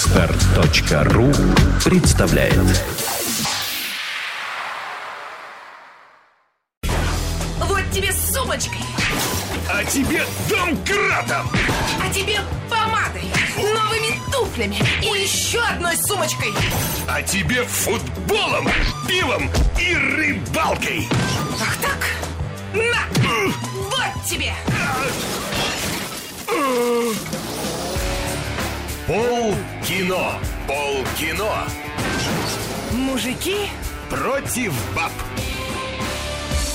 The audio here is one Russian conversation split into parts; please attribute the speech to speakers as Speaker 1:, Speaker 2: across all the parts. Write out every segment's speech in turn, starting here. Speaker 1: Отстар.ру представляет
Speaker 2: Вот тебе сумочкой,
Speaker 3: А тебе домкратом!
Speaker 2: а тебе помадой, новыми туфлями и еще одной сумочкой.
Speaker 3: А тебе футболом, пивом и рыбалкой!
Speaker 2: Ах так? На! Вот тебе!
Speaker 3: Пол кино! Пол кино!
Speaker 2: Мужики,
Speaker 3: Против баб!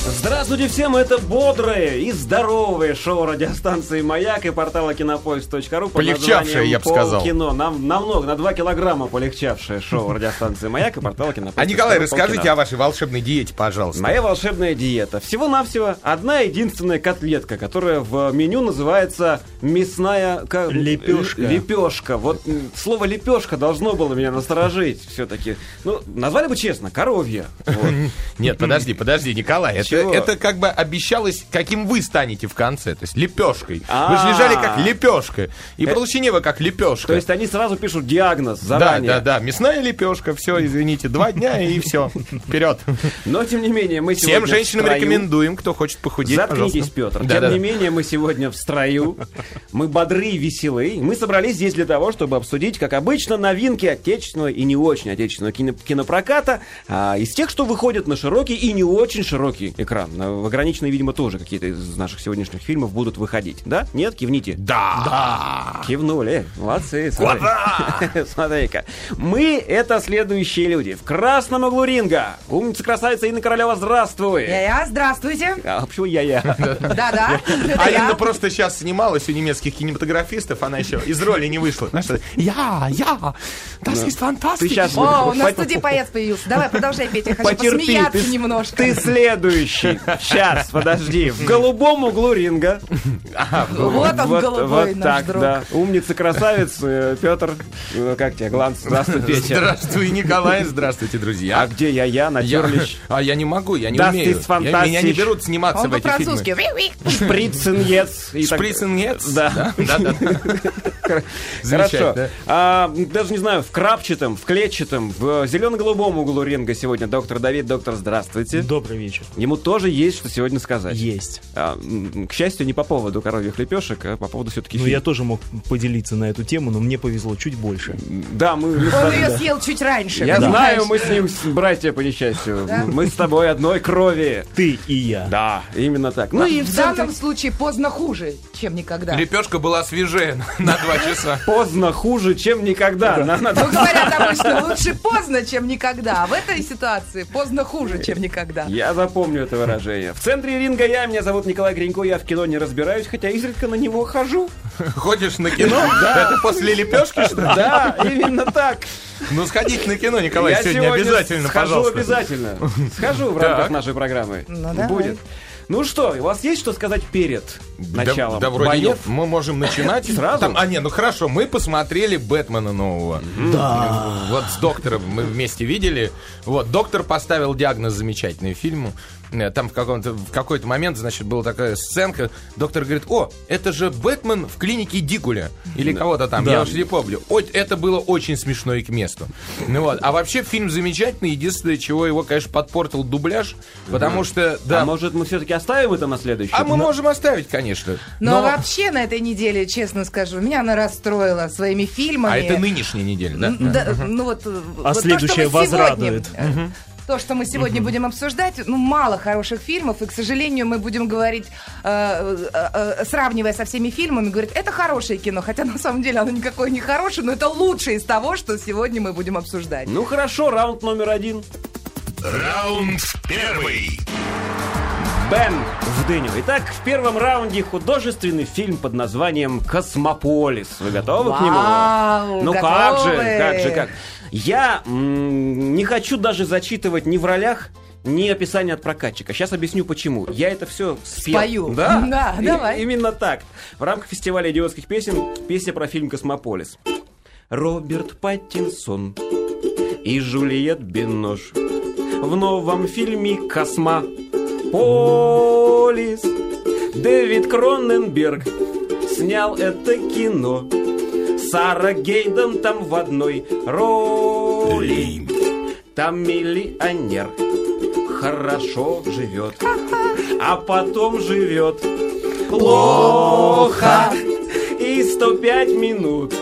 Speaker 4: Здравствуйте всем, это бодрое и здоровое шоу радиостанции «Маяк» и портала кинопоиск.ру под
Speaker 5: Полегчавшее,
Speaker 4: названием
Speaker 5: я бы сказал.
Speaker 4: «Полкино». Нам намного, на 2 килограмма полегчавшее шоу радиостанции «Маяк» и портала кинопоиск.ру.
Speaker 5: А Николай, расскажите
Speaker 4: «Полкино».
Speaker 5: о вашей волшебной диете, пожалуйста.
Speaker 4: Моя волшебная диета. Всего-навсего одна единственная котлетка, которая в меню называется мясная... ка-
Speaker 6: Лепёшка.
Speaker 4: л- Лепешка. Вот м, слово лепешка должно было меня насторожить все-таки. Ну, назвали бы честно, коровья. Вот.
Speaker 5: Нет, подожди, подожди, Николай, это,
Speaker 4: Чего?
Speaker 5: это как бы обещалось, каким вы станете в конце, то есть лепешкой. Вы
Speaker 4: А. Э,
Speaker 5: же лежали как лепешка, и получение вы как лепешка.
Speaker 4: То есть они сразу пишут диагноз
Speaker 5: да,
Speaker 4: заранее.
Speaker 5: да, да, мясная лепешка, все, извините, два дня и все, вперед.
Speaker 4: Но тем не менее мы сегодня
Speaker 5: Всем женщинам
Speaker 4: в строю.
Speaker 5: рекомендуем, кто хочет похудеть,
Speaker 4: Заткнитесь,
Speaker 5: пожалуйста.
Speaker 4: Петр. Тем
Speaker 5: Да, да,
Speaker 4: не
Speaker 5: да.
Speaker 4: менее, мы сегодня в строю. Мы бодры и веселы. Мы собрались здесь для того, чтобы обсудить, как обычно, новинки отечественного и не очень отечественного кино- кинопроката. а, из тех, что выходят на широкий и не очень широкий экран. На- В ограниченный, видимо, тоже какие-то из наших сегодняшних фильмов будут выходить. Да? Нет? Кивните.
Speaker 5: Да.
Speaker 4: Кивнули. Молодцы. смотри. Смотри-ка. Мы — это следующие люди. В красном углу ринга. Умница-красавица Инна Королева, здравствуй.
Speaker 2: я-я, Э, здравствуйте.
Speaker 4: А почему я-я?
Speaker 2: Да-да,
Speaker 5: А
Speaker 2: это
Speaker 5: Инна
Speaker 2: я.
Speaker 5: просто сейчас снималась у немецких кинематографистов, она еще из роли не вышла. Знаешь, что, Я, я, das ist
Speaker 4: Ты
Speaker 5: fantastisch.
Speaker 4: сейчас
Speaker 2: О, у нас в студии поэт появился. Давай, продолжай, Петя, я хочу
Speaker 4: Потерпи,
Speaker 2: посмеяться
Speaker 4: ты-
Speaker 2: немножко.
Speaker 4: Ты следующий. Сейчас, подожди. В голубом углу ринга.
Speaker 2: Вот он, голубой
Speaker 4: вот
Speaker 2: наш
Speaker 4: так,
Speaker 2: друг.
Speaker 4: да. Умница, красавец, э, Петр. э, Как тебе, Гланс? Здравствуй, Петя.
Speaker 5: Здравствуй, Николай, здравствуйте,
Speaker 4: А
Speaker 5: друзья.
Speaker 4: где я? Я
Speaker 5: Я,
Speaker 4: натерлищ.
Speaker 5: а я не могу, я не
Speaker 4: Das
Speaker 5: умею.
Speaker 4: ist
Speaker 5: Я- меня не
Speaker 4: fantastisch.
Speaker 5: берут сниматься
Speaker 2: А Он
Speaker 5: в эти
Speaker 2: по-французски.
Speaker 5: фильмы.
Speaker 2: Уи-уи.
Speaker 4: Шприценец. и так-
Speaker 5: Шприценгец?
Speaker 4: Да.
Speaker 5: Да, да.
Speaker 4: Хорошо.
Speaker 5: Замечательно.
Speaker 4: А, даже не знаю, в крапчатом, в клетчатом, в зелено-голубом углу ринга сегодня доктор Давид. Доктор, здравствуйте.
Speaker 6: Добрый вечер.
Speaker 4: Ему тоже есть, что сегодня сказать.
Speaker 6: Есть.
Speaker 4: А, м, к счастью, не по поводу коровьих лепешек, а по поводу все-таки
Speaker 6: Ну, я тоже мог поделиться на эту тему, но мне повезло чуть больше.
Speaker 4: Да, мы... мы с
Speaker 2: Он
Speaker 4: тобой-
Speaker 2: ее съел чуть раньше.
Speaker 4: Я
Speaker 2: ты знаешь.
Speaker 4: знаю, мы с ним с- братья по несчастью.
Speaker 2: Да?
Speaker 4: Мы с тобой одной крови.
Speaker 6: Ты и я.
Speaker 4: Да, именно так. Ну и в
Speaker 2: В
Speaker 4: центре
Speaker 2: данном случае поздно хуже, чем никогда.
Speaker 5: Лепешка была свежее на два часа.
Speaker 4: поздно хуже, чем никогда. На- на-
Speaker 2: Ну, говорят обычно, лучше поздно, чем никогда. А в этой ситуации поздно хуже, чем никогда.
Speaker 4: Я запомню это выражение. В центре ринга я, меня зовут Николай Гринько, я в кино не разбираюсь, хотя изредка на него хожу.
Speaker 5: Ходишь на кино? Это после лепешки, что ли?
Speaker 4: Да, именно так.
Speaker 5: Ну, сходить на кино, Николай,
Speaker 4: я
Speaker 5: сегодня обязательно,
Speaker 4: схожу
Speaker 5: пожалуйста.
Speaker 4: обязательно. Схожу в рамках
Speaker 5: Так.
Speaker 4: нашей программы.
Speaker 2: Ну, давай.
Speaker 4: Будет. Ну что, у вас есть что сказать перед
Speaker 5: Да-
Speaker 4: началом?
Speaker 5: Да, вроде
Speaker 4: боев?
Speaker 5: нет. мы можем начинать.
Speaker 4: Сразу?
Speaker 5: Там- а, не, ну хорошо, мы посмотрели Бэтмена нового. Да. Вот с доктором мы вместе видели. Вот, доктор поставил диагноз замечательный фильму. Э, Там в, каком-то, в какой-то момент, значит, была такая сценка. Доктор говорит, о, это же Бэтмен в клинике Дикуля. Или кого-то там, я уж не помню. Ой, это было очень смешно и к месту. Ну вот. А вообще фильм замечательный. Единственное, чего его, конечно, подпортил дубляж. Потому что, да...
Speaker 4: А может, мы все-таки оставим это на следующий?
Speaker 5: а мы можем оставить, конечно.
Speaker 2: Но, а вообще на этой неделе, честно скажу, меня она расстроила своими фильмами.
Speaker 5: А это нынешняя неделя, да?
Speaker 2: Н- да, ну вот, э, вот то,
Speaker 6: А следующее
Speaker 2: что мы
Speaker 6: возрадует.
Speaker 2: сегодня, э, То, что мы сегодня будем обсуждать, ну, мало хороших фильмов, и, к сожалению, мы будем говорить, э, э, э, сравнивая со всеми фильмами, говорит, это хорошее кино, хотя на самом деле оно никакое не хорошее, но это лучшее из того, что сегодня мы будем обсуждать.
Speaker 4: Ну хорошо, раунд номер один.
Speaker 3: Раунд первый.
Speaker 4: Бен в дыню. Итак, в первом раунде художественный фильм под названием «Космополис». Вы готовы к нему?
Speaker 2: Вау,
Speaker 4: ну как же,
Speaker 2: готовы.
Speaker 4: как же, как. Я м, не хочу даже зачитывать ни в ролях, ни описание от прокатчика. Сейчас объясню почему. Я это все спел.
Speaker 2: Спою.
Speaker 4: Да?
Speaker 2: Да,
Speaker 4: И-
Speaker 2: давай.
Speaker 4: Именно так. В рамках фестиваля идиотских песен песня про фильм «Космополис». Роберт Паттинсон и Жюльет Бинош в новом фильме «Космополис». Дэвид Кроненберг снял это кино. Сара Гейден там в одной роли. Там миллионер хорошо живет, а потом живет плохо. И 105 минут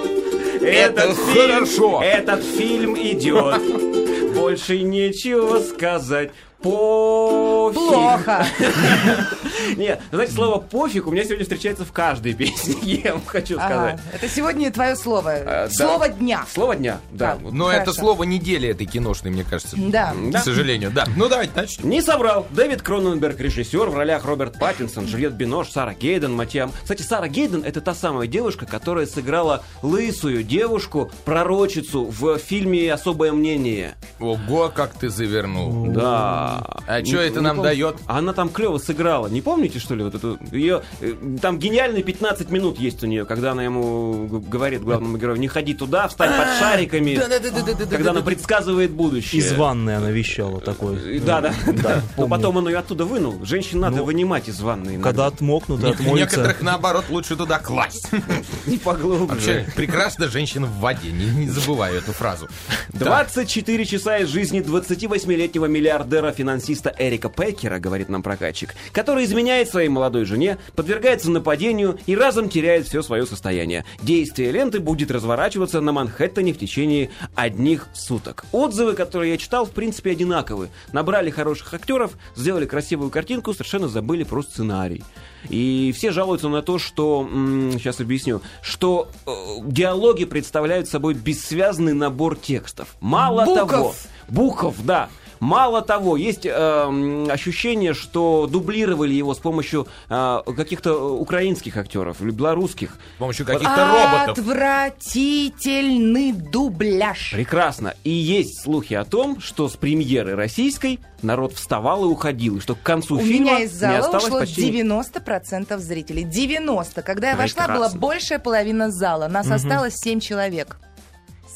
Speaker 4: этот фильм,
Speaker 5: хорошо.
Speaker 4: этот фильм идет. Больше нечего сказать. Пофиг.
Speaker 2: Плохо.
Speaker 4: Нет, знаете, слово пофиг у меня сегодня встречается в каждой песне, я вам хочу
Speaker 2: Ага,
Speaker 4: сказать.
Speaker 2: Это сегодня твое слово.
Speaker 4: А, да.
Speaker 2: Слово дня.
Speaker 4: Слово дня, да.
Speaker 2: Да.
Speaker 5: Но это
Speaker 2: Хорошо.
Speaker 5: слово недели этой киношной, мне кажется.
Speaker 2: Да.
Speaker 5: К сожалению, да. Ну давайте начнем.
Speaker 4: Не собрал. Дэвид Кроненберг, режиссер, в ролях Роберт Паттинсон, Жюльет Бинош, Сара Гейден, Матьям. Кстати, Сара Гейден — это та самая девушка, которая сыграла лысую девушку, пророчицу в фильме «Особое мнение».
Speaker 5: Ого, как ты завернул.
Speaker 4: Да.
Speaker 5: А что это
Speaker 4: не
Speaker 5: нам
Speaker 4: помню.
Speaker 5: дает?
Speaker 4: А Она там клево сыграла. Не помните, что ли, вот эту... Ее... Там гениальные 15 минут есть у нее, когда она ему г- говорит, главному герою, не ходи туда, встань
Speaker 5: А,
Speaker 4: под шариками. Когда она предсказывает будущее.
Speaker 6: Из ванной она вещала такое.
Speaker 5: э,
Speaker 4: И Э, Да, да, да. Но
Speaker 6: помню.
Speaker 4: потом он ее оттуда вынул. Женщин надо
Speaker 6: Ну,
Speaker 4: вынимать из ванны. иногда.
Speaker 6: Когда отмокнут, и
Speaker 5: Некоторых,
Speaker 6: отмоются.
Speaker 5: наоборот, лучше туда класть.
Speaker 4: И
Speaker 5: Вообще,
Speaker 4: поглубже.
Speaker 5: прекрасно женщина в воде. Не, не забываю эту фразу.
Speaker 4: 24 часа из жизни 28-летнего миллиардера-финансиста Эрика Пекера, говорит нам прокатчик, который изменяет своей молодой жене, подвергается нападению и разом теряет все свое состояние. Действие ленты будет разворачиваться на Манхэттене в течение одних суток. Отзывы, которые я читал, в принципе, одинаковы. Набрали хороших актеров, сделали красивую картинку, совершенно забыли про сценарий. И все жалуются на то, что, сейчас объясню, что э, диалоги представляют собой бессвязный набор текстов. Мало
Speaker 2: Буков.
Speaker 4: того, буков, да. Мало того, есть э, м, ощущение, что дублировали его с помощью э, каких-то украинских актеров или белорусских.
Speaker 5: С помощью
Speaker 2: А,
Speaker 5: каких-то роботов.
Speaker 2: Отвратительный дубляж.
Speaker 4: Прекрасно. И есть слухи о том, что с премьеры российской народ вставал и уходил, и что к концу
Speaker 2: У
Speaker 4: фильма
Speaker 2: меня из
Speaker 4: не
Speaker 2: зала
Speaker 4: осталось
Speaker 2: ушло
Speaker 4: почти... ни-
Speaker 2: 90% зрителей. 90. Когда я вошла,
Speaker 4: Прекрасно.
Speaker 2: была большая половина зала. Нас осталось 7 человек.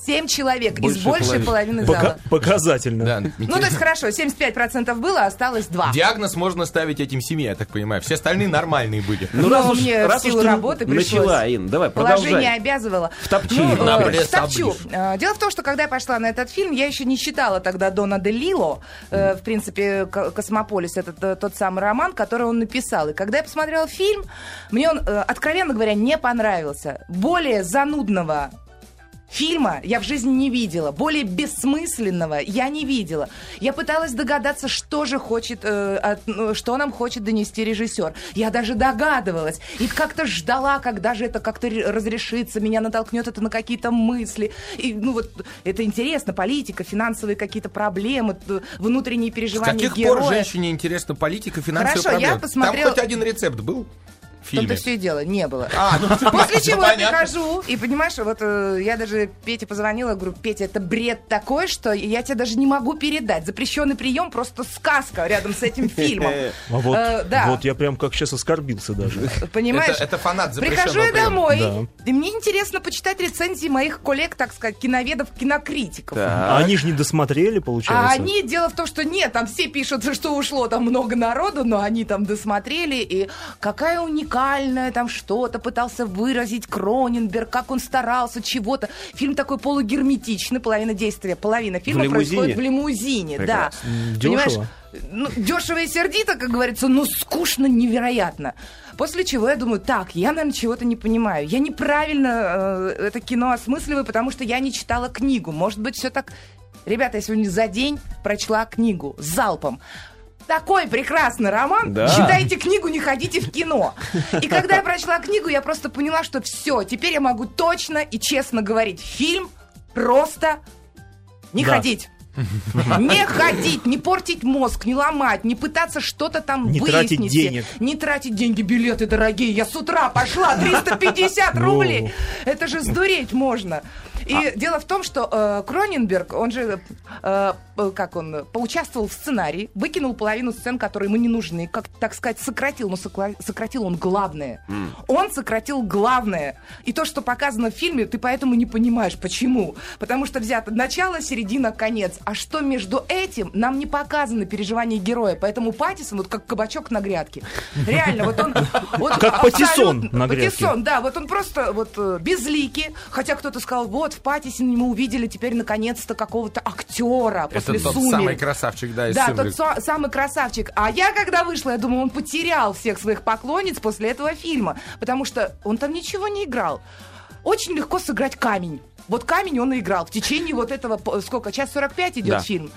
Speaker 2: 7 человек из
Speaker 4: Большая
Speaker 2: большей
Speaker 4: половина.
Speaker 2: половины
Speaker 6: Пока-
Speaker 2: зала.
Speaker 5: Да,
Speaker 6: Показательно.
Speaker 2: Ну, то есть хорошо, 75% было, осталось 2.
Speaker 5: Диагноз можно ставить этим семье, я так понимаю. Все остальные нормальные были.
Speaker 2: Но
Speaker 4: Ну, раз уж,
Speaker 2: мне в
Speaker 4: раз уж
Speaker 2: силу
Speaker 4: ты
Speaker 2: работы
Speaker 4: начала,
Speaker 2: пришлось.
Speaker 4: Ин, давай,
Speaker 2: Положение
Speaker 4: продолжай.
Speaker 2: обязывало.
Speaker 4: Втопчи
Speaker 2: Ну,
Speaker 4: его.
Speaker 2: э,
Speaker 5: Наблез
Speaker 2: втопчу.
Speaker 5: оближ.
Speaker 2: Э, Дело в том, что когда я пошла на этот фильм, я еще не читала тогда Дона де Лило. Э, В принципе, К- «Космополис» — это т- тот самый роман, который он написал. И когда я посмотрела фильм, мне он, э, откровенно говоря, не понравился. Более занудного Фильма я в жизни не видела, более бессмысленного я не видела. Я пыталась догадаться, что же хочет, э, от- ну, что нам хочет донести режиссер. Я даже догадывалась и как-то ждала, когда же это как-то ре- разрешится, меня натолкнет это на какие-то мысли. И, ну вот это интересно, политика, финансовые какие-то проблемы, т- внутренние
Speaker 5: С
Speaker 2: переживания
Speaker 5: каких
Speaker 2: героя.
Speaker 5: пор женщине интересна политика, финансовые
Speaker 2: Хорошо, я
Speaker 5: проблемы?
Speaker 2: посмотрела-
Speaker 5: Там хоть один рецепт был в
Speaker 2: В том-то
Speaker 5: фильме?
Speaker 2: все и дело, не было.
Speaker 5: А, ну,
Speaker 2: После чего я
Speaker 5: понятно.
Speaker 2: прихожу, и понимаешь, вот э, я даже Пете позвонила, говорю, Петя, это бред такой, что я тебе даже не могу передать. Запрещенный прием, просто сказка рядом с этим фильмом.
Speaker 6: А вот,
Speaker 2: Э, да.
Speaker 6: вот я прям как сейчас оскорбился даже.
Speaker 2: Понимаешь?
Speaker 5: Это- это фанат запрещенного
Speaker 2: Прихожу я
Speaker 5: приема.
Speaker 2: домой,
Speaker 6: Да.
Speaker 2: и мне интересно почитать рецензии моих коллег, так сказать, киноведов, кинокритиков.
Speaker 6: А они же не досмотрели,
Speaker 2: А
Speaker 6: получается.
Speaker 2: они, дело в том, что нет, там все пишут, что ушло там много народу, но они там досмотрели, и какая уникальная там что-то пытался выразить Кроненберг, как он старался, чего-то. Фильм такой полугерметичный, половина действия, половина фильма
Speaker 4: лимузине?
Speaker 2: происходит в лимузине,
Speaker 4: Прекрасно.
Speaker 2: да.
Speaker 6: Дешево.
Speaker 2: Понимаешь, ну, дешево и сердито, как говорится, но скучно невероятно. После чего я думаю, так, я, наверное, чего-то не понимаю. Я неправильно э, это кино осмысливаю, потому что я не читала книгу. Может быть, все так... Ребята, я сегодня за день прочла книгу с залпом. Такой прекрасный роман.
Speaker 4: Да.
Speaker 2: Читайте книгу, не ходите в кино. И когда я прочла книгу, я просто поняла, что все, теперь я могу точно и честно говорить. Фильм просто не
Speaker 6: Да.
Speaker 2: ходить. Не ходить, не портить мозг, не ломать, не пытаться что-то там
Speaker 6: Не
Speaker 2: выяснить.
Speaker 6: тратить денег.
Speaker 2: Не тратить деньги, билеты дорогие. Я с утра пошла, 350
Speaker 6: Ну.
Speaker 2: рублей. Это же сдуреть можно. И
Speaker 6: А.
Speaker 2: дело в том, что э, Кроненберг, он же, э, э, как он, э, поучаствовал в сценарии, выкинул половину сцен, которые ему не нужны, как, так сказать, сократил, но сокла- сократил он главное. Он сократил главное. И то, что показано в фильме, ты поэтому не понимаешь, почему. Потому что взято начало, середина, конец. А что между этим, нам не показано переживания героя. Поэтому Паттисон вот как кабачок на грядке. Реально, вот он... вот
Speaker 6: Как патиссон
Speaker 2: абсолютно-
Speaker 6: на грядке.
Speaker 2: патиссон, да, вот он просто вот э, безликий. Хотя кто-то сказал, вот в Паттисоне мы увидели теперь наконец-то какого-то актера
Speaker 5: Это
Speaker 2: после
Speaker 5: тот
Speaker 2: «Сумерек».
Speaker 5: самый красавчик, да, из
Speaker 2: Да,
Speaker 5: «Сумерек».
Speaker 2: тот са- самый красавчик. А я, когда вышла, я думаю, он потерял всех своих поклонниц после этого фильма, потому что он там ничего не играл. Очень легко сыграть камень. Вот камень он и играл в течение вот этого, п- сколько, час 45 идет
Speaker 4: Да.
Speaker 2: фильм.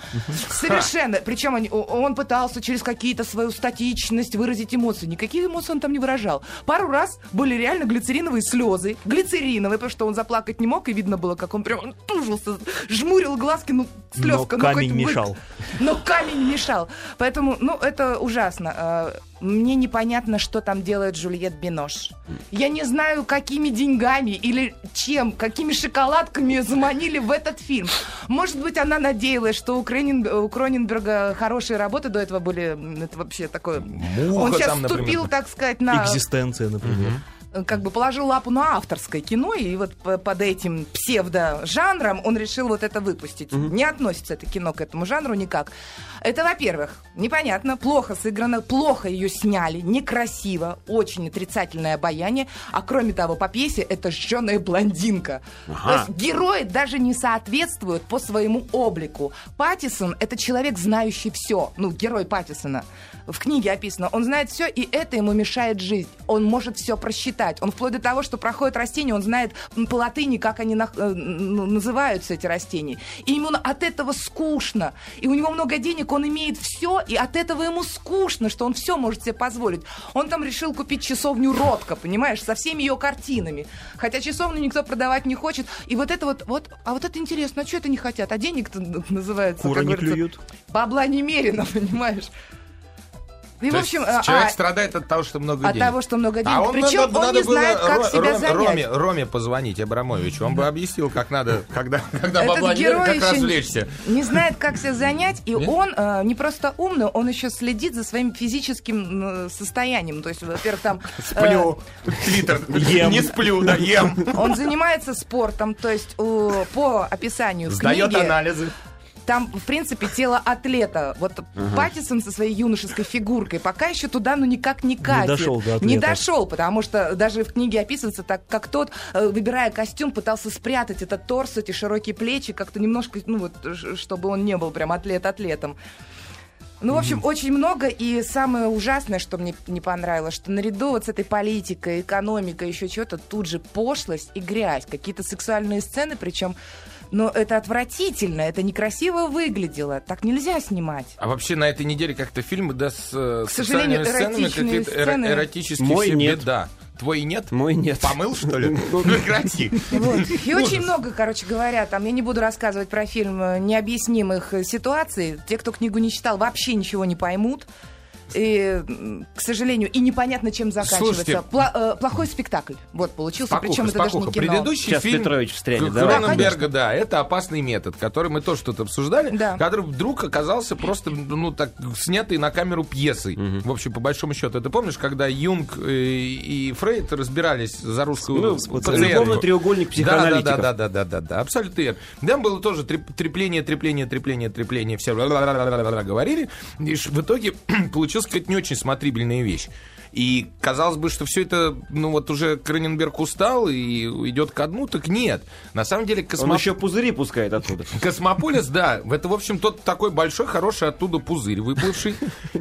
Speaker 2: Совершенно. Причем они- о- он пытался через какие-то свою статичность выразить эмоции. Никаких эмоций он там не выражал. Пару раз были реально глицериновые слезы. Глицериновые, потому что он заплакать не мог, и видно было, как он прям он тужился, жмурил глазки, ну, слезка.
Speaker 6: Но камень
Speaker 2: хоть вы-
Speaker 6: мешал.
Speaker 2: но камень мешал. Поэтому, ну, это ужасно. Э, Мне непонятно, что там делает Жюльет Бинош. Я не знаю, какими деньгами или чем, какими шоколадками ее заманили в этот фильм. Может быть, она надеялась, что у, Кренин- у Кроненберга хорошие работы до этого были. М, Это вообще такое... Он сейчас
Speaker 5: там, например.
Speaker 2: вступил, так сказать, на...
Speaker 6: Экзистенция, например.
Speaker 2: э, Как бы положил лапу на авторское кино, и вот п- под этим псевдо-жанром он решил вот это выпустить. Не относится это кино к этому жанру никак. Это, во-первых, непонятно, плохо сыграно, плохо ее сняли, некрасиво, очень отрицательное обаяние. А кроме того, по пьесе это жженая блондинка. То есть герои даже не соответствуют по своему облику. Паттисон — это человек, знающий все. Ну, герой Паттисона. В книге описано. Он знает все, и это ему мешает жить. Он может все просчитать. Он вплоть до того, что проходит растение, он знает м, по латыни, как они нах- э, ну, называются, эти растения. И ему на- от этого скучно. И у него много денег, он имеет все, и от этого ему скучно, что он все может себе позволить. Он там решил купить часовню Ротко, понимаешь, со всеми ее картинами. Хотя часовню никто продавать не хочет. И вот это вот, вот а вот это интересно, а что это не хотят? А денег-то н- называется.
Speaker 6: Куры
Speaker 2: как
Speaker 6: не
Speaker 2: говорится,
Speaker 6: клюют.
Speaker 2: Бабла немерено, понимаешь? И,
Speaker 5: То
Speaker 2: в
Speaker 5: есть
Speaker 2: общем, а,
Speaker 5: человек страдает от того, что много
Speaker 2: от
Speaker 5: денег.
Speaker 2: того, что много денег.
Speaker 5: А он
Speaker 2: Причем
Speaker 5: надо-
Speaker 2: он
Speaker 5: надо
Speaker 2: не
Speaker 5: было
Speaker 2: знает, как
Speaker 5: Ро-
Speaker 2: себя
Speaker 5: Ро-
Speaker 2: занять.
Speaker 5: Роме, Роме позвонить, Абрамовичу. Он бы объяснил, как надо, когда, когда
Speaker 2: Этот
Speaker 5: бабла нет,
Speaker 2: герой
Speaker 5: как
Speaker 2: еще
Speaker 5: развлечься.
Speaker 2: не- не знает, как себя занять, и он э, не просто умный, он еще следит за своим физическим э, состоянием. То есть, во-первых, там э,
Speaker 5: Сплю. Твиттер.
Speaker 6: Ем.
Speaker 5: Не сплю, да, ем.
Speaker 2: он занимается спортом, то есть у- по описанию в
Speaker 5: Сдает
Speaker 2: книге,
Speaker 5: анализы.
Speaker 2: там, в принципе, тело атлета. Вот Паттисон со своей юношеской фигуркой пока еще туда, ну, никак не катит.
Speaker 6: дошел до
Speaker 2: Не
Speaker 6: атлета.
Speaker 2: дошел, потому что даже в книге описывается так, как тот, э, выбирая костюм, пытался спрятать этот торс, эти широкие плечи, как-то немножко, ну, вот, ш- чтобы он не был прям атлет-атлетом. Ну, в общем, очень много, и самое ужасное, что мне не понравилось, что наряду вот с этой политикой, экономикой, еще чего-то, тут же пошлость и грязь, какие-то сексуальные сцены, причем, ну, это отвратительно, это некрасиво выглядело, так нельзя снимать.
Speaker 5: А вообще на этой неделе как-то фильмы, да, с, э,
Speaker 2: К
Speaker 5: с
Speaker 2: сожалению,
Speaker 5: сексуальными сценами,
Speaker 2: эротичные
Speaker 5: какие-то эро-
Speaker 2: сцены.
Speaker 5: эротические
Speaker 4: Мой
Speaker 5: все
Speaker 4: нет.
Speaker 5: беда. Твой нет?
Speaker 4: Мой нет.
Speaker 5: Помыл, что ли? Ну, Прекрати.
Speaker 2: Вот. И очень много, короче говоря, там, я не буду рассказывать про фильм э, необъяснимых э, ситуаций. Те, кто книгу не читал, вообще ничего не поймут. И, м, к сожалению, и непонятно, чем заканчивается.
Speaker 5: Слушайте.
Speaker 2: Пла- э, плохой спектакль. Вот, получился.
Speaker 5: Спокуха,
Speaker 2: Причем это даже
Speaker 5: спокуха.
Speaker 2: не кино.
Speaker 5: Предыдущий
Speaker 4: Сейчас
Speaker 5: фильм
Speaker 4: Петрович встрянет,
Speaker 5: Кр-
Speaker 4: давай.
Speaker 5: Кроненберга, да, это опасный метод, который мы тоже что-то обсуждали,
Speaker 2: Да.
Speaker 5: который вдруг оказался просто, ну, так, снятый на камеру пьесой. В общем, по большому счету. Ты помнишь, когда Юнг э, и Фрейд разбирались за русскую
Speaker 4: Ну,
Speaker 5: пациентку?
Speaker 4: любовный треугольник психоаналитиков.
Speaker 5: Да, да, да, да, да, да, да, абсолютно верно. Там было тоже треп- трепление, трепление, трепление, трепление, все говорили. И ш- в итоге получилась какая-то не очень смотрибельная вещь. И казалось бы, что все это, ну вот уже Кроненберг устал и идет ко дну, так нет. На самом деле
Speaker 4: Он
Speaker 5: космо-
Speaker 4: еще пузыри пускает оттуда.
Speaker 5: Космополис, да, это, в общем, тот такой большой, хороший оттуда пузырь выплывший.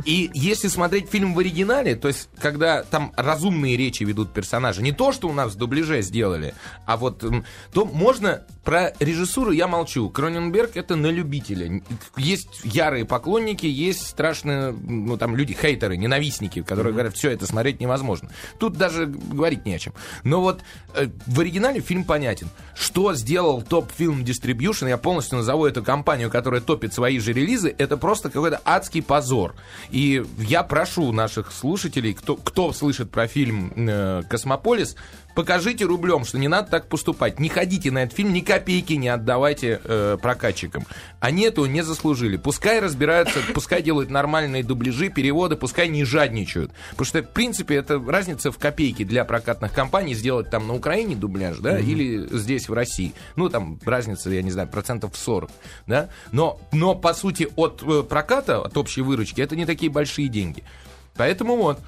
Speaker 5: И если смотреть фильм в оригинале, то есть, когда там разумные речи ведут персонажи, не то, что у нас в дубляже сделали, а вот, м, то можно... Про режиссуру я молчу. Кроненберг — это на любителя. Есть ярые поклонники, есть страшные, ну, там, люди, хейтеры, ненавистники, которые говорят, все это смотреть невозможно. Тут даже говорить не о чем. Но вот э, в оригинале фильм понятен. Что сделал топ-фильм Distribution, я полностью назову эту компанию, которая топит свои же релизы, это просто какой-то адский позор. И я прошу наших слушателей, кто, кто слышит про фильм э, «Космополис», покажите рублем, что не надо так поступать. Не ходите на этот фильм, ни копейки не отдавайте э, прокатчикам. Они этого не заслужили. Пускай разбираются, пускай делают нормальные дубляжи, переводы, пускай не жадничают. Потому что, в принципе, это разница в копейке для прокатных компаний сделать там на Украине дубляж, да, или здесь, в России. Ну, там разница, я не знаю, процентов в 40, да. Но, но по сути, от э, проката, от общей выручки, это не такие большие деньги. Поэтому вот.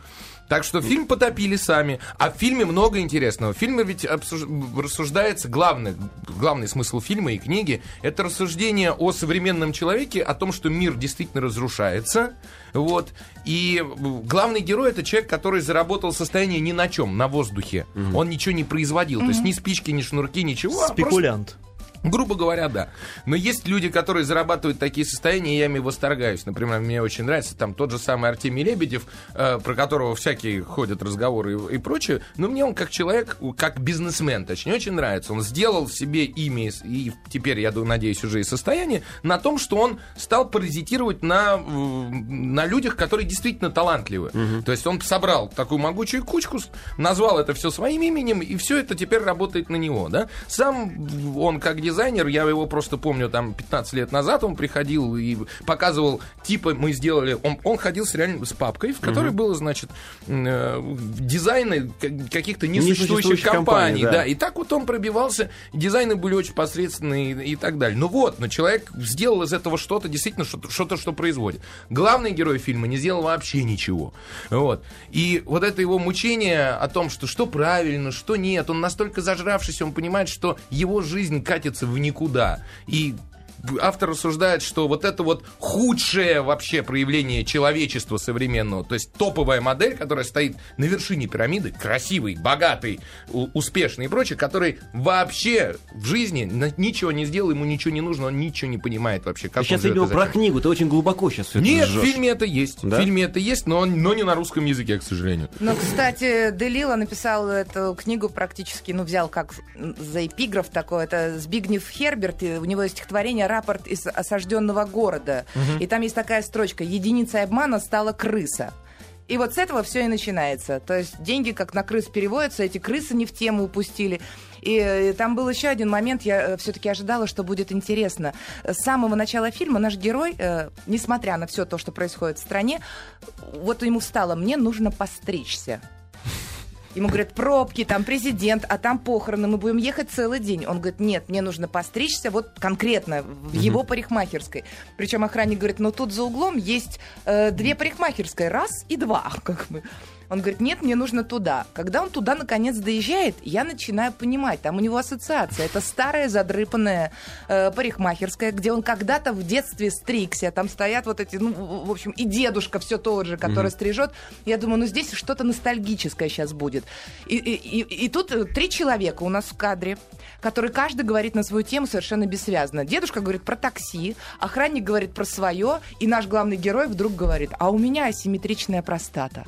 Speaker 5: Так что фильм потопили сами. А в фильме много интересного. В фильме ведь обсуж- рассуждается главный, главный смысл фильма и книги. Это рассуждение о современном человеке, о том, что мир действительно разрушается. Вот. И э, главный герой это человек, который заработал состояние ни на чем, на воздухе. Он ничего не производил. То есть ни спички, ни шнурки, ничего. а просто
Speaker 6: Спекулянт.
Speaker 5: Грубо говоря, да. Но есть люди, которые зарабатывают такие состояния, и я ими восторгаюсь. Например, мне очень нравится там тот же самый Артемий Лебедев, э, про которого всякие ходят разговоры и, и прочее. Но мне он как человек, как бизнесмен, точнее, очень нравится. Он сделал себе имя, и с- и теперь, я ду- надеюсь, уже и состояние, на том, что он стал паразитировать на, в- на людях, которые действительно талантливы. То есть он собрал такую могучую кучку, с- назвал это все своим именем, и все это теперь работает на него. Да? Сам он как дизайнер, я его просто помню, там 15 лет назад он приходил и показывал, типа мы сделали, он, он ходил с реально с папкой, в которой было, значит, м, э, дизайны к- каких-то несуществующих
Speaker 4: Несуществующих
Speaker 5: компаний.
Speaker 4: компаний,
Speaker 5: да.
Speaker 4: да.
Speaker 5: И так вот он пробивался, дизайны были очень посредственные и, и так далее. Ну вот, но человек сделал из этого что-то, действительно, что-то, что-то, что производит. Главный герой фильма не сделал вообще ничего. Вот. И вот это его мучение о том, что что правильно, что нет, он настолько зажравшийся, он понимает, что его жизнь катится в никуда. И автор рассуждает, что вот это вот худшее вообще проявление человечества современного, то есть топовая модель, которая стоит на вершине пирамиды, красивый, богатый, у- успешный и прочее, который вообще в жизни на- ничего не сделал, ему ничего не нужно, он ничего не понимает вообще. Как он
Speaker 4: Сейчас,
Speaker 5: живет и
Speaker 4: видимо,
Speaker 5: зачем.
Speaker 4: про книгу. Ты очень глубоко сейчас все
Speaker 5: Нет, в фильме это есть.
Speaker 4: Да?
Speaker 5: В фильме это есть, но, но не на русском языке, к сожалению.
Speaker 2: Но, Ну, кстати, Делила написал эту книгу практически, ну, взял как за эпиграф такой, это Збигнев Херберт, и у него есть стихотворение «Рапорт из осажденного города». И там есть такая строчка «Единицей обмана стала крыса». И вот с этого все и начинается. То есть деньги как на крыс переводятся, эти крысы не в тему упустили. И э, там был еще один момент, я все-таки ожидала, что будет интересно. С самого начала фильма наш герой, э, несмотря на все то, что происходит в стране, вот ему встало, мне нужно постричься. Ему говорят, пробки, там президент, а там похороны, мы будем ехать целый день. Он говорит, нет, мне нужно постричься вот конкретно в его парикмахерской. Причем охранник говорит, ну тут за углом есть э, две парикмахерской, раз и два, как бы. Он говорит, нет, мне нужно туда. Когда он туда наконец доезжает, я начинаю понимать, там у него ассоциация. Это старая задрыпанная э, парикмахерская, где он когда-то в детстве стригся. Там стоят вот эти, ну, в в общем, и дедушка все тот же, который стрижет. Я думаю, ну здесь что-то ностальгическое сейчас будет. И, и- и- и тут э, три человека у нас в кадре, которые каждый говорит на свою тему совершенно бессвязно. Дедушка говорит про такси, охранник говорит про свое, и наш главный герой вдруг говорит, а у меня асимметричная простата.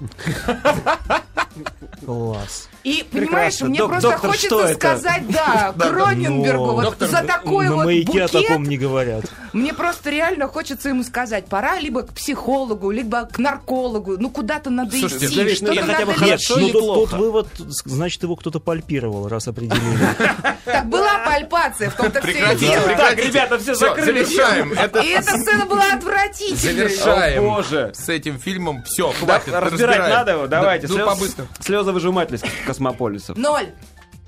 Speaker 6: Класс.
Speaker 2: И понимаешь,
Speaker 4: Прекрасно.
Speaker 2: мне
Speaker 4: Док-
Speaker 2: просто
Speaker 4: доктор, что
Speaker 2: хочется
Speaker 4: это?
Speaker 2: сказать, да, Кроненбергу,
Speaker 6: но-
Speaker 2: вот
Speaker 5: Доктор,
Speaker 2: за такой
Speaker 6: На
Speaker 2: вот
Speaker 6: маяке о
Speaker 2: букет,
Speaker 6: таком не говорят.
Speaker 2: мне просто реально хочется ему сказать, пора либо к психологу, либо к наркологу, ну куда-то надо
Speaker 5: Слушайте,
Speaker 2: идти,
Speaker 5: Давид, ну,
Speaker 2: что-то
Speaker 5: я
Speaker 2: надо
Speaker 5: хотя бы
Speaker 2: решить.
Speaker 6: Нет,
Speaker 4: Хорошо
Speaker 6: ну
Speaker 4: или
Speaker 6: тут,
Speaker 4: плохо?
Speaker 6: тут вывод, с- значит, его кто-то пальпировал, раз определили.
Speaker 2: Так была пальпация, в том-то все и
Speaker 5: Прекратите,
Speaker 2: дело.
Speaker 4: Так, ребята, все
Speaker 5: Всё,
Speaker 4: закрыли.
Speaker 5: завершаем. Это
Speaker 2: И эта сцена была отвратительной.
Speaker 5: завершаем.
Speaker 4: О, боже.
Speaker 5: С этим фильмом все,
Speaker 4: Да,
Speaker 5: хватит.
Speaker 4: разбирать
Speaker 5: разбираем.
Speaker 4: надо, его, давайте.
Speaker 5: Ну,
Speaker 4: Слез-
Speaker 5: побыстро.
Speaker 4: Слезовыжимательность космополисов.
Speaker 2: Ноль.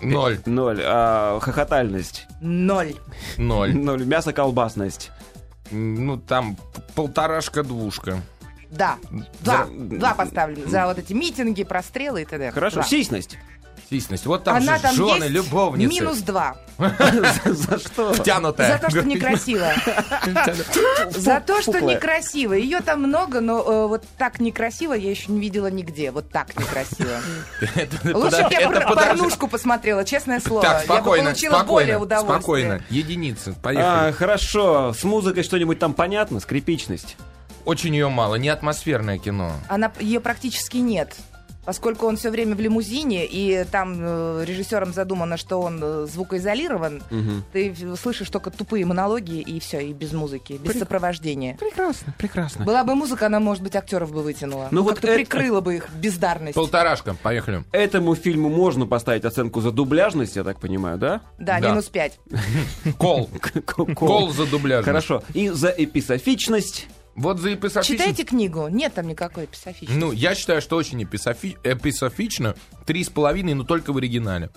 Speaker 5: Ноль.
Speaker 4: Ноль. А, хохотальность.
Speaker 2: Ноль.
Speaker 5: Ноль.
Speaker 4: Ноль. Мясо-колбасность.
Speaker 5: Ну, там полторашка-двушка.
Speaker 2: Да. Два.
Speaker 4: За-
Speaker 2: Два поставлен. За вот эти митинги, прострелы и т.д.
Speaker 4: Хорошо.
Speaker 2: Два.
Speaker 4: Сисность.
Speaker 5: Сисность. Вот там
Speaker 2: Она
Speaker 5: же
Speaker 2: там
Speaker 5: жены,
Speaker 2: есть
Speaker 5: любовницы.
Speaker 2: минус два.
Speaker 4: За что?
Speaker 2: За
Speaker 5: Втянутая.
Speaker 2: то, что некрасиво. За то, что
Speaker 4: Пухлая.
Speaker 2: некрасиво. Ее там много, но э, вот так некрасиво я еще не видела нигде. Вот так некрасиво. Лучше бы я
Speaker 5: это
Speaker 2: пор-
Speaker 5: подожди.
Speaker 2: порнушку посмотрела, честное слово.
Speaker 5: Так,
Speaker 2: я бы
Speaker 5: спокойно,
Speaker 2: получила более
Speaker 5: спокойно,
Speaker 2: удовольствие.
Speaker 5: спокойно. Единицы, поехали.
Speaker 4: А, хорошо, с музыкой что-нибудь там понятно, скрипичность.
Speaker 5: Очень ее мало, не атмосферное кино.
Speaker 2: Она ее практически нет. Поскольку он все время в лимузине, и там э, режиссером задумано, что он э, звукоизолирован, ты в- слышишь только тупые монологи, и все, и без музыки, без сопровождения.
Speaker 4: Прекрасно, прекрасно.
Speaker 2: Была бы музыка, она, может быть, актеров бы вытянула.
Speaker 4: Ну
Speaker 2: Ну,
Speaker 4: вот
Speaker 2: как-то
Speaker 4: это-
Speaker 2: прикрыла бы их бездарность.
Speaker 5: Полторашка, поехали.
Speaker 4: Этому фильму можно поставить оценку за дубляжность, я так понимаю, да?
Speaker 2: Да,
Speaker 5: Да.
Speaker 2: минус пять.
Speaker 5: Кол. Кол за дубляж.
Speaker 4: Хорошо. И за эписофичность.
Speaker 5: Вот за эписофичность.
Speaker 2: Читайте книгу. Нет там никакой писофичности.
Speaker 5: Ну, я считаю, что очень эписофи... эписофично. Три с половиной, но только в оригинале.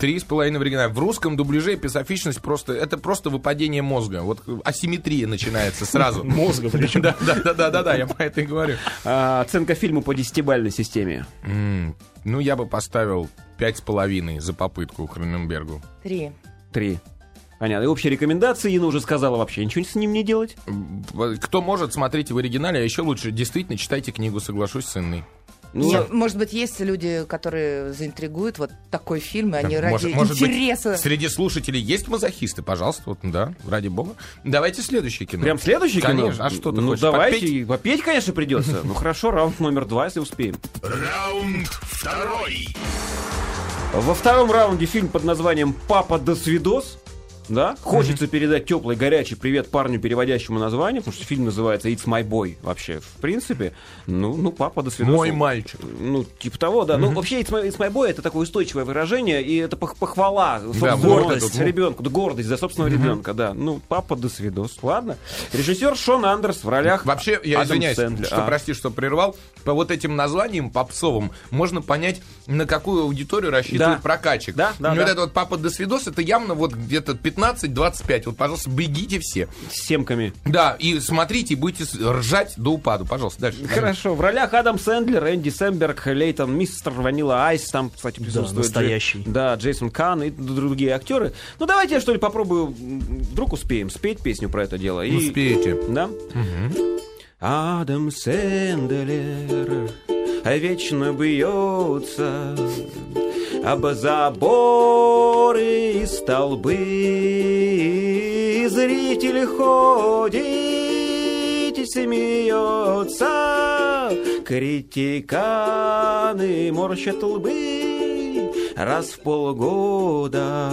Speaker 5: Три с половиной в оригинале. В русском дубляже эписофичность просто... Это просто выпадение мозга. Вот асимметрия начинается сразу.
Speaker 6: Мозга причем.
Speaker 5: Да, да, да, да, да, да, я про это и говорю.
Speaker 4: А, оценка фильму по десятибальной системе.
Speaker 5: М, Ну, я бы поставил пять с половиной за попытку Кроненбергу.
Speaker 2: Три.
Speaker 4: Три. Понятно. И общие рекомендации. Инна уже сказала вообще ничего с ним не делать.
Speaker 5: М, Кто может, смотрите в оригинале, а еще лучше действительно читайте книгу «Соглашусь с Инной».
Speaker 4: Ну,
Speaker 2: Нет, может быть, есть люди, которые заинтригуют вот такой фильм, и они
Speaker 5: Да,
Speaker 2: ради
Speaker 5: может- может быть,
Speaker 2: интереса.
Speaker 5: Среди слушателей есть мазохисты, пожалуйста, вот, да, ради бога. Давайте следующее кино.
Speaker 4: Прям следующий кино?
Speaker 5: Конечно, а что ты
Speaker 4: Ну,
Speaker 5: хочешь,
Speaker 4: давайте.
Speaker 5: попеть?
Speaker 4: Попеть? конечно, придется. Ну, хорошо, раунд номер два, если успеем.
Speaker 3: Раунд второй.
Speaker 4: Во втором раунде фильм под названием «Папа до свидос». Да? Хочется передать теплый, горячий привет парню, переводящему название, потому что фильм называется «It's my boy» вообще, в принципе. Ну, ну папа до свидос.
Speaker 5: Мой мальчик.
Speaker 4: Ну, типа того, да. Ну, вообще, it's my, it's my boy это такое устойчивое выражение, и это пох- похвала собственному
Speaker 5: гордость.
Speaker 4: ребенку, да, гордость за собственного ребенка, да. Ну, папа до свидос, ладно. Режиссер Шон Андерс в ролях
Speaker 5: Вообще, я
Speaker 4: Адам
Speaker 5: извиняюсь,
Speaker 4: Сэндлер.
Speaker 5: что,
Speaker 4: А.
Speaker 5: прости, что прервал. По вот этим названиям попсовым можно понять, на какую аудиторию рассчитывает
Speaker 4: Да.
Speaker 5: прокачик.
Speaker 4: Да, да,
Speaker 5: И вот
Speaker 4: да.
Speaker 5: это вот «Папа до свидос» это явно вот где-то 15-25. Вот, пожалуйста, бегите все.
Speaker 4: С семками.
Speaker 5: Да, и смотрите, и будете с- ржать до упаду. Пожалуйста, дальше.
Speaker 4: Хорошо, в ролях Адам Сэндлер, Энди Сэмберг, Лейтон Мистер, Ванила Айс, там, кстати, присутствует... Джей-
Speaker 6: настоящий.
Speaker 4: да, Джейсон Кан и д- другие актеры. Ну, давайте я, что ли, попробую, м, вдруг успеем спеть песню про это
Speaker 5: Ну,
Speaker 4: дело. И...
Speaker 5: Успеете.
Speaker 4: Да? Адам Сэндлер вечно бьется об заборы и столбы. И Зритель ходит и смеется, критиканы морщат лбы. Раз в полгода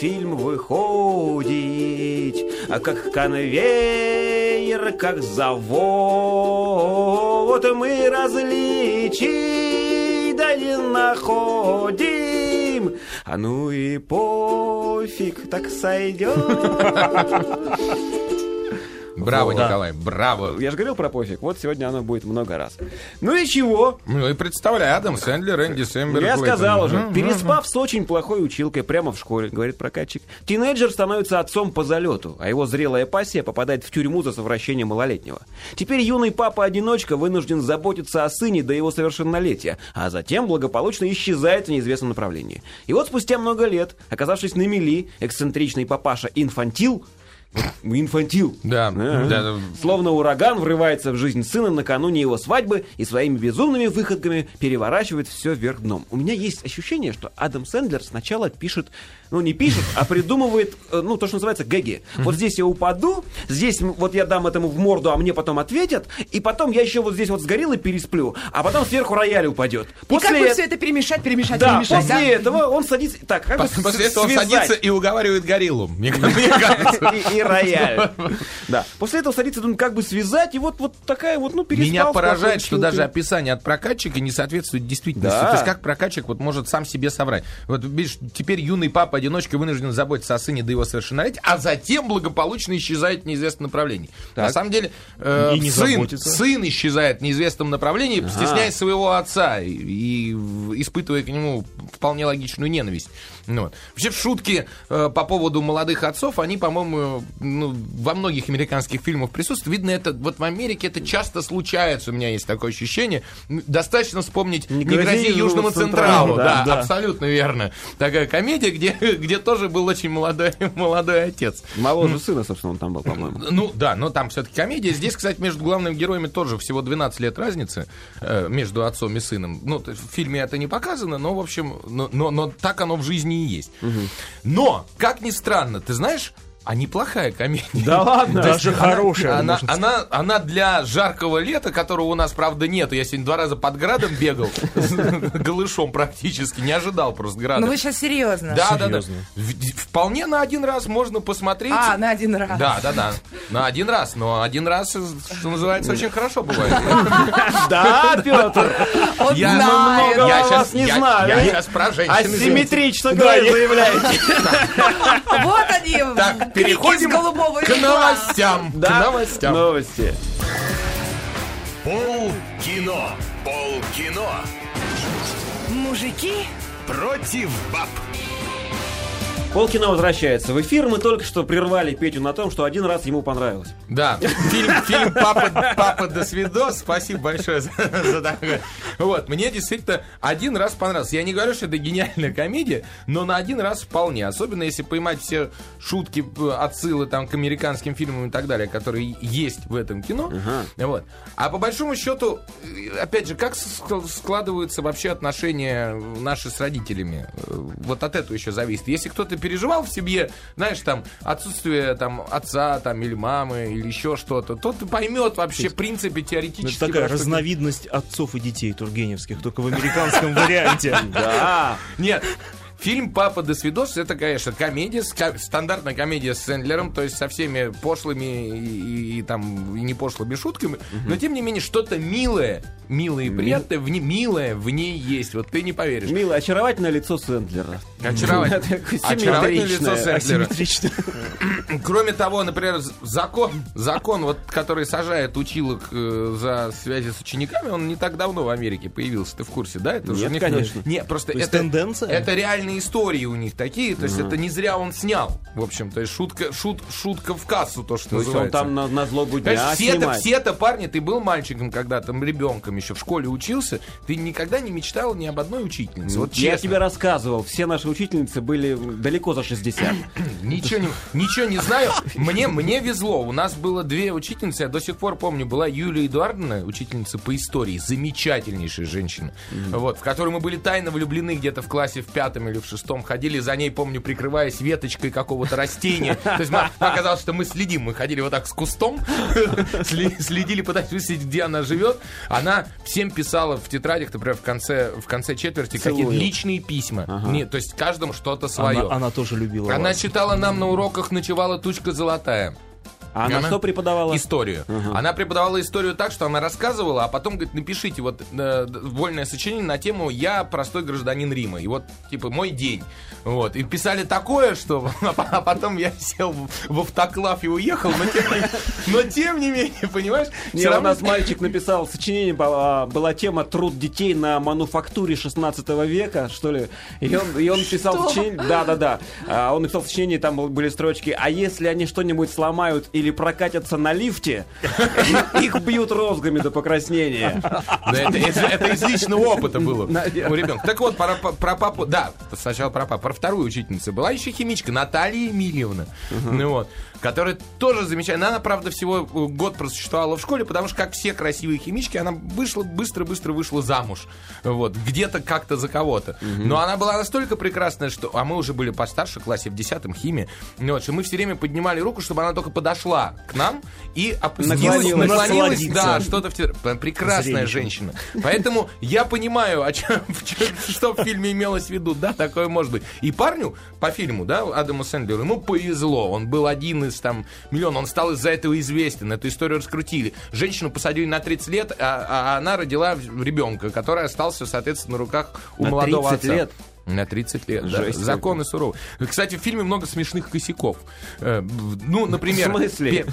Speaker 4: фильм выходит, а как конвейер, как завод мы различий да не находим. А ну и пофиг, так сойдет.
Speaker 5: Браво,
Speaker 4: Да.
Speaker 5: Николай, браво.
Speaker 4: Я же говорил про пофиг, вот сегодня оно будет много раз. Ну и чего?
Speaker 5: Ну и представляй, Адам Сэндлер, Энди Сэмберг.
Speaker 4: Я
Speaker 5: Клейтон.
Speaker 4: сказал уже,
Speaker 5: Мгм.
Speaker 4: переспав с очень плохой училкой прямо в школе, говорит прокатчик, тинейджер становится отцом по залету, а его зрелая пассия попадает в тюрьму за совращение малолетнего. Теперь юный папа-одиночка вынужден заботиться о сыне до его совершеннолетия, а затем благополучно исчезает в неизвестном направлении. И вот спустя много лет, оказавшись на мели, эксцентричный папаша-инфантил Инфантил.
Speaker 5: Да,
Speaker 4: Да.
Speaker 5: да.
Speaker 4: Словно ураган врывается в жизнь сына накануне его свадьбы и своими безумными выходками переворачивает все вверх дном. У меня есть ощущение, что Адам Сэндлер сначала пишет, ну не пишет, а придумывает, э, ну то, что называется, гэги. Вот здесь я упаду, здесь м- вот я дам этому в морду, а мне потом ответят, и потом я еще вот здесь вот с гориллой пересплю, а потом сверху рояль упадет.
Speaker 2: и как бы
Speaker 4: После
Speaker 2: все это перемешать, перемешать,
Speaker 4: да,
Speaker 2: перемешать,
Speaker 4: после этого он садится... Так, как бы
Speaker 5: Пос- После этого он
Speaker 4: связать?
Speaker 5: садится и уговаривает гориллу. Мне мне кажется.
Speaker 4: и, и рояль. Да. После этого садится, думает, как бы связать, и вот, вот такая вот, ну, перестал.
Speaker 5: Меня
Speaker 4: в
Speaker 5: поражает,
Speaker 4: какой-то
Speaker 5: что
Speaker 4: чилке.
Speaker 5: даже описание от прокатчика не соответствует действительности.
Speaker 4: Да.
Speaker 5: То есть как прокатчик вот может сам себе соврать. Вот видишь, теперь юный папа-одиночка вынужден заботиться о сыне до его совершеннолетия, а затем благополучно исчезает в неизвестном направлении. На самом деле э,
Speaker 6: И не
Speaker 5: сын,
Speaker 6: заботится.
Speaker 5: сын исчезает в неизвестном направлении, стесняясь своего отца и, и в- испытывая к нему вполне логичную ненависть. Ну, вот. Вообще шутки э, по поводу молодых отцов, они, по-моему, ну, во многих американских фильмах присутствуют. Видно, это вот в Америке это часто случается. У меня есть такое ощущение. М, Достаточно вспомнить «Не грози Южному Централу». Да,
Speaker 4: да.
Speaker 5: абсолютно верно. Такая комедия, где, где тоже был очень молодой, молодой отец.
Speaker 4: Моложе сына, собственно, он там был, по-моему.
Speaker 5: Ну да, но там все-таки комедия. Здесь, кстати, между главными героями тоже всего 12 лет разницы э, между отцом и сыном. Ну, то есть в фильме это не показано, но, в общем, но, но- но так оно в жизни и есть. Но, как ни странно, ты знаешь, а неплохая комедия.
Speaker 4: Да ладно.
Speaker 5: То есть
Speaker 6: Даже
Speaker 5: она-
Speaker 6: хорошая,
Speaker 5: Она,
Speaker 6: можно
Speaker 5: она, она для жаркого лета, которого у нас, правда, нету. Я сегодня два раза под градом бегал, голышом практически, не ожидал просто града.
Speaker 2: Ну вы сейчас серьезно.
Speaker 5: Да, да, да.
Speaker 6: Серьезно.
Speaker 5: В- Вполне на один раз можно посмотреть.
Speaker 2: А, на один раз.
Speaker 5: Да, да, да. На один раз. Но один раз, что называется, очень хорошо бывает.
Speaker 4: Да, Петр.
Speaker 2: Он
Speaker 5: Я
Speaker 2: знает.
Speaker 4: много
Speaker 5: Я
Speaker 4: вас
Speaker 5: щас-
Speaker 4: не
Speaker 5: я-
Speaker 4: знаю.
Speaker 5: Я сейчас про женщин.
Speaker 4: Асимметрично А говорит, заявляете.
Speaker 2: Вот они.
Speaker 5: Так,
Speaker 2: крики
Speaker 5: переходим
Speaker 2: с голубого
Speaker 5: К
Speaker 2: экрана.
Speaker 5: новостям. К
Speaker 4: Да.
Speaker 5: новостям.
Speaker 4: Новости.
Speaker 3: Пол кино. Пол кино.
Speaker 2: Мужики,
Speaker 3: Против баб.
Speaker 4: Полкино возвращается в эфир. Мы только что прервали Петю на том, что один раз ему понравилось.
Speaker 5: Да, фильм, фильм «Папа, «Папа до свидос». Спасибо большое за, за такое. Вот, мне действительно один раз понравился. Я не говорю, что это гениальная комедия, но на один раз вполне. Особенно если поймать все шутки, э, отсылы там к американским фильмам и так далее, которые есть в этом кино. Вот. А по большому счету, э, опять же, как с- складываются вообще отношения э, наши с родителями? Э, Вот от этого еще зависит. Если кто-то переживал в семье, знаешь, там отсутствие там отца там или мамы или еще что-то, то ты поймет вообще в принципе
Speaker 6: Ну, Это
Speaker 5: теоретически.
Speaker 6: такая
Speaker 5: про что-
Speaker 6: разновидность отцов и детей тургеневских, только в американском варианте.
Speaker 4: Да.
Speaker 5: Нет. Фильм «Папа до свидос» — это, конечно, комедия, ска- стандартная комедия с Сэндлером, то есть со всеми пошлыми и, и- и там и не пошлыми шутками, но, тем не менее, что-то милое, милое и приятное, в ней, милое в ней есть, вот ты не поверишь.
Speaker 4: Мило, очаровательное лицо Сэндлера.
Speaker 5: Очаровательное.
Speaker 4: Такое
Speaker 5: Очаровательное
Speaker 4: симметричное.
Speaker 5: лицо Сэндлера.
Speaker 6: Асимметрично.
Speaker 5: Кроме того, например, з- закон, закон вот, который сажает училок э, за связи с учениками, он не так давно в Америке появился. Ты в курсе, да? Это
Speaker 4: Нет,
Speaker 5: не-
Speaker 4: конечно.
Speaker 5: Не, просто
Speaker 6: То есть
Speaker 5: это,
Speaker 6: тенденция?
Speaker 5: это реальные истории у них такие. То есть это не зря он снял, в общем. То есть шутка, шут, шутка в кассу, то, что
Speaker 4: То есть он
Speaker 5: называется.
Speaker 4: там на, на злобу дня
Speaker 5: Понимаешь, все-то,
Speaker 4: снимает.
Speaker 5: все-то, парни, ты был мальчиком когда там ребенком еще в школе учился, ты никогда не мечтал ни об одной учительнице. Вот
Speaker 4: Я
Speaker 5: честно.
Speaker 4: тебе рассказывал, все наши учительницы были далеко за 60.
Speaker 5: Ничего не, ничего не знаю. Мне, мне везло. У нас было две учительницы. Я до сих пор помню. Была Юлия Эдуардовна, учительница по истории. Замечательнейшая женщина. Вот, в которую мы были тайно влюблены где-то в классе в пятом или в шестом. Ходили за ней, помню, прикрываясь веточкой какого-то растения. То есть мы- оказалось, что мы следим. Мы ходили вот так с кустом. сли- Следили, пытались выяснить, где она живет. Она всем писала в тетрадях, например, в конце, в конце четверти какие-то
Speaker 4: Целую.
Speaker 5: личные письма. Не, то есть каждому что-то свое.
Speaker 6: Она она тоже любила
Speaker 5: Она
Speaker 6: вас.
Speaker 5: читала нам на уроках «Ночевала тучка золотая».
Speaker 4: А она
Speaker 5: Она-
Speaker 4: что преподавала?
Speaker 5: Историю. Она преподавала историю так, что она рассказывала, а потом говорит, напишите вот э, д- вольное сочинение на тему «Я простой гражданин Рима». И вот, типа, мой день. Вот. И писали такое, что... А потом я сел в- в автоклав и уехал, но тем не, но тем не менее, понимаешь?
Speaker 4: Не,
Speaker 5: всё
Speaker 4: у
Speaker 5: равно-
Speaker 4: нас мальчик написал сочинение, была, была тема «Труд детей на мануфактуре 16 века», что ли. И он, и он писал сочинение... Да-да-да. А, Он написал сочинение, там был- были строчки «А если они что-нибудь сломают или прокатятся на лифте, их бьют розгами до покраснения».
Speaker 5: Да, это, из- это из личного опыта было
Speaker 4: Наверное.
Speaker 5: у ребенка. Так вот, про, про- про папу, да, сначала про папу, про вторую учительницу. Была еще химичка Наталья Емельевна, ну вот, которая тоже замечательная. Она, правда, всего э, год просуществовала в школе, потому что, как все красивые химички, она вышла, быстро-быстро вышла замуж. Вот, где-то как-то за кого-то. Но она была настолько прекрасная, что... А мы уже были постарше, в классе в 10 химии. Ну вот, что мы все время поднимали руку, чтобы она только подошла к нам и опустилась,
Speaker 4: Наклонилась.
Speaker 5: наклонилась. Да,
Speaker 6: Насладиться.
Speaker 5: А что-то в те- Прекрасная
Speaker 6: Зрелищем.
Speaker 5: женщина женщина. Поэтому я понимаю, о чем, в чём- что в фильме имелось в виду. Да, такое может быть. И парню по фильму, да, Адаму Сэндлеру, ему повезло. Он был один из там миллион. Он стал из-за этого известен. Эту историю раскрутили. Женщину посадили на 30 лет, а, а она родила ребенка, который остался, соответственно, на руках у
Speaker 4: На
Speaker 5: молодого
Speaker 4: 30
Speaker 5: отца.
Speaker 4: лет?
Speaker 5: На 30 лет, да.
Speaker 4: Жесть
Speaker 5: Законы суровы. Кстати, в фильме много смешных косяков. Э, в- Ну, например...
Speaker 4: В смысле?
Speaker 5: пе-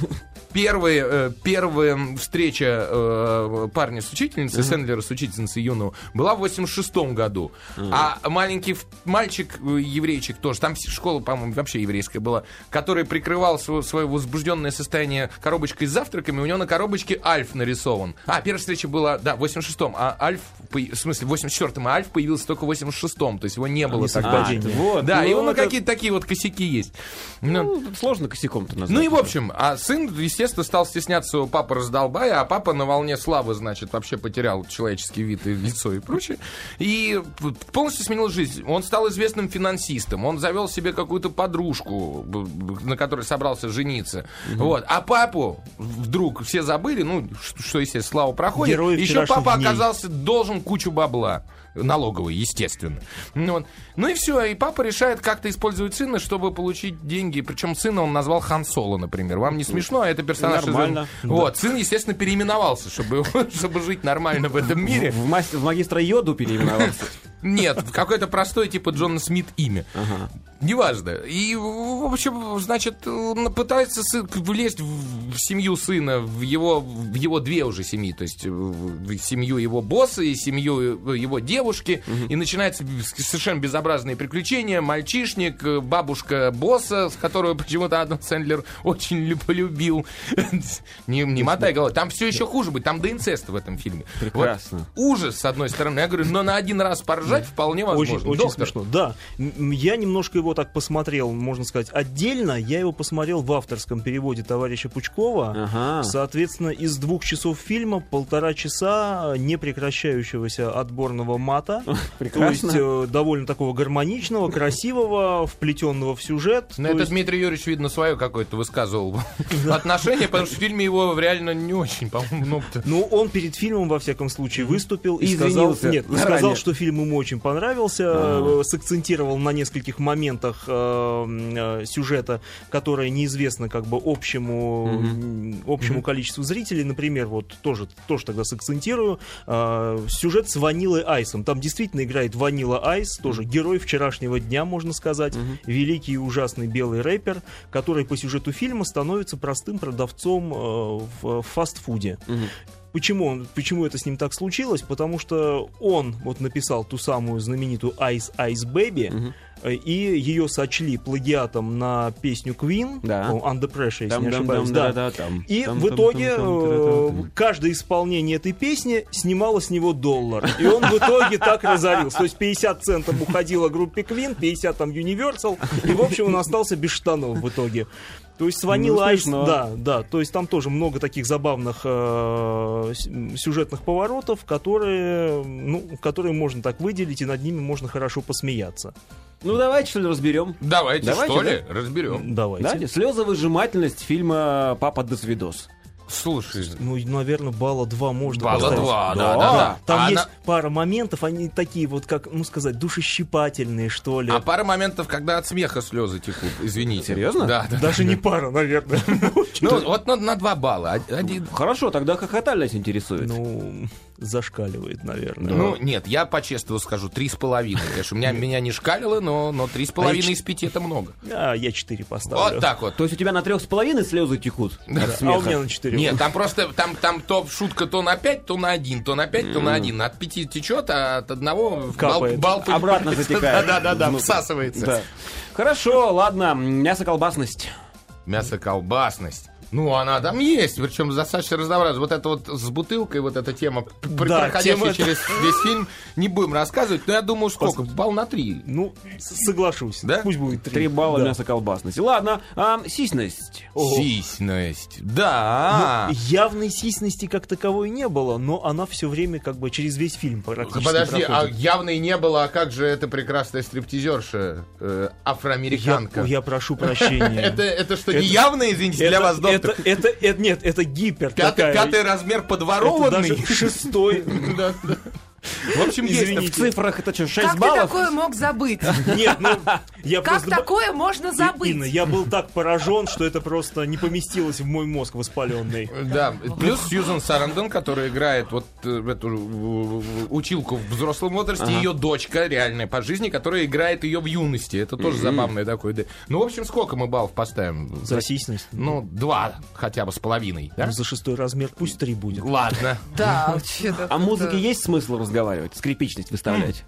Speaker 5: Первые, э, первая встреча э, парня с учительницей, Сэндлера с учительницей юного, была в 86-м году. А маленький ф- мальчик, э, еврейчик тоже, там вс- школа, по-моему, вообще еврейская была, который прикрывал свое, свое возбужденное состояние коробочкой с завтраками, у него на коробочке Альф нарисован. А, первая встреча была, да, в 86-м, а Альф, по- в смысле, в 84-м, а Альф появился только в 86-м, то есть его не было тогда.
Speaker 4: А,
Speaker 6: Совпадение.
Speaker 4: вот,
Speaker 5: Да,
Speaker 4: ну,
Speaker 5: и у него
Speaker 4: это-
Speaker 5: какие-то такие вот косяки есть. Ну,
Speaker 4: Ну, Сложно косяком-то назвать.
Speaker 5: ну и в общем, а сын, Тесто стал стесняться своего папы раздолбая, а папа на волне славы, значит, вообще потерял человеческий вид и лицо и прочее. И полностью сменил жизнь. Он стал известным финансистом, он завел себе какую-то подружку, б- б- на которой собрался жениться. Вот. А папу вдруг все забыли, ну, ш- что, естественно, слава проходит.
Speaker 6: Герои
Speaker 5: Еще
Speaker 6: вчерашних
Speaker 5: папа
Speaker 6: дней.
Speaker 5: оказался оказался должен кучу бабла налоговый, естественно. Ну, вот. ну и все, и папа решает как-то использовать сына, чтобы получить деньги. Причем сына он назвал Хан Соло, например. Вам не смешно, а это персонаж... из-
Speaker 4: Нормально.
Speaker 5: Вот, сын, естественно, переименовался, чтобы, чтобы жить нормально в этом мире.
Speaker 4: В, мас- в магистра Йоду переименовался.
Speaker 5: Нет, в какое-то простое, типа Джона Смит имя. Неважно. И, в общем, значит, он пытается сын- влезть в в семью сына, в его, в его две уже семьи, то есть э, в в семью его босса и семью э, его девушки. И начинаются с- совершенно безобразные приключения. Мальчишник, э, бабушка босса, с которую почему-то Адам Сэндлер очень лю- полюбил. Не, не мотай головой. Там все еще хуже будет. Там до инцеста в этом фильме. Вот
Speaker 4: Прекрасно.
Speaker 5: ужас, с одной стороны. Я говорю, но на один раз поржать вполне возможно.
Speaker 6: Очень, очень
Speaker 5: Доктор,
Speaker 6: смешно. Да, М, я немножко его так посмотрел, можно сказать, отдельно. Я его посмотрел в авторском переводе товарища Пучкова.
Speaker 4: Ага.
Speaker 6: Соответственно, из двух часов фильма полтора часа непрекращающегося отборного мата. То есть
Speaker 4: Прекрасно.
Speaker 6: э, довольно такого гармоничного, красивого, вплетенного в сюжет.
Speaker 5: Но
Speaker 6: То
Speaker 5: Ну, это
Speaker 6: есть-
Speaker 5: Дмитрий Юрьевич, видно, свое какое-то высказывал отношение, потому что в фильме его реально не очень, по-моему, много-то.
Speaker 6: Ну, он перед фильмом, во всяком случае, выступил и сказал,
Speaker 4: Извинился
Speaker 6: нет,
Speaker 4: заранее.
Speaker 6: сказал, что фильм ему очень понравился, э, сакцентировал на нескольких моментах э, м, э, сюжета, которые неизвестны как бы общему, м, общему количеству зрителей. Например, вот тоже, тоже тогда сакцентирую, э, сюжет с Ванилой Айсом. Там действительно играет Ванила Айс, тоже герой вчерашнего дня, можно сказать, великий и ужасный белый рэпер, который по сюжету фильма становится простым продавцом э, в в фастфуде. Почему, он, почему это с ним так случилось? Потому что он вот написал ту самую знаменитую Ice Ice Baby, э, и ее сочли плагиатом на песню Queen,
Speaker 4: Да.
Speaker 6: по-моему, Under Pressure, если не ошибаюсь. да. И
Speaker 4: И
Speaker 6: в итоге э, каждое исполнение этой песни снимало с него доллар. И он в итоге так разорился. То есть 50 центов уходило группе Queen, 50 там Universal. И, в общем, он остался без штанов в итоге. То есть с Vanilla
Speaker 4: Ну,
Speaker 6: Ice-
Speaker 4: смешно.
Speaker 6: да, да. То есть там тоже много таких забавных э, с- м, сюжетных поворотов, которые, ну, которые можно так выделить, и над ними можно хорошо посмеяться.
Speaker 4: Ну давайте что ли разберем.
Speaker 5: Давайте,
Speaker 4: Давайте,
Speaker 5: что
Speaker 4: да?
Speaker 5: ли, разберем.
Speaker 6: Давайте.
Speaker 4: Давайте. Слезовыжимательность фильма «Папа досвидос».
Speaker 5: Слушай,
Speaker 6: Ну, наверное, балла два можно
Speaker 5: Балла
Speaker 6: поставить.
Speaker 5: два, да, да, да.
Speaker 6: Там
Speaker 5: А
Speaker 6: есть
Speaker 5: она-
Speaker 6: пара моментов, они такие вот, как, ну сказать, душещипательные, что ли.
Speaker 5: а пара моментов, когда от смеха слезы текут, извините.
Speaker 4: Серьезно?
Speaker 5: Да, да.
Speaker 6: Даже не пара, наверное.
Speaker 5: Ну, вот на, на два балла. Од- Один,
Speaker 4: Хорошо, тогда хохотальность интересует.
Speaker 6: Ну, зашкаливает, наверное.
Speaker 5: Ну, нет, я по-честному скажу, три с половиной. Конечно, меня, меня не шкалило, но, но три с половиной из пяти это много.
Speaker 6: А, я четыре поставлю.
Speaker 5: Вот так вот.
Speaker 4: То есть у тебя на трех с половиной слезы текут от
Speaker 6: А у
Speaker 4: смеха?
Speaker 6: меня на четыре.
Speaker 5: Нет, там просто там, там то шутка то на 5, то на 1, то на 5, то на 1. От 5 течет, а от одного
Speaker 6: Капает.
Speaker 5: бал, бал
Speaker 4: Обратно затекает.
Speaker 5: Да, да, да,
Speaker 4: Ну,
Speaker 5: всасывается.
Speaker 4: Да. Хорошо, ладно, мясо-колбасность.
Speaker 5: Мясо колбасность. Ну, она там есть, причем достаточно разнообразна. Вот это вот с бутылкой, вот эта тема, пр-
Speaker 6: Да,
Speaker 5: проходящая
Speaker 6: тема-
Speaker 5: через весь фильм, не будем рассказывать, но я думаю, сколько? Бал на 3.
Speaker 6: Ну, с- соглашусь.
Speaker 5: Да?
Speaker 6: Пусть будет три.
Speaker 4: Три балла
Speaker 6: Да.
Speaker 4: мясо-колбасности. Ладно, а, сисность.
Speaker 6: Ого.
Speaker 5: Сисность.
Speaker 6: Ну,
Speaker 5: Да.
Speaker 6: явной сисности как таковой не было, но она все время как бы через весь фильм практически
Speaker 5: Подожди, а
Speaker 6: проходит.
Speaker 5: явно и не было, а как же эта прекрасная стриптизерша, э,
Speaker 6: Я,
Speaker 5: афроамериканка?
Speaker 6: я прошу прощения.
Speaker 5: Это, это что,
Speaker 6: Это-
Speaker 5: не явно, извините, для
Speaker 6: Это-
Speaker 5: вас, доктор?
Speaker 6: это, это, это- нет, это гипер
Speaker 5: Пятый,
Speaker 6: такая.
Speaker 5: пятый размер
Speaker 6: Это
Speaker 5: подворованный.
Speaker 6: даже шестой.
Speaker 5: Да, да. В общем, есть
Speaker 4: В
Speaker 6: Извините.
Speaker 4: цифрах это что, 6
Speaker 2: Как ты
Speaker 4: баллов?
Speaker 2: такое мог забыть?
Speaker 6: Нет, ну, я
Speaker 2: Как
Speaker 6: просто...
Speaker 2: такое можно забыть?
Speaker 6: Инна, я был так поражен, что это просто не поместилось в мой мозг воспаленный.
Speaker 5: Да, плюс Сьюзан Сарандон, которая играет вот э, эту э, училку в взрослом возрасте, ее дочка реальная по жизни, которая играет ее в юности. Это тоже забавное такое. да. Ну, в общем, сколько мы баллов поставим?
Speaker 6: За сисность.
Speaker 5: Ну, два хотя бы с половиной, да?
Speaker 6: Ну, за шестой размер пусть три будет.
Speaker 5: Ладно.
Speaker 2: Да, вообще-то
Speaker 4: О А музыке
Speaker 5: А
Speaker 2: как-то-
Speaker 4: есть смысл разговаривать? Скрипичность выставлять?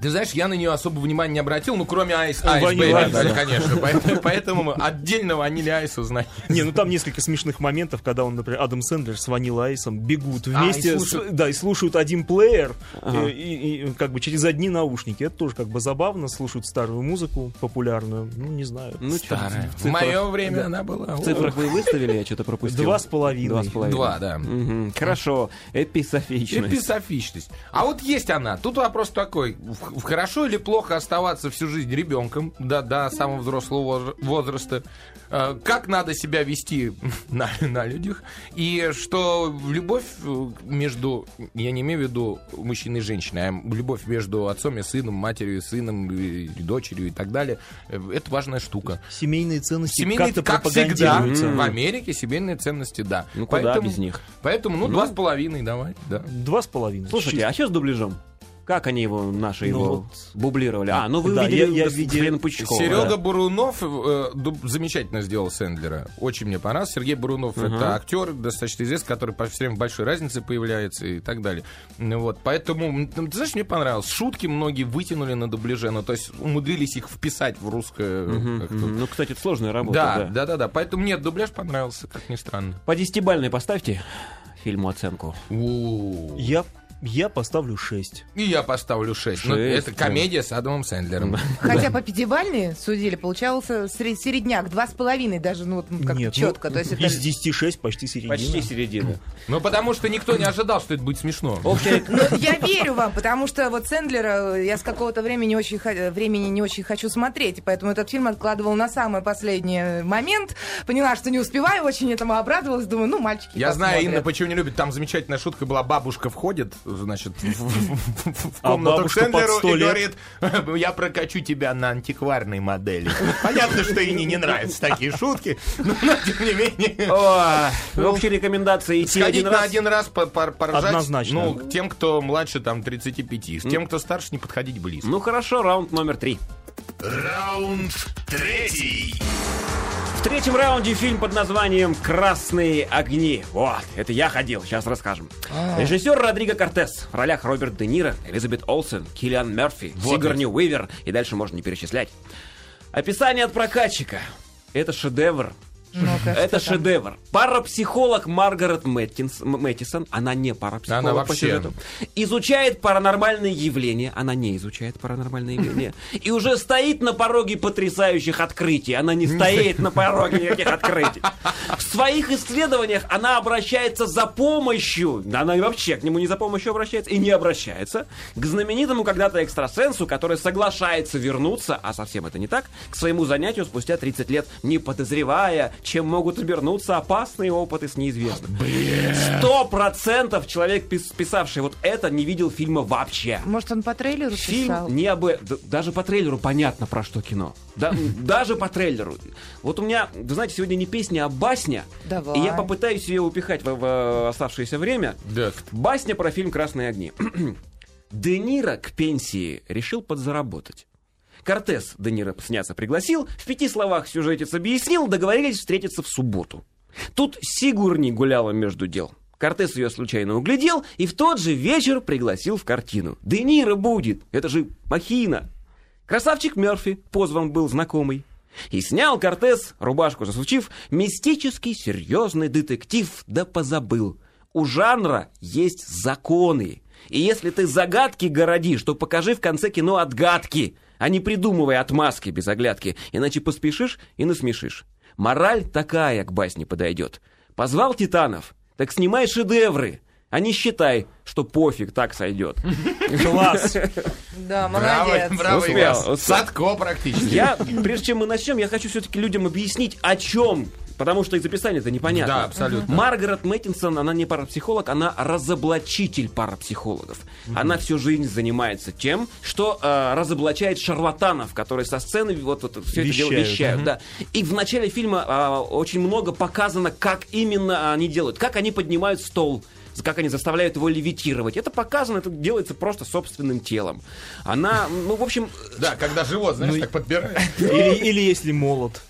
Speaker 5: Ты знаешь, я на нее особо внимания не обратил, ну кроме Айс,
Speaker 6: Ну,
Speaker 5: Айс
Speaker 6: Ванила
Speaker 5: Бэйби,
Speaker 6: Айс,
Speaker 5: да,
Speaker 6: да.
Speaker 5: конечно. Поэтому, поэтому отдельно Ванили Айс узнать.
Speaker 6: Не, ну там несколько смешных моментов, когда он, например, Адам Сэндлер с Ванила Айсом бегут вместе,
Speaker 5: и
Speaker 6: с-
Speaker 5: слушают.
Speaker 6: да, и слушают один плеер, э, и, и как бы через одни наушники. Это тоже как бы забавно, слушают старую музыку популярную, ну не знаю.
Speaker 4: Ну, чё, в
Speaker 5: В
Speaker 4: цифрах-
Speaker 5: мое время она была.
Speaker 4: В цифрах вы выставили, я что-то пропустил.
Speaker 6: Два с половиной.
Speaker 4: Два с половиной.
Speaker 5: Два, да.
Speaker 4: Мгм. Хорошо, эписофичность.
Speaker 5: Эписофичность. А вот есть она. Тут вопрос такой. в- в Хорошо или плохо оставаться всю жизнь ребенком до, до самого взрослого возра- возраста? Э, Как надо себя вести на, на людях? И что любовь э, между... Я не имею в виду мужчины и женщины, а любовь между отцом и сыном, матерью и сыном, и дочерью и так далее. э, Это важная штука.
Speaker 6: Семейные ценности
Speaker 5: Семейные,
Speaker 6: как-то
Speaker 5: как всегда,
Speaker 6: пропагандируются.
Speaker 5: в Америке семейные ценности, да.
Speaker 4: Ну, куда без них?
Speaker 5: Поэтому, ну, два с половиной, давай, да.
Speaker 6: Два с половиной.
Speaker 4: Слушайте, а что с дуближом? Как они его, наши
Speaker 6: Ну
Speaker 4: его
Speaker 6: вот.
Speaker 4: бублировали? А, ну вы
Speaker 6: Да,
Speaker 4: видели,
Speaker 6: я- я
Speaker 4: с
Speaker 6: видел.
Speaker 4: Хрен Пучкова.
Speaker 5: Серега
Speaker 4: Да.
Speaker 5: Бурунов э, дуб- замечательно сделал Сэндлера. Очень мне понравился. Сергей Бурунов это актер, достаточно известный, который по все время большой разнице появляется и так далее. Ну вот, поэтому, м, ты знаешь, мне понравилось. Шутки многие вытянули на дубляже, ну то есть умудрились их вписать в русское.
Speaker 4: Мгм,
Speaker 5: как-то.
Speaker 4: мгм. Ну, кстати, это сложная работа.
Speaker 5: да,
Speaker 4: Да,
Speaker 5: да, да, да. Поэтому нет, дубляж понравился, как ни странно.
Speaker 4: По десятибальной поставьте фильму оценку.
Speaker 5: У-у-у.
Speaker 6: Я, я поставлю 6.
Speaker 5: И я поставлю 6.
Speaker 4: Шесть,
Speaker 5: это комедия с Адамом Сэндлером.
Speaker 2: Хотя по пятибалльной судили, получался сре- середняк, два с половиной даже, ну, вот как-то
Speaker 6: Нет,
Speaker 2: четко.
Speaker 6: ну,
Speaker 2: То есть это...
Speaker 6: из 10 6 почти середина.
Speaker 4: середина.
Speaker 5: Ну, потому что никто не ожидал, что это будет смешно.
Speaker 4: Общая
Speaker 2: Но Ну, я верю вам, потому что вот Сэндлера э, я с какого-то времени, очень, хо- э, времени не очень хочу смотреть, и поэтому этот фильм откладывал на самый последний э, момент. Поняла, что не успеваю, очень этому обрадовалась, думаю, ну, мальчики
Speaker 5: Я знаю,
Speaker 2: посмотрят.
Speaker 5: Инна, почему не любит. Там замечательная шутка была. Бабушка входит, значит, в- в в- в
Speaker 6: А
Speaker 5: комнату к
Speaker 6: бабушка под
Speaker 5: Сэндлеру
Speaker 6: сто
Speaker 5: и
Speaker 6: лет.
Speaker 5: говорит, «Э, я прокачу тебя на антикварной модели. Понятно, что Инне не нравятся такие шутки, но но, тем не менее...
Speaker 4: Общие рекомендации идти
Speaker 5: Сходить
Speaker 4: один
Speaker 5: на
Speaker 4: раз.
Speaker 5: один раз по- по- поржать,
Speaker 6: Однозначно.
Speaker 5: ну, к тем, кто младше, там, 35, с тем, кто старше, не подходить близко.
Speaker 4: Ну хорошо, раунд номер три.
Speaker 3: Раунд третий.
Speaker 4: В третьем раунде фильм под названием «Красные огни». Вот, это я ходил, сейчас расскажем.
Speaker 5: А.
Speaker 4: Режиссер Родриго Кортес, в ролях Роберт Де Ниро, Элизабет Олсен, Киллиан Мерфи, Сигарни Уивер, и дальше можно не перечислять. Описание от прокатчика. Это шедевр.
Speaker 2: Ну-ка, что там?
Speaker 4: Это шедевр. Парапсихолог Маргарет Мэткинс- М- Мэттисон, она не парапсихолог
Speaker 5: Она
Speaker 4: по
Speaker 5: вообще-
Speaker 4: сюжету, изучает паранормальные явления, она не изучает паранормальные явления, и уже стоит на пороге потрясающих открытий, она не стоит на пороге никаких открытий. В своих исследованиях она обращается за помощью, Да она и вообще к нему не за помощью обращается, и не обращается, к знаменитому когда-то экстрасенсу, который соглашается вернуться, а совсем это не так, к своему занятию спустя 30 лет, не подозревая, чем могут обернуться опасные опыты с неизвестным. Сто процентов человек, пис- писавший вот это, не видел фильма вообще.
Speaker 2: Может, он по трейлеру писал?
Speaker 4: Фильм не об... э- д- Даже по трейлеру понятно, про что кино. Да, даже по трейлеру. Вот у меня, вы знаете, сегодня не песня, а басня.
Speaker 2: Давай.
Speaker 4: И я попытаюсь ее упихать в, в оставшееся время.
Speaker 5: Да.
Speaker 4: Басня про фильм «Красные огни». Де Ниро к пенсии решил подзаработать. Кортес Де Ниро сняться пригласил, в пяти словах сюжетец объяснил, договорились встретиться в субботу. Тут Сигурни гуляла между дел. Кортес ее случайно углядел и в тот же вечер пригласил в картину. Де Ниро будет, это же махина. Красавчик Мерфи позван был знакомый. И снял Кортес, рубашку засучив, мистический серьезный детектив, да позабыл. У жанра есть законы. И если ты загадки городишь, то покажи в конце кино отгадки, а не придумывай отмазки без оглядки, иначе поспешишь и насмешишь. Мораль такая к басне подойдет. Позвал Титанов, так снимай шедевры, а не считай, что пофиг, так сойдет.
Speaker 6: Класс.
Speaker 2: Да,
Speaker 5: Браво,
Speaker 2: молодец.
Speaker 5: браво,
Speaker 4: Успел,
Speaker 5: Игорь.
Speaker 4: успел.
Speaker 5: Садко практически.
Speaker 4: Я, прежде чем мы начнем, я хочу все-таки людям объяснить, о чем. Потому что из описания-то непонятно.
Speaker 5: Да, абсолютно.
Speaker 4: Маргарет Мэттинсон, она не парапсихолог, она разоблачитель парапсихологов. Она всю жизнь занимается тем, что э, разоблачает шарлатанов, которые со сцены вот, вот все это дело
Speaker 6: Вещают.
Speaker 4: вещают. Да. И в начале фильма а, очень много показано, как именно они делают, как они поднимают стол. как они заставляют его левитировать. Это показано, это делается просто собственным телом. Она, ну, в общем,
Speaker 5: Да, когда живот,
Speaker 4: Ну
Speaker 5: знаешь, так подбирает.
Speaker 6: Или, или если молод.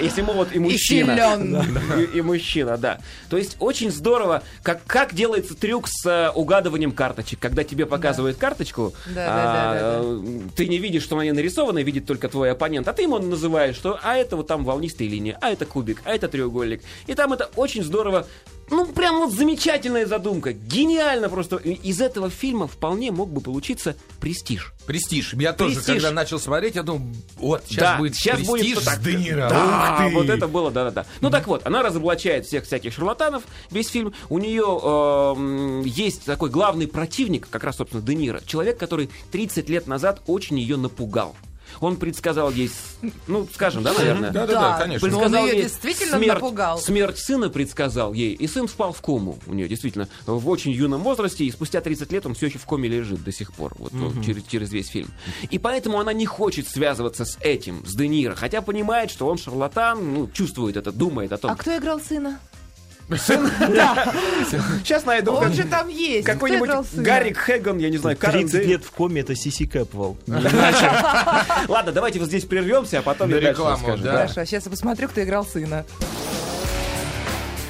Speaker 4: Если молод и мужчина.
Speaker 2: силен.
Speaker 4: Да. И, и мужчина, да. То есть очень здорово, как, как делается трюк с э, угадыванием карточек. Когда тебе показывают карточку,
Speaker 2: Да, да, да,
Speaker 4: а,
Speaker 2: да, да.
Speaker 4: э, ты не видишь, что на ней нарисовано, видит только твой оппонент, а ты ему называешь, что а это вот там волнистые линии, а это кубик, а это треугольник. И там это очень здорово. Ну, прям вот замечательная задумка. Гениально просто. И- Из этого фильма вполне мог бы получиться престиж.
Speaker 5: Престиж. Я тоже,
Speaker 4: Престиж.
Speaker 5: когда начал смотреть, я думал, вот, сейчас
Speaker 4: Да,
Speaker 5: будет
Speaker 4: щас будет
Speaker 5: престиж
Speaker 4: вот так.
Speaker 5: с Де Ниро.
Speaker 4: Да,
Speaker 5: Ух ты!
Speaker 4: вот это было, да-да-да. Ну так вот, она разоблачает всех всяких шарлатанов, весь фильм. У нее эм, есть такой главный противник, как раз, собственно, Де Ниро. Человек, который 30 лет назад очень ее напугал. Он предсказал ей, с- ну, скажем, да, наверное?
Speaker 5: Да-да-да,
Speaker 2: Да.
Speaker 5: конечно.
Speaker 2: Блин,
Speaker 4: Предсказал
Speaker 2: Он её
Speaker 4: ей
Speaker 2: действительно
Speaker 4: смерть,
Speaker 2: напугал.
Speaker 4: Смерть сына предсказал ей, и сын впал в кому у нее, действительно, в очень юном возрасте, и спустя 30 лет он все еще в коме лежит до сих пор, вот ну, через, через весь фильм. И поэтому она не хочет связываться с этим, с Де Ниро, хотя понимает, что он шарлатан, ну, чувствует это, думает о том.
Speaker 2: А кто играл сына?
Speaker 4: Сейчас найду
Speaker 2: Он же там есть. Кто играл
Speaker 4: какой-нибудь
Speaker 2: сына?
Speaker 4: Гарик Хэган, я не знаю, Карен
Speaker 6: 30
Speaker 4: Дэй-
Speaker 6: лет в коме это Сиси Кэпвелл.
Speaker 4: А. Ладно, давайте вот здесь прервемся, а потом
Speaker 5: На
Speaker 4: я дальше
Speaker 5: рекламу,
Speaker 4: расскажу.
Speaker 5: да.
Speaker 2: Хорошо, сейчас я посмотрю, кто играл сына.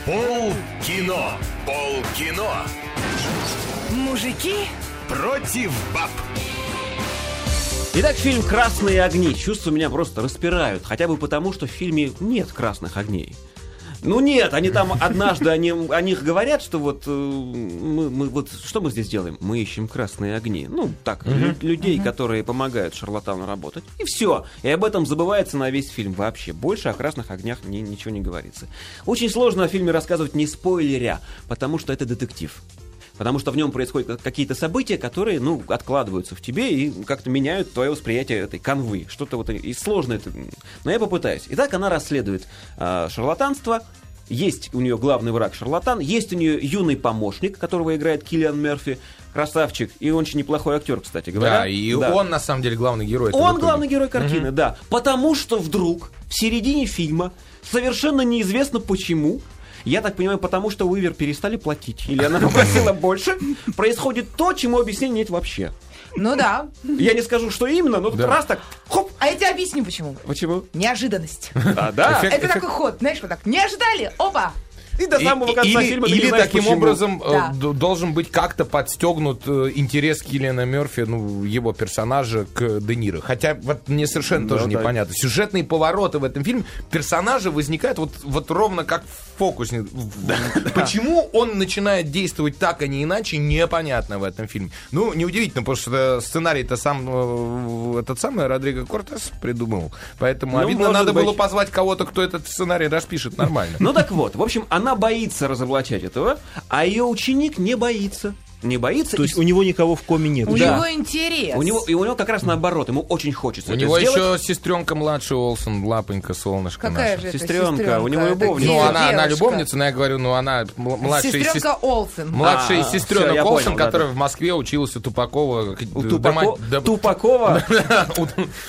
Speaker 3: Пол кино. Пол кино.
Speaker 2: Мужики
Speaker 3: Против баб.
Speaker 4: Итак, фильм «Красные огни». Чувства меня просто распирают, хотя бы потому, что в фильме нет красных огней. Ну нет, они там однажды о, нем- о них говорят, что вот э, мы, мы вот что мы здесь делаем? Мы ищем красные огни. Ну так, лю- людей, которые помогают шарлатану работать. И все. И об этом забывается на весь фильм вообще. Больше о красных огнях ни- ничего не говорится. Очень сложно о фильме рассказывать не спойлеря, потому что это детектив. Потому что в нем происходят какие-то события, которые, ну, откладываются в тебе и как-то меняют твое восприятие этой канвы. Что-то вот и- и сложное. это, м. Но я попытаюсь. Итак, она расследует а, шарлатанство. Есть у нее главный враг шарлатан, есть у нее юный помощник, которого играет Киллиан Мерфи, красавчик, и он очень неплохой актер, кстати говоря.
Speaker 5: Да, и
Speaker 4: Да.
Speaker 5: он на самом деле главный герой. этого
Speaker 4: Он
Speaker 5: фильма.
Speaker 4: главный герой картины, да. Потому что вдруг в середине фильма совершенно неизвестно почему. Я так понимаю, потому что Уивер перестали платить. Или она попросила больше. Происходит то, чему объяснения нет вообще.
Speaker 2: Ну да.
Speaker 4: Я не скажу, что именно, но тут
Speaker 5: Да.
Speaker 4: раз так, хоп,
Speaker 2: А я тебе объясню, почему.
Speaker 4: почему?
Speaker 2: Неожиданность.
Speaker 4: А, да.
Speaker 5: Эффект-
Speaker 2: Это такой ход, знаешь, вот так. Не ожидали, опа.
Speaker 4: И до
Speaker 5: И-
Speaker 4: самого
Speaker 5: и-
Speaker 4: конца
Speaker 5: или,
Speaker 4: фильма ты не
Speaker 5: или
Speaker 4: знаешь,
Speaker 5: таким
Speaker 4: почему.
Speaker 5: образом э,
Speaker 2: Да.
Speaker 5: д- должен быть как-то подстегнут э, интерес Киллиана Мерфи, ну, его персонажа к Де Ниро. Хотя вот мне совершенно тоже
Speaker 4: Ну да.
Speaker 5: непонятно. Сюжетные повороты в этом фильме, персонажи возникают вот, вот ровно как в фокусник. Почему он начинает действовать так, а не иначе, непонятно в этом фильме. Ну, неудивительно, потому что сценарий-то сам э, этот самый Родриго Кортес придумал. Поэтому
Speaker 4: Ну,
Speaker 5: обидно,
Speaker 4: может
Speaker 5: надо было
Speaker 4: быть.
Speaker 5: позвать кого-то, кто этот сценарий распишет нормально.
Speaker 4: Ну так вот, в общем, она боится разоблачать этого, а ее ученик не боится. Не боится.
Speaker 6: То
Speaker 4: и
Speaker 6: есть у него никого в коме нет.
Speaker 2: У
Speaker 4: Да.
Speaker 2: него интерес.
Speaker 4: у него, и у него как раз наоборот, ему очень хочется
Speaker 5: У
Speaker 4: это
Speaker 5: него
Speaker 4: сделать.
Speaker 5: еще сестренка младшая Олсен, лапонька, солнышко
Speaker 2: Какая
Speaker 5: наше.
Speaker 2: же это
Speaker 4: Сестренка, у него
Speaker 2: это
Speaker 4: любовница.
Speaker 5: Ну,
Speaker 2: девочка.
Speaker 5: она, она любовница, но я говорю, ну, она м- младшая сес-
Speaker 2: Сестренка Олсен.
Speaker 5: Младшая
Speaker 4: А,
Speaker 5: из сестренок
Speaker 4: всё, я понял,
Speaker 5: Олсен,
Speaker 4: да-да.
Speaker 5: которая в Москве училась у Тупакова. как-
Speaker 4: У
Speaker 5: да,
Speaker 4: Тупако-
Speaker 5: да- А,
Speaker 4: Тупакова?
Speaker 5: у-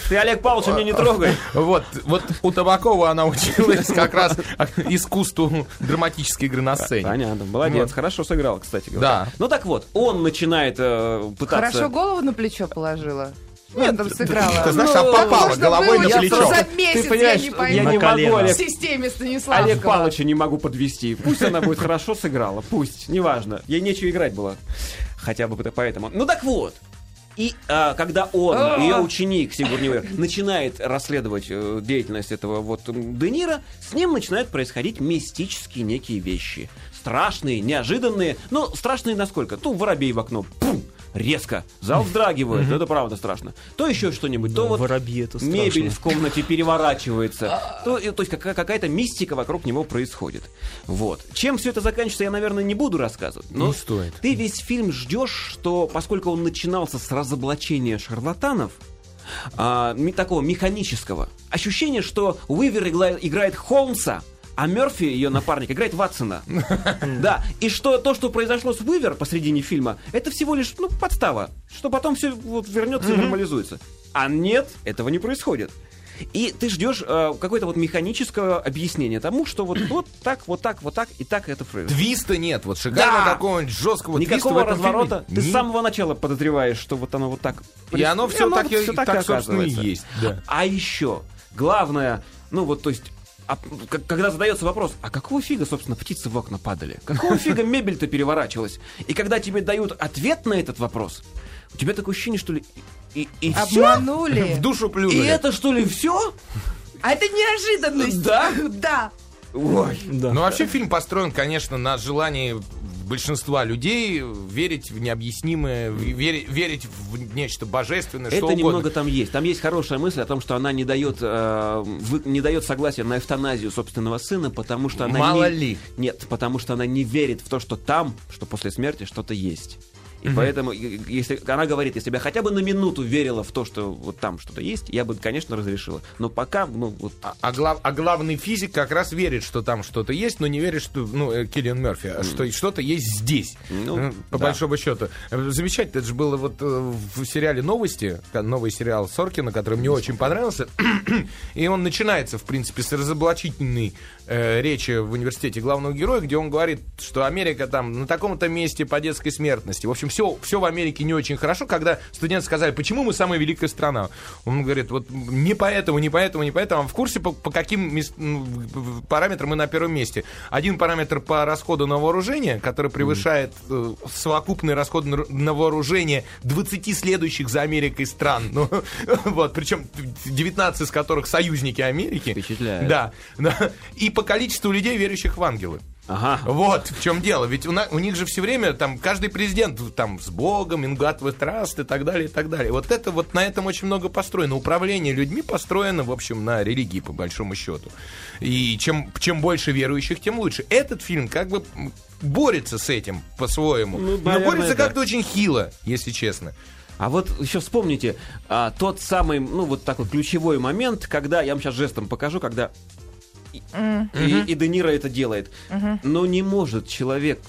Speaker 4: Ты, Олег Павлович, меня не трогай.
Speaker 5: Вот, вот у Табакова она училась как раз искусству драматической игры на сцене.
Speaker 4: Понятно, молодец,
Speaker 5: Вот.
Speaker 4: хорошо сыграл, кстати говоря.
Speaker 5: Да.
Speaker 4: Ну так вот, он начинает э, пытаться...
Speaker 2: Хорошо голову на плечо положила. Нет, там сыграла.
Speaker 5: Ты знаешь, а
Speaker 2: Ну,
Speaker 5: попала
Speaker 2: можно
Speaker 5: головой
Speaker 2: было
Speaker 5: на
Speaker 2: за
Speaker 5: плечо.
Speaker 2: месяц,
Speaker 4: Ты понимаешь,
Speaker 2: я не
Speaker 4: я
Speaker 2: пойму.
Speaker 4: не могу,
Speaker 6: колено.
Speaker 2: В
Speaker 4: Олег,
Speaker 2: системе Станиславского.
Speaker 4: Олег Павловича не могу подвести. Пусть она будет хорошо сыграла, пусть, неважно. Ей нечего играть было. Хотя бы поэтому. Ну так вот. И а, когда он, ее ученик Сигурни Уивер, начинает расследовать э, деятельность этого вот м, Де Ниро, с ним начинают происходить мистические некие вещи. Страшные, неожиданные. Ну, страшные насколько? Ну, воробей в окно. Пум! Резко. Зал вздрагивает. Это правда страшно. То еще что-нибудь.
Speaker 6: Ну,
Speaker 4: То вот
Speaker 6: Воробьи это страшно.
Speaker 4: мебель в комнате переворачивается. То, и- то есть какая- какая-то мистика вокруг него происходит. Вот. Чем все это заканчивается, я, наверное, не буду рассказывать. Но
Speaker 5: Не стоит.
Speaker 4: Ты весь фильм ждешь, что поскольку он начинался с разоблачения шарлатанов, а, ми- такого механического, ощущение, что Уивер игла- играет Холмса, а Мерфи, ее напарник, играет Ватсона. Да, и что то, что произошло с Уивер посредине фильма, это всего лишь ну, подстава, что потом все вот вернется и нормализуется. А нет, этого не происходит. И ты ждешь э, какое-то вот механическое объяснение тому, что вот, вот так, вот так, вот так, и так это произойдет.
Speaker 5: Твиста нет, вот шикарно
Speaker 4: Да.
Speaker 5: какого-нибудь жесткого твиста в
Speaker 4: Никакого
Speaker 5: этом
Speaker 4: разворота.
Speaker 5: фильме
Speaker 4: Ты с
Speaker 5: ни-
Speaker 4: самого начала подозреваешь, что вот оно вот так.
Speaker 5: И оно все так,
Speaker 4: вот
Speaker 5: и-
Speaker 4: всё
Speaker 5: так,
Speaker 4: и
Speaker 5: собственно, и
Speaker 4: оказывается.
Speaker 5: есть. Да.
Speaker 4: А еще, главное, ну вот, то есть, а, к- когда задается вопрос, а какого фига, собственно, птицы в окна падали? Какого фига мебель-то переворачивалась? И когда тебе дают ответ на этот вопрос, у тебя такое ощущение, что ли, и, и все?
Speaker 2: Обманули.
Speaker 5: В душу
Speaker 4: И
Speaker 5: плюнули.
Speaker 4: это, что ли, все?
Speaker 2: А это неожиданность.
Speaker 4: Да?
Speaker 2: Да.
Speaker 4: Ой.
Speaker 6: Да.
Speaker 5: Ну, вообще фильм построен, конечно, на желании большинства людей верить в необъяснимое, в- верить, верить в нечто божественное,
Speaker 4: Это
Speaker 5: что угодно.
Speaker 4: немного там есть. Там есть хорошая мысль о том, что она не дает, э, вы- не дает согласия на эвтаназию собственного сына, потому что она
Speaker 5: Мало
Speaker 4: не-
Speaker 5: ли.
Speaker 4: Нет, потому что она не верит в то, что там, что после смерти что-то есть. И поэтому, и- и- если она говорит, если бы я хотя бы на минуту верила в то, что вот там что-то есть, я бы, конечно, разрешила. Но пока, ну вот.
Speaker 5: А, а глав- а главный физик как раз верит, что там что-то есть, но не верит, что, ну, э, Киллиан Мерфи, а что что-то есть здесь.
Speaker 4: Ну,
Speaker 5: Э, по
Speaker 4: да.
Speaker 5: большому счету. Э, Замечательно, это же было вот э, в сериале «Новости», ка- новый сериал Соркина, который мне очень понравился. И он начинается, в принципе, с разоблачительной э, речи в университете главного героя, где он говорит, что Америка там на таком-то месте по детской смертности. В общем, все, все в Америке не очень хорошо. Когда студенты сказали, почему мы самая великая страна, он говорит, вот не поэтому, не поэтому, не поэтому, а в курсе по, по каким мес- м, в- в- параметрам мы на первом месте. Один параметр по расходу на вооружение, который превышает э, совокупный расход на, ру- на вооружение 20 следующих за Америкой стран. Ну, вот, причем 19 из которых союзники Америки.
Speaker 4: Впечатляет.
Speaker 5: Да. да. И по количеству людей, верующих в ангелы.
Speaker 4: Ага.
Speaker 5: Вот в чем дело. Ведь у, на- у них же все время там каждый президент там с Богом, Ингат Траст и так далее, и так далее. Вот это вот на этом очень много построено. Управление людьми построено, в общем, на религии, по большому счету. И чем, чем больше верующих, тем лучше. Этот фильм как бы м, борется с этим по-своему.
Speaker 4: Ну,
Speaker 5: Но
Speaker 4: наверное,
Speaker 5: борется
Speaker 4: да.
Speaker 5: как-то очень хило, если честно.
Speaker 4: А вот еще вспомните а, тот самый, ну вот такой ключевой момент, когда я вам сейчас жестом покажу, когда и, и Де Ниро это делает. Но не может человек.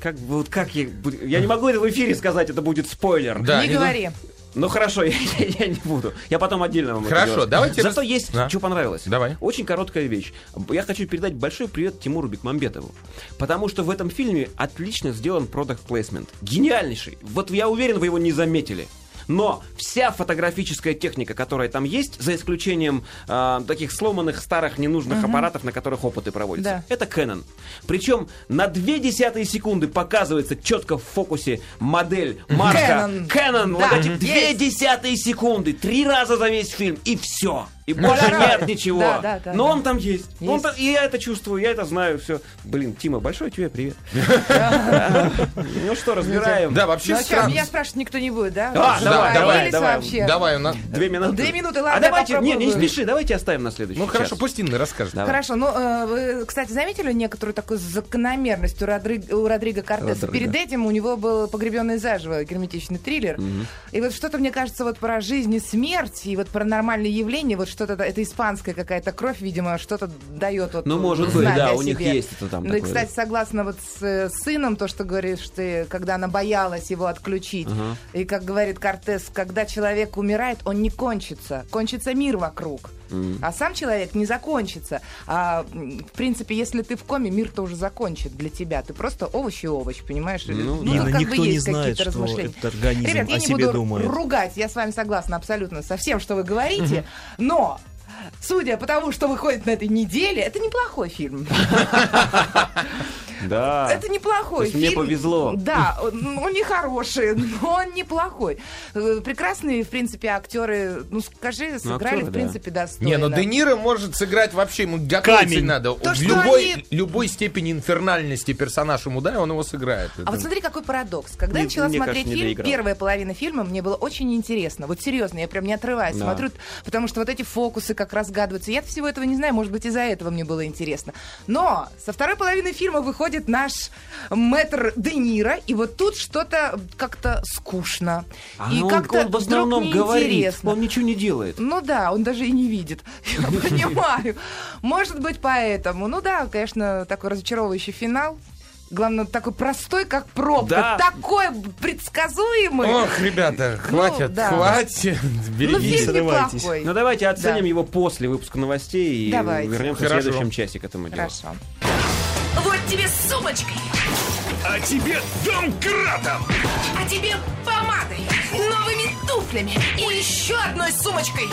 Speaker 4: Как бы вот как я. буду- Я не могу это в эфире сказать, это будет спойлер.
Speaker 5: Да,
Speaker 2: не
Speaker 5: не-
Speaker 2: говори.
Speaker 4: Ну хорошо, я, я- я не буду. Я потом отдельно вам это
Speaker 5: Хорошо,
Speaker 4: делать.
Speaker 5: давайте
Speaker 4: Зато
Speaker 5: раз-
Speaker 4: есть,
Speaker 5: Да.
Speaker 4: что понравилось.
Speaker 5: Давай.
Speaker 4: Очень короткая вещь. Я хочу передать большой привет Тимуру Бекмамбетову. Потому что в этом фильме отлично сделан продакт плейсмент. Гениальнейший. Вот я уверен, вы его не заметили. Но вся фотографическая техника, которая там есть, за исключением э, таких сломанных, старых, ненужных аппаратов, на которых опыты проводятся, это Canon. Причем на две десятые секунды показывается четко в фокусе модель, марка,
Speaker 2: Canon.
Speaker 4: Canon, вот
Speaker 2: Да,
Speaker 4: эти
Speaker 2: есть.
Speaker 4: две десятые секунды, три раза за весь фильм, и все. И больше
Speaker 2: Полароид.
Speaker 4: нет ничего.
Speaker 2: Да, да, да,
Speaker 4: Но
Speaker 2: да.
Speaker 4: он там есть. Он
Speaker 2: Есть.
Speaker 4: там- и я это чувствую, я это знаю, все. Блин, Тима, большой тебе привет. Ну что, разбираем.
Speaker 5: Да, вообще
Speaker 2: Ну, а чё,
Speaker 5: странно.
Speaker 2: меня спрашивать никто не будет, да?
Speaker 4: А,
Speaker 2: Вы
Speaker 5: давай,
Speaker 2: договорились
Speaker 4: давай, давай.
Speaker 2: вообще?
Speaker 5: Давай, у нас...
Speaker 4: Две минуты.
Speaker 2: Две минуты,
Speaker 4: А
Speaker 2: ладно, я
Speaker 4: давайте, не, не
Speaker 2: попробую.
Speaker 4: спеши, давайте оставим на следующий
Speaker 5: Ну хорошо,
Speaker 4: час.
Speaker 5: пусть Инна расскажет.
Speaker 4: Давай.
Speaker 2: Хорошо, ну, э, вы, кстати, заметили некоторую такую закономерность у, Родри- у Родриго Кортеса?
Speaker 4: Родриго.
Speaker 2: Перед этим у него был «Погребенный заживо» герметичный триллер. И вот что-то, мне кажется, вот про жизнь и смерть, и вот паранормальные явления, вот что-то, да, это испанская какая-то кровь, видимо, что-то дает вот
Speaker 4: Ну, может быть,
Speaker 2: знать
Speaker 4: да,
Speaker 2: о
Speaker 4: у них
Speaker 2: себе.
Speaker 4: есть это там
Speaker 2: Ну, и,
Speaker 4: такое.
Speaker 2: кстати, согласна вот с э, сыном, то, что говоришь ты, когда она боялась его отключить.
Speaker 4: Ага.
Speaker 2: И, как говорит Кортес, когда человек умирает, он не кончится. Кончится мир вокруг. А сам человек не закончится. А, м, в принципе, если ты в коме, мир-то уже закончит для тебя. Ты просто овощ и овощ, понимаешь?
Speaker 4: Ну,
Speaker 2: тут
Speaker 4: да.
Speaker 2: как бы
Speaker 6: никто не
Speaker 2: есть
Speaker 6: знает,
Speaker 2: какие-то
Speaker 6: что
Speaker 2: размышления.
Speaker 6: этот организм
Speaker 2: Ребят, я
Speaker 6: о
Speaker 2: не
Speaker 6: себе
Speaker 2: буду
Speaker 6: думает.
Speaker 2: ругать, я с вами согласна абсолютно со всем, что вы говорите, но... Судя по тому, что выходит на этой неделе, это неплохой фильм.
Speaker 4: Да.
Speaker 2: Это неплохой
Speaker 4: То есть
Speaker 2: фильм.
Speaker 4: мне повезло.
Speaker 2: Да, ну, он он нехороший, но он неплохой. Э, Прекрасные, в принципе, актеры, ну скажи, сыграли,
Speaker 4: актеры,
Speaker 2: в
Speaker 4: да.
Speaker 2: принципе, достойно.
Speaker 5: Не, ну Де Ниро может сыграть вообще, ему готовиться
Speaker 6: Камень.
Speaker 5: не надо.
Speaker 2: То,
Speaker 5: в
Speaker 2: что
Speaker 5: любой,
Speaker 2: они-
Speaker 5: любой степени инфернальности персонаж ему дай, он его сыграет.
Speaker 2: А
Speaker 5: Это-
Speaker 2: вот смотри, какой парадокс. Когда
Speaker 4: Не-
Speaker 2: я начала
Speaker 4: мне
Speaker 2: смотреть
Speaker 4: кажется, не
Speaker 2: фильм,
Speaker 4: доиграл.
Speaker 2: первая половина фильма мне было очень интересно. Вот серьезно, я прям не отрываясь
Speaker 4: Да.
Speaker 2: смотрю, потому что вот эти фокусы как разгадываются. Я всего этого не знаю, может быть, из-за этого мне было интересно. Но со второй половины фильма выходит наш мэтр Де Ниро, и вот тут что-то как-то скучно.
Speaker 4: А
Speaker 2: и
Speaker 4: он-
Speaker 2: как-то
Speaker 4: он в основном
Speaker 2: вдруг
Speaker 4: говорит,
Speaker 2: неинтересно.
Speaker 4: он ничего не делает.
Speaker 2: Ну да, он даже и не видит. Я понимаю. Может быть, поэтому. Ну да, конечно, такой разочаровывающий финал. Главное, такой простой, как пробка.
Speaker 4: Да.
Speaker 2: Такой предсказуемый.
Speaker 5: Ох, ребята, хватит,
Speaker 2: Ну, да.
Speaker 5: хватит,
Speaker 2: ну,
Speaker 5: берегитесь.
Speaker 2: фильм
Speaker 6: срывайтесь.
Speaker 2: неплохой.
Speaker 4: Ну давайте оценим
Speaker 2: Да.
Speaker 4: его после выпуска новостей и
Speaker 2: Давайте.
Speaker 4: вернемся в
Speaker 5: Хорошо.
Speaker 4: следующем часе к этому делу.
Speaker 2: Хорошо.
Speaker 7: Вот тебе с сумочкой,
Speaker 3: А тебе домкратом!
Speaker 7: а тебе помадой, новыми туфлями и еще одной сумочкой.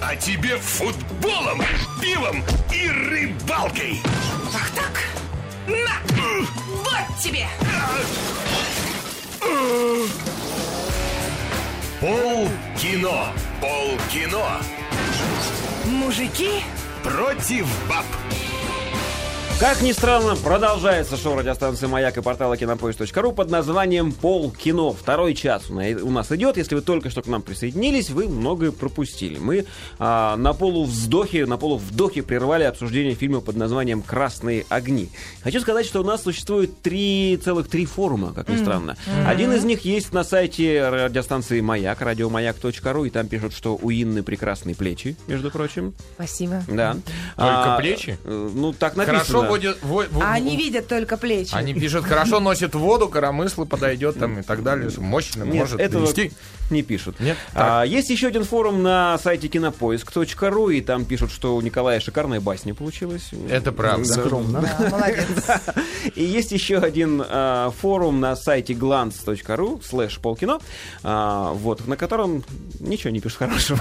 Speaker 3: А тебе футболом, пивом и рыбалкой!
Speaker 7: Ах так? На! Вот тебе!
Speaker 3: Пол кино! Пол кино!
Speaker 2: Мужики,
Speaker 3: Против баб!
Speaker 4: Как ни странно, продолжается шоу радиостанции «Маяк» и портала «Кинопоиск.ру» под названием «Пол кино». Второй час у на- у нас идет. Если вы только что к нам присоединились, вы многое пропустили. Мы а, на полувздохе, на полувдохе прервали обсуждение фильма под названием «Красные огни». Хочу сказать, что у нас существует три, целых три форума, как ни странно. Один из них есть на сайте радиостанции «Маяк», радиомаяк.ру, и там пишут, что у Инны прекрасные плечи, между прочим.
Speaker 2: спасибо.
Speaker 4: Да.
Speaker 5: Только плечи?
Speaker 4: э, Ну, так написано.
Speaker 5: Хорошо будет... во- во-
Speaker 2: А
Speaker 4: ну,
Speaker 2: они видят только плечи.
Speaker 5: Они пишут, хорошо носит воду, коромысло подойдет там и так далее. Мощно
Speaker 4: Нет,
Speaker 5: может
Speaker 4: этого
Speaker 5: довести.
Speaker 4: не пишут.
Speaker 5: Нет?
Speaker 4: А, есть еще один форум на сайте кинопоиск.ру, и там пишут, что у Николая шикарная басня получилась.
Speaker 5: Это правда.
Speaker 6: Скромно.
Speaker 2: Да, А, Молодец.
Speaker 4: И есть еще один а, форум на сайте glance.ru слэш полкино, а, вот, на котором ничего не пишут хорошего.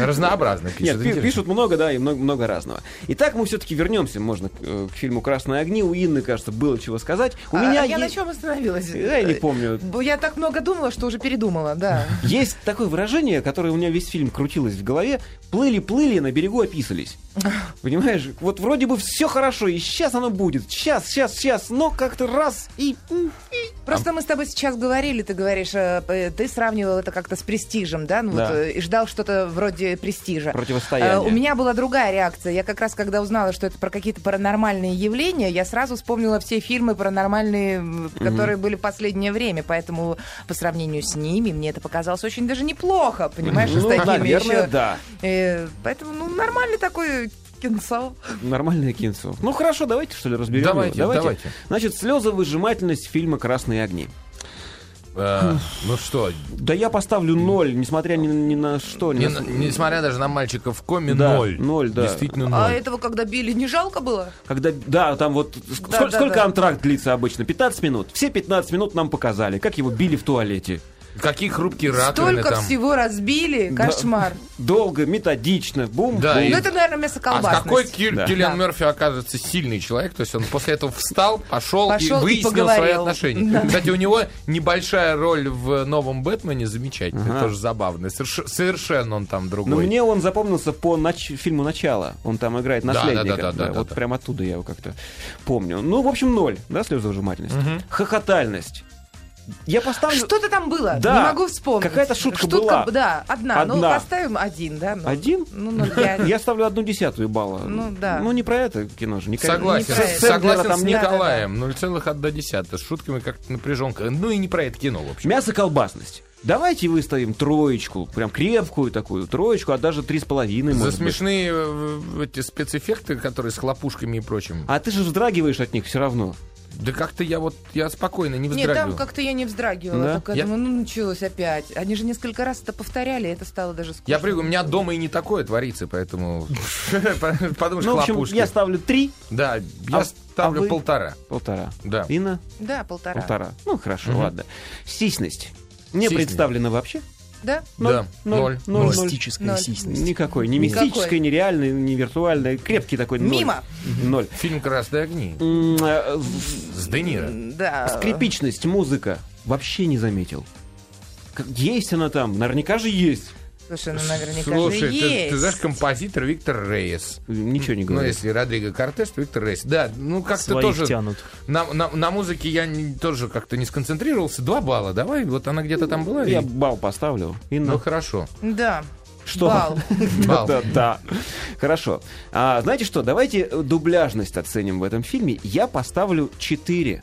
Speaker 5: Разнообразно
Speaker 4: Нет,
Speaker 5: пишут.
Speaker 4: пи-
Speaker 5: интересно.
Speaker 4: пишут много, да, и много, много разного. Итак, мы все-таки вернемся, можно, к, э, к фильму «Красные огни». У Инны, кажется, было чего сказать. У
Speaker 2: А
Speaker 4: меня
Speaker 2: Я
Speaker 4: е-
Speaker 2: на чем остановилась? Э,
Speaker 4: Я не помню.
Speaker 2: Бо Я так много думала, что уже передумала, да.
Speaker 4: Есть такое выражение, которое у меня весь фильм крутилось в голове. Плыли-плыли, на берегу описались. Понимаешь? Вот вроде бы все хорошо, и сейчас оно будет. Сейчас, сейчас, сейчас. Но как-то раз и... м,
Speaker 2: Просто мы с тобой сейчас говорили, ты говоришь, э, э, ты сравнивал это как-то с престижем, да? Ну,
Speaker 4: Да.
Speaker 2: вот, э, и ждал что-то вроде престижа.
Speaker 4: Противостояние.
Speaker 2: Э, У меня была другая реакция. Я как раз, когда узнала, что это про какие-то паранормальные явления, я сразу вспомнила все фильмы паранормальные, м, которые были в последнее время. Поэтому по сравнению с ними мне это показалось очень даже неплохо, понимаешь? с
Speaker 4: Ну,
Speaker 2: такими
Speaker 4: наверное,
Speaker 2: ещё.
Speaker 4: да.
Speaker 2: Э, Поэтому, ну, нормальный такой кинцо.
Speaker 4: Нормальное кинцо. Ну хорошо, давайте что ли разберем его.
Speaker 5: Давайте, давайте.
Speaker 4: Значит, слезовыжимательность фильма «Красные огни».
Speaker 5: Э, Ну что,
Speaker 4: Да я поставлю ноль, несмотря ни, ни на что. ни
Speaker 5: не-
Speaker 4: на с-
Speaker 5: несмотря даже на мальчика в коме,
Speaker 4: Да,
Speaker 5: ноль.
Speaker 4: ноль, да.
Speaker 5: Действительно
Speaker 2: А
Speaker 5: ноль.
Speaker 2: этого, когда били, не жалко было?
Speaker 4: Когда, да, там вот ск-
Speaker 2: Да,
Speaker 4: сколь-
Speaker 2: да,
Speaker 4: сколько
Speaker 2: да.
Speaker 4: антракт длится обычно? 15 минут. Все 15 минут нам показали, как его били в туалете.
Speaker 5: Какие хрупкие раковины
Speaker 2: Столько
Speaker 5: там.
Speaker 2: всего разбили, кошмар.
Speaker 4: Долго, методично, бум-бум.
Speaker 5: Да, и-
Speaker 2: Ну, это, наверное, мясо
Speaker 5: А с какой
Speaker 2: колбасность.
Speaker 5: Кир-
Speaker 4: Да.
Speaker 5: Киллиан
Speaker 2: Да.
Speaker 5: Мерфи окажется сильный человек? То есть он после этого встал, пошел,
Speaker 2: Пошел
Speaker 5: и
Speaker 2: и
Speaker 5: выяснил
Speaker 2: поговорил.
Speaker 5: свои отношения. Кстати, у него небольшая роль в новом Бэтмене замечательная, тоже забавная. Соверш- совершенно он там другой.
Speaker 4: Но Ну, мне он запомнился по нач- фильму «Начало». Он там играет
Speaker 5: да,
Speaker 4: наследника.
Speaker 5: да, да, да,
Speaker 4: вот
Speaker 5: да.
Speaker 4: прям оттуда я его как-то помню. Ну, в общем, ноль, да, слезовыжимательность. Хохотальность. Я поставлю...
Speaker 2: Что-то там было,
Speaker 4: Да.
Speaker 2: не могу вспомнить.
Speaker 4: Какая-то шутка была.
Speaker 2: Да, одна. Ну,
Speaker 4: Одна.
Speaker 2: поставим один, да? ну.
Speaker 4: Один?
Speaker 2: Ну, ноль пять.
Speaker 4: Я ставлю одну десятую балла.
Speaker 2: Ну, да.
Speaker 4: Ну, не про это кино же. Не
Speaker 5: Согласен,
Speaker 2: Не про это.
Speaker 5: согласен
Speaker 4: Сэндлера
Speaker 5: с
Speaker 4: там нет.
Speaker 5: Николаем. Ну, 0,1. С шутками как-то напряженка. Ну и не про это кино, в общем.
Speaker 4: Мясо колбасность. Давайте выставим троечку, прям крепкую такую троечку, а даже три с половиной,
Speaker 5: За
Speaker 4: может быть.
Speaker 5: смешные э, эти спецэффекты, которые с хлопушками и прочим.
Speaker 4: А ты же вздрагиваешь от них все равно.
Speaker 5: Да как-то я вот я спокойно не
Speaker 2: Нет,
Speaker 5: вздрагиваю.
Speaker 2: там как-то я не вздрагивала.
Speaker 4: Да?
Speaker 2: Такая
Speaker 5: Я-
Speaker 2: думаю, ну, началось опять. Они же несколько раз это повторяли, и это стало даже скучно.
Speaker 5: Я прыгаю, у меня дома и не такое творится, поэтому подумаешь,
Speaker 4: ну, в общем,
Speaker 5: хлопушки.
Speaker 4: я ставлю три,
Speaker 5: Да, я
Speaker 4: А- а
Speaker 5: ставлю
Speaker 4: вы?
Speaker 5: полтора.
Speaker 4: полтора.
Speaker 5: Да.
Speaker 4: Инна?
Speaker 2: Да, полтора.
Speaker 4: Полтора. Ну, хорошо,
Speaker 5: Мгм.
Speaker 4: ладно. Сисность. Не
Speaker 5: Сисня.
Speaker 4: представлена вообще.
Speaker 2: Да?
Speaker 4: Ноль,
Speaker 5: Да, ноль.
Speaker 4: ноль, ноль.
Speaker 6: Мистическая
Speaker 2: Ноль.
Speaker 6: сисность.
Speaker 4: Никакой. Не
Speaker 2: Никакой.
Speaker 4: мистической, не реальной, не виртуальной. Крепкий такой. ноль.
Speaker 2: Мимо.
Speaker 4: Ноль.
Speaker 5: Фильм «Красные огни»
Speaker 4: М, э, в-
Speaker 5: с Де Ниро.
Speaker 2: Да.
Speaker 4: Скрипичность, музыка. Вообще не заметил. Как- Есть она там, наверняка же есть.
Speaker 2: Слушай, ну, наверняка
Speaker 5: Слушай,
Speaker 2: же
Speaker 5: ты,
Speaker 2: есть.
Speaker 5: ты знаешь, композитор Виктор Рейс.
Speaker 4: Ничего не
Speaker 5: Ну,
Speaker 4: говорю.
Speaker 5: если Родриго Кортес, то Виктор Рейс. Да, ну как-то
Speaker 6: Своих
Speaker 5: тоже...
Speaker 6: тянут.
Speaker 5: На, на- на музыке я не- тоже как-то не сконцентрировался. Два балла, давай. Вот она где-то там была.
Speaker 4: Я
Speaker 5: и-
Speaker 4: бал поставлю. Инна.
Speaker 5: Ну хорошо.
Speaker 2: Да.
Speaker 4: Что?
Speaker 2: Бал.
Speaker 5: Бал.
Speaker 4: Да, да. Хорошо. А, знаете что, давайте э, дубляжность оценим в этом фильме. Я поставлю 4.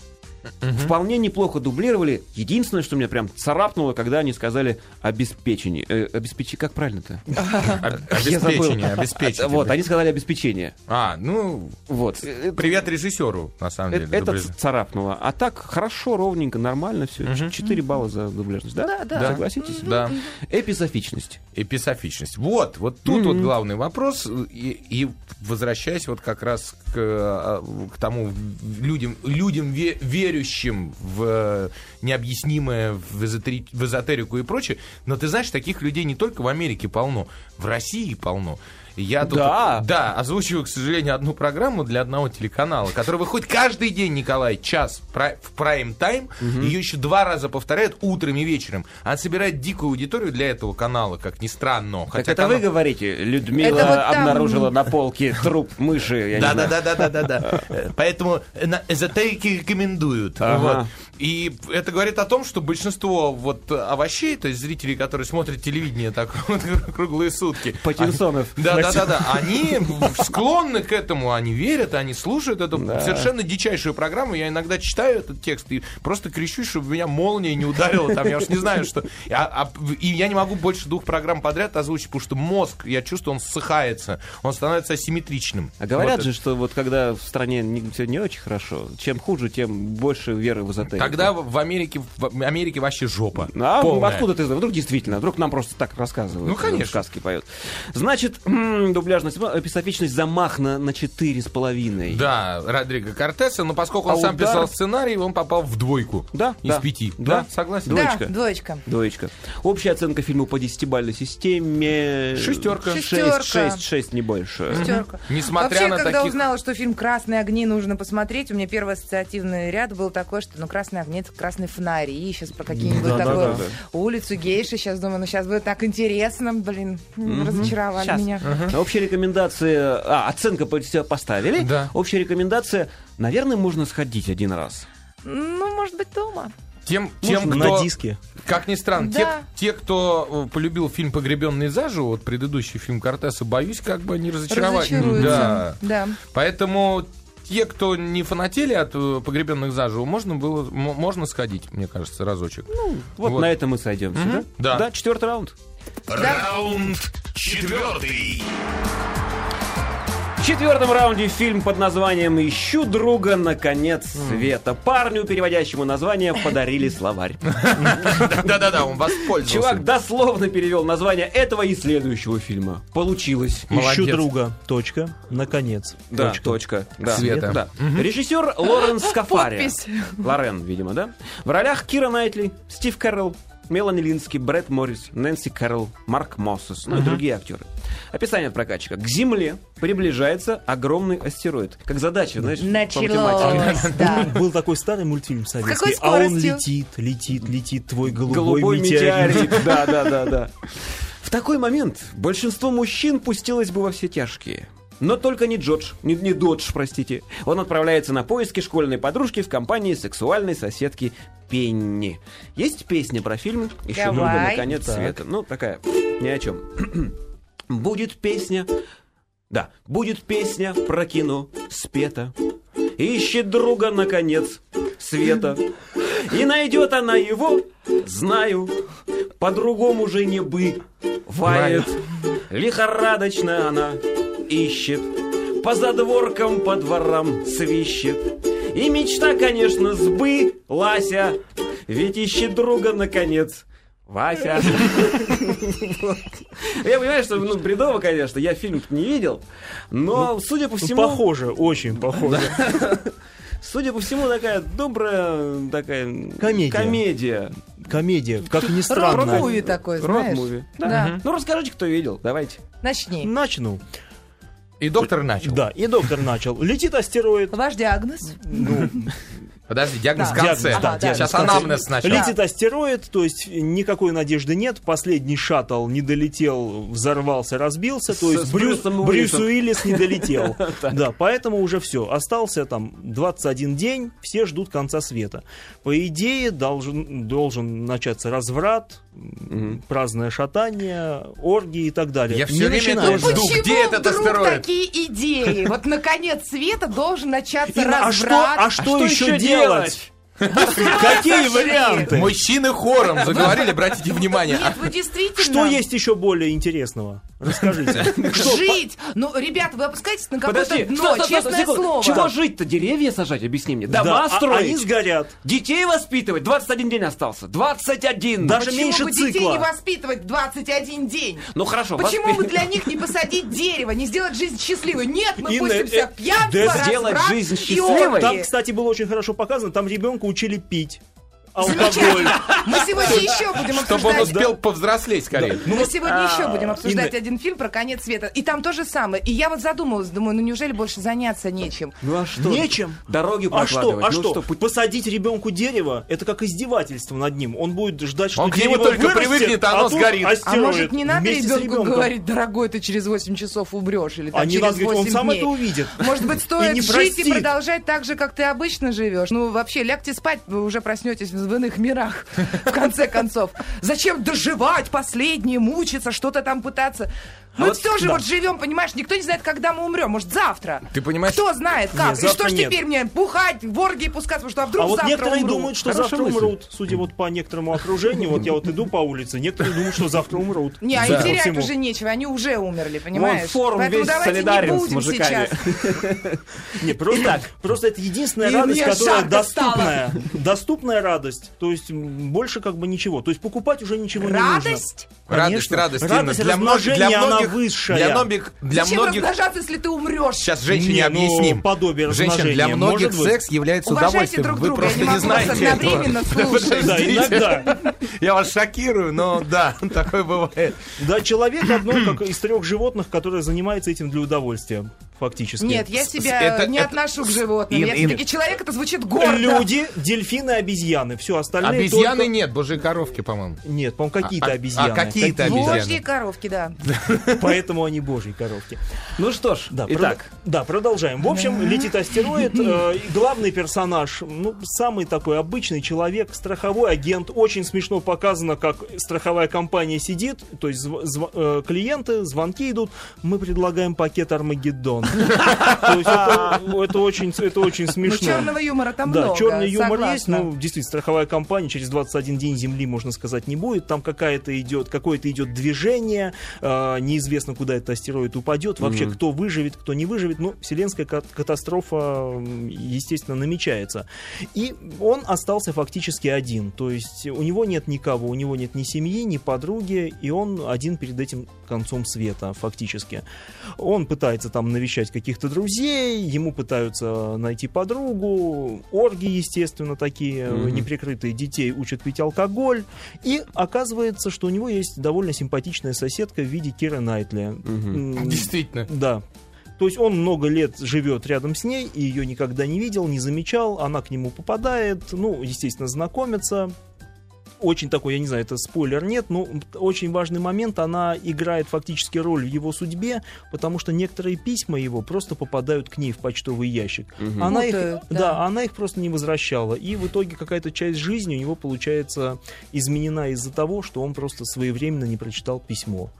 Speaker 4: Вполне неплохо дублировали. Единственное, что меня прям царапнуло, когда они сказали обеспечение. Э, обеспечи, как правильно-то? Я забыл.
Speaker 5: Обеспечение, обеспечение.
Speaker 4: Вот, а- они сказали обеспечение.
Speaker 5: А, ну,
Speaker 4: Вот. Э,
Speaker 5: привет режиссеру, на самом
Speaker 4: э,
Speaker 5: деле.
Speaker 4: Это
Speaker 5: дубляжа.
Speaker 4: ц- царапнуло. А так хорошо, ровненько, нормально все. 4 балла за дубляжность, да?
Speaker 2: Да, да.
Speaker 5: Да.
Speaker 4: Согласитесь?
Speaker 5: Да.
Speaker 4: Эпизофичность.
Speaker 5: эписофичность. Вот, вот тут вот главный вопрос. И, и возвращаясь вот как раз к, э, к тому людям, людям ве- верующим в э, необъяснимое, в, эзотери- в эзотерику и прочее. Но ты знаешь, таких людей не только в Америке полно, в России полно. Я тут,
Speaker 4: Да.
Speaker 5: да, озвучиваю, к сожалению, одну программу для одного телеканала, который выходит каждый день, Николай, час пра- в прайм-тайм. Ее еще два раза повторяют утром и вечером. А Она собирает дикую аудиторию для этого канала, как ни странно.
Speaker 4: Так
Speaker 5: Хотя
Speaker 4: это вы
Speaker 5: канал-
Speaker 4: говорите, Людмила
Speaker 2: Это вот там-
Speaker 4: обнаружила на полке труп мыши. я не
Speaker 5: да, да,
Speaker 4: знаю.
Speaker 5: да, да, да, да, да. Э, Поэтому э, на- эзотерики рекомендуют.
Speaker 4: Ага.
Speaker 5: Вот. И это говорит о том, что большинство вот э, овощей, то есть зрителей, которые смотрят телевидение так вот круглые сутки,
Speaker 4: Патинсонов.
Speaker 5: Да, да, да, да. Они склонны к этому, они верят, они слушают эту совершенно дичайшую программу. Я иногда читаю этот текст и просто кричу, чтобы меня молния не ударила. Там я уж не знаю, что. А- а- и я не могу больше двух программ подряд озвучить, потому что мозг, я чувствую, он ссыхается, он становится асимметричным.
Speaker 4: А говорят
Speaker 5: Вот
Speaker 4: же, что вот когда в стране все не очень хорошо, чем хуже, тем больше веры в эзотерику.
Speaker 5: Когда в в Америке, в Америке вообще жопа.
Speaker 4: А
Speaker 5: полная.
Speaker 4: откуда ты знаешь? Вдруг действительно, вдруг нам просто так рассказывают. э,
Speaker 5: Ну, конечно.
Speaker 4: Сказки поют. Значит, м, дубляжность, э, эписофичность замах на, на четыре с половиной.
Speaker 5: Да, Родриго Кортеса, но поскольку он
Speaker 4: А
Speaker 5: сам
Speaker 4: удар?
Speaker 5: писал сценарий, он попал в двойку.
Speaker 4: Да,
Speaker 5: Из
Speaker 4: да.
Speaker 5: пяти.
Speaker 4: Да.
Speaker 5: согласен.
Speaker 4: Двоечка.
Speaker 2: Да, двоечка.
Speaker 4: Двоечка. Общая оценка фильма по десятибалльной системе...
Speaker 5: Шестерка.
Speaker 2: Шестерка.
Speaker 4: Шесть, шесть, шесть, не больше.
Speaker 2: Пятерка.
Speaker 5: Несмотря
Speaker 2: Вообще,
Speaker 5: на
Speaker 2: когда
Speaker 5: таких-
Speaker 2: узнала, что фильм «Красные огни» нужно посмотреть, у меня первый ассоциативный ряд был такой, что ну «Красные огни» — это красные фонари, сейчас про какие-нибудь
Speaker 6: Да, да,
Speaker 2: такую
Speaker 6: да,
Speaker 2: улицу гейши. Сейчас думаю, ну сейчас будет так интересно, блин, разочаровали
Speaker 4: Щас.
Speaker 2: меня.
Speaker 4: Общая рекомендация... А, оценка по себя поставили.
Speaker 5: Да.
Speaker 4: Общая рекомендация... Наверное, можно сходить один раз.
Speaker 2: Ну, может быть, дома.
Speaker 5: Тем, тем
Speaker 6: Можно
Speaker 5: кто,
Speaker 6: на диске.
Speaker 5: Как ни странно,
Speaker 2: Да.
Speaker 5: те, те, кто э, полюбил фильм «Погребенный заживо», вот предыдущий фильм Кортеса, боюсь, как бы не разочаровать.
Speaker 2: Разочаруются.
Speaker 5: Да.
Speaker 2: Да.
Speaker 5: Поэтому те, кто не фанатели от э, «Погребенных заживо», можно было, м- можно сходить, мне кажется, разочек.
Speaker 2: Ну.
Speaker 4: Вот,
Speaker 5: Вот.
Speaker 4: на этом мы сойдемся, да?
Speaker 5: Да.
Speaker 4: Да, четвертый раунд.
Speaker 3: Раунд четвертый.
Speaker 4: В четвертом раунде фильм под названием «Ищу друга на конец света». Парню, переводящему название, подарили словарь.
Speaker 5: Да-да-да, он воспользовался.
Speaker 4: Чувак дословно перевел название этого и следующего фильма. Получилось.
Speaker 5: Молодец.
Speaker 6: Ищу друга. Точка. Наконец.
Speaker 4: Да,
Speaker 6: Точка.
Speaker 4: точка. Да.
Speaker 5: Света.
Speaker 4: Да. Режиссер Лоренс Кафари.
Speaker 2: Подпись.
Speaker 4: Лорен, видимо, да? В ролях Кира Найтли, Стив Кэрролл, Мелани Лински, Брэд Моррис, Нэнси Кэрролл, Марк Моссес, ну и другие актеры. Описание от прокачика. К Земле приближается огромный астероид. Как задача, знаешь, по математике.
Speaker 2: Началось, да.
Speaker 6: Был такой старый мультфильм советский.
Speaker 2: какой
Speaker 6: А он
Speaker 2: скоростью?
Speaker 6: летит, летит, летит, твой голубой,
Speaker 4: Голубой
Speaker 6: метеорит.
Speaker 4: метеорит. Да, да, да, да. В такой момент большинство мужчин пустилось бы во все тяжкие. Но только не Джордж, не, не Додж, простите. Он отправляется на поиски школьной подружки в компании сексуальной соседки Пенни. Есть песня про фильм «Еще
Speaker 2: Давай.
Speaker 4: друга на конец света». Ну, такая, ни о чем. Будет песня, да, будет песня про кино спета. Ищет друга, наконец, света. И найдет она его, знаю, по-другому уже не бывает. Лихорадочно она ищет, по задворкам, по дворам свищет. И мечта, конечно, сбылась, ведь ищет друга, наконец, Вася. Вот. Я понимаю, что ну, бредово, конечно, я фильм не видел, но, судя по
Speaker 6: Ну,
Speaker 4: всему...
Speaker 6: Похоже, очень похоже.
Speaker 4: Судя по всему, такая добрая такая
Speaker 6: Комедия.
Speaker 4: комедия.
Speaker 6: Комедия, как
Speaker 2: Рок-муви
Speaker 6: ни странно.
Speaker 2: такой, знаешь?
Speaker 4: Рок-муви.
Speaker 2: Да.
Speaker 4: Ну расскажите, кто видел, давайте.
Speaker 2: Начни.
Speaker 6: Начну.
Speaker 5: И доктор начал.
Speaker 6: Да, и доктор начал. Летит астероид.
Speaker 2: Ваш диагноз?
Speaker 5: Подожди, диагноз
Speaker 2: Да.
Speaker 5: в конце.
Speaker 6: Диагноз, да,
Speaker 2: Ага, диагноз
Speaker 5: Сейчас
Speaker 6: в конце.
Speaker 5: анамнез сначала.
Speaker 6: Летит астероид, то есть никакой надежды нет. Последний шаттл не долетел, взорвался, разбился. То
Speaker 4: С-
Speaker 6: есть
Speaker 4: с
Speaker 6: Брюс,
Speaker 4: Брюсом
Speaker 6: Брюс
Speaker 4: Уиллисом.
Speaker 6: Уиллис не долетел. Да, поэтому уже все. Остался там 21 день, все ждут конца света. По идее, должен, должен начаться разврат, праздное шатание, оргии и так далее.
Speaker 5: Я
Speaker 6: Не
Speaker 5: все время это
Speaker 6: начинается.
Speaker 5: жду.
Speaker 2: Почему
Speaker 5: где этот
Speaker 2: вдруг
Speaker 5: астероид?
Speaker 2: такие идеи? Вот наконец света должен начаться
Speaker 6: Ирина, а что,
Speaker 2: разврат.
Speaker 6: а что еще делать? Какие варианты?
Speaker 5: Мужчины хором заговорили, обратите внимание.
Speaker 2: Нет, вы действительно...
Speaker 6: Что есть еще более интересного? Расскажите.
Speaker 2: Жить! Ну, ребят, вы опускаетесь на какое-то
Speaker 4: стоп,
Speaker 2: дно,
Speaker 4: стоп, стоп,
Speaker 2: честное
Speaker 4: секунду.
Speaker 2: слово.
Speaker 4: Чего жить-то? Деревья сажать, объясни мне. Дома
Speaker 6: Да, а-
Speaker 4: строить.
Speaker 6: Они сгорят.
Speaker 4: Детей воспитывать. 21 день остался. 21.
Speaker 6: Даже
Speaker 2: Почему
Speaker 6: меньше
Speaker 2: бы детей
Speaker 6: цикла.
Speaker 2: не воспитывать 21 день?
Speaker 4: Ну хорошо.
Speaker 2: Почему
Speaker 4: воспи-
Speaker 2: бы для них не посадить дерево, не сделать жизнь счастливой? Нет, мы
Speaker 6: Инна,
Speaker 2: пустимся
Speaker 6: э,
Speaker 2: в пьянство,
Speaker 6: да
Speaker 4: сделать
Speaker 2: разврат
Speaker 4: жизнь
Speaker 2: и
Speaker 4: счастливой?
Speaker 6: Там,
Speaker 2: оргии.
Speaker 6: кстати, было очень хорошо показано, там ребенка учили пить алкоголь.
Speaker 2: Замечательно. Мы сегодня еще будем
Speaker 5: Чтобы он
Speaker 2: обсуждать...
Speaker 5: успел повзрослеть скорее.
Speaker 2: Мы сегодня еще будем обсуждать
Speaker 6: Инна-
Speaker 2: один фильм про конец света. И там то же самое. И я вот задумалась, думаю, ну неужели больше заняться нечем?
Speaker 4: Ну а что?
Speaker 6: Нечем.
Speaker 4: Дороги
Speaker 6: А что,
Speaker 4: прокладывать.
Speaker 6: а
Speaker 4: Ну
Speaker 6: что,
Speaker 4: пу-
Speaker 6: посадить ребенку дерево, это как издевательство над ним. Он будет ждать, что
Speaker 5: Он к нему
Speaker 6: дерево
Speaker 5: только
Speaker 6: вырастет,
Speaker 5: привыкнет, а оно
Speaker 6: тут
Speaker 5: сгорит. А
Speaker 2: А
Speaker 6: астероид
Speaker 2: может, не надо
Speaker 6: вместе с
Speaker 2: ребенку
Speaker 6: ребенком.
Speaker 2: говорить, дорогой, ты через 8 часов умрешь, или там,
Speaker 6: А не
Speaker 2: через
Speaker 6: надо говорить, он
Speaker 2: 8
Speaker 6: сам
Speaker 2: дней.
Speaker 6: это увидит.
Speaker 2: Может быть, стоит
Speaker 6: не
Speaker 2: жить и
Speaker 6: простит.
Speaker 2: продолжать так же, как ты обычно живешь. Ну, вообще, лягте спать, вы уже проснетесь в иных мирах, в конце концов. Зачем доживать последнее, мучиться, что-то там пытаться?
Speaker 6: А
Speaker 2: Мы
Speaker 4: вот
Speaker 2: тоже
Speaker 4: да.
Speaker 2: вот живем, понимаешь, никто не знает, когда мы умрем. Может, завтра.
Speaker 5: Ты понимаешь-
Speaker 2: Кто знает,
Speaker 6: Не,
Speaker 2: как? и что
Speaker 6: завтра
Speaker 2: ж
Speaker 6: нет.
Speaker 2: теперь мне, бухать, в оргии пускаться, потому что а вдруг
Speaker 6: А вот
Speaker 2: завтра
Speaker 6: некоторые
Speaker 2: умру?
Speaker 6: думают, что
Speaker 4: Хорошая
Speaker 6: завтра
Speaker 4: мысль.
Speaker 6: умрут, судя вот по некоторому окружению. Вот я вот иду по улице, некоторые думают, что завтра умрут.
Speaker 2: Не, а
Speaker 6: Судя
Speaker 2: им
Speaker 6: по
Speaker 2: терять
Speaker 6: всему.
Speaker 2: уже нечего, они уже умерли, понимаешь?
Speaker 4: форум
Speaker 2: Поэтому
Speaker 4: весь
Speaker 2: давайте
Speaker 4: солидарен
Speaker 2: не
Speaker 4: с
Speaker 2: будем
Speaker 4: мужиками.
Speaker 2: сейчас.
Speaker 6: Не, просто, просто это единственная
Speaker 2: И
Speaker 6: радость,
Speaker 2: мне
Speaker 6: которая
Speaker 2: жарко стало.
Speaker 6: доступная. Доступная радость. То есть м, больше как бы ничего. То есть покупать уже ничего не нужно.
Speaker 2: Радость?
Speaker 5: Радость,
Speaker 6: Конечно.
Speaker 5: радость, Инна.
Speaker 6: Радость
Speaker 5: Для многих, для
Speaker 6: размножения, она
Speaker 5: многих,
Speaker 6: высшая.
Speaker 5: для многих, для
Speaker 2: Зачем
Speaker 5: многих.
Speaker 2: размножаться, если ты умрешь?
Speaker 5: Сейчас женщине
Speaker 6: Не, ну,
Speaker 5: объясним.
Speaker 6: подобие
Speaker 5: Женщин, для
Speaker 6: размножения,
Speaker 5: многих
Speaker 6: может быть.
Speaker 5: секс является
Speaker 2: Уважайте
Speaker 5: удовольствием.
Speaker 2: друг
Speaker 5: Вы
Speaker 2: друга, я
Speaker 5: просто
Speaker 2: не
Speaker 5: не
Speaker 2: могу вас
Speaker 5: знаете этого.
Speaker 2: одновременно слушать.
Speaker 6: Да,
Speaker 5: Подождите.
Speaker 6: иногда.
Speaker 5: Я вас шокирую, но да, такое бывает.
Speaker 6: Да, человек одно как из трех животных, которое занимается этим для удовольствия, фактически.
Speaker 2: Нет, я себя
Speaker 5: это-
Speaker 2: не
Speaker 5: это-
Speaker 2: отношу к животным.
Speaker 5: Ин-
Speaker 2: я
Speaker 5: Ин-
Speaker 2: все-таки человек, это звучит гордо.
Speaker 6: Люди, дельфины, обезьяны. Все остальные
Speaker 5: Обезьяны
Speaker 6: только-
Speaker 5: нет, божьи коровки, по-моему.
Speaker 6: Нет, по-моему, какие-то
Speaker 5: А- а- а
Speaker 6: обезьяны.
Speaker 5: какие-то обезьяны?
Speaker 2: Божьи Ну, коровки, да.
Speaker 6: Поэтому они божьи коровки.
Speaker 4: Ну что ж,
Speaker 6: Да,
Speaker 4: итак.
Speaker 6: прод- да, продолжаем. В общем, летит астероид. э, и главный персонаж, ну, самый такой обычный человек, страховой агент. Очень смешно показано, как страховая компания сидит, то есть зв- зв- э, клиенты, звонки идут. Мы предлагаем пакет Армагеддон. То есть это это очень это очень
Speaker 2: Ну,
Speaker 6: смешно.
Speaker 2: черного юмора там
Speaker 6: Да,
Speaker 2: много.
Speaker 6: черный юмор
Speaker 2: согласна.
Speaker 6: есть, но действительно, страховая компания через 21 день земли, можно сказать, не будет. Там какая-то идет, какое-то идет движение, э, неизвестно, куда этот астероид упадет, вообще кто выживет, кто не выживет. Но вселенская кат- катастрофа, м, естественно, намечается. И он остался фактически один. То есть у него нет никого, у него нет ни семьи, ни подруги, и он один перед этим концом света, фактически. Он пытается там навещать каких-то друзей, ему пытаются найти подругу, орги, естественно, такие э, неприкрытые детей учат пить алкоголь, и оказывается, что у него есть довольно симпатичная соседка в виде Кира Найтли. М,
Speaker 5: Действительно.
Speaker 6: Да. То есть он много лет живет рядом с ней, и ее никогда не видел, не замечал, она к нему попадает, ну, естественно, знакомится. Очень такой, я не знаю, это спойлер нет, но очень важный момент, она играет фактически роль в его судьбе, потому что некоторые письма его просто попадают к ней в почтовый ящик. Она,
Speaker 2: Путают,
Speaker 6: их, да.
Speaker 2: да.
Speaker 6: она их просто не возвращала. И в итоге какая-то часть жизни у него, получается, изменена из-за того, что он просто своевременно не прочитал письмо.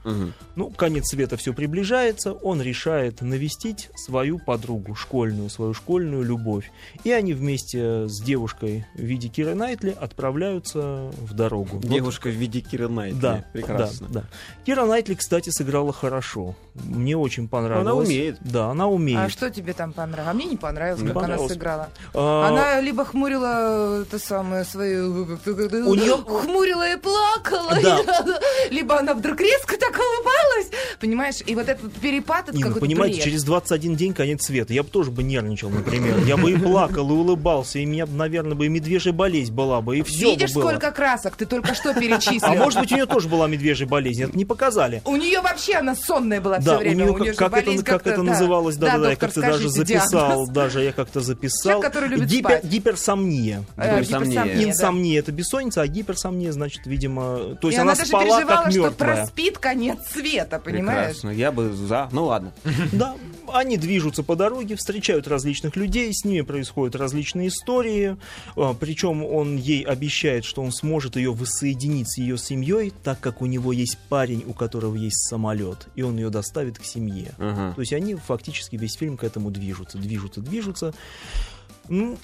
Speaker 6: Ну, конец света все приближается, он решает навестить свою подругу школьную, свою школьную любовь. И они вместе с девушкой в виде Киры Найтли отправляются в дорогу.
Speaker 4: Девушка в виде Кира Найт.
Speaker 6: Да,
Speaker 4: Прекрасно.
Speaker 6: да, да. Кира Найтли, кстати, сыграла хорошо. Мне очень понравилось.
Speaker 4: умеет.
Speaker 6: Да, она умеет.
Speaker 2: А что тебе там понравилось? А мне не понравилось,
Speaker 6: Не
Speaker 2: как она
Speaker 6: понравилось.
Speaker 2: сыграла.
Speaker 6: А,
Speaker 2: Она либо хмурила э, то самое свою... У
Speaker 6: неё-
Speaker 2: э, Хмурила и плакала.
Speaker 6: Да.
Speaker 2: Либо она вдруг резко так улыбалась. Понимаешь? И вот этот перепад, это
Speaker 6: А, Нина,
Speaker 2: какой-то
Speaker 6: ну, понимаете,
Speaker 2: бред.
Speaker 6: через 21 день конец света. Я бы тоже бы нервничал, например. Я бы и плакал, и улыбался, и меня, бы, наверное, бы и медвежья болезнь была бы, и все
Speaker 2: Видишь,
Speaker 6: бы было.
Speaker 2: сколько красок ты только что
Speaker 6: А
Speaker 2: перечислил.
Speaker 6: может быть, у нее тоже была медвежья болезнь, это не показали.
Speaker 2: У нее вообще она сонная была
Speaker 6: Да,
Speaker 2: все
Speaker 6: у
Speaker 2: время.
Speaker 6: нее
Speaker 2: неё
Speaker 6: как,
Speaker 2: же
Speaker 6: как
Speaker 2: болезнь
Speaker 6: это, как это
Speaker 2: как-то,
Speaker 6: называлось, да, да, да, я
Speaker 2: доктор,
Speaker 6: как-то даже
Speaker 2: скажите
Speaker 6: записал,
Speaker 2: диагноз.
Speaker 6: даже я как-то записал.
Speaker 2: который любит
Speaker 6: Гипер-
Speaker 2: спать.
Speaker 6: Гиперсомния.
Speaker 2: Э,
Speaker 6: То
Speaker 4: Без
Speaker 6: есть
Speaker 4: сомнения.
Speaker 2: гиперсомния, да.
Speaker 6: Инсомния это бессонница, а гиперсомния значит, видимо, то
Speaker 2: И
Speaker 6: есть
Speaker 2: она
Speaker 6: она,
Speaker 2: даже
Speaker 6: спала
Speaker 2: переживала,
Speaker 6: как
Speaker 2: что
Speaker 6: мертвая.
Speaker 2: проспит конец света, понимаешь?
Speaker 4: Прекрасно. Я бы за. Ну ладно.
Speaker 6: Да, они движутся по дороге, встречают различных людей, с ними происходят различные истории. А, Причем он ей обещает, что он сможет ее воссоединить с ее семьей, так как у него есть парень, у которого есть самолет, и он ее доставит к семье.
Speaker 4: Ага.
Speaker 6: То есть они фактически весь фильм к этому движутся, движутся, движутся. Ну,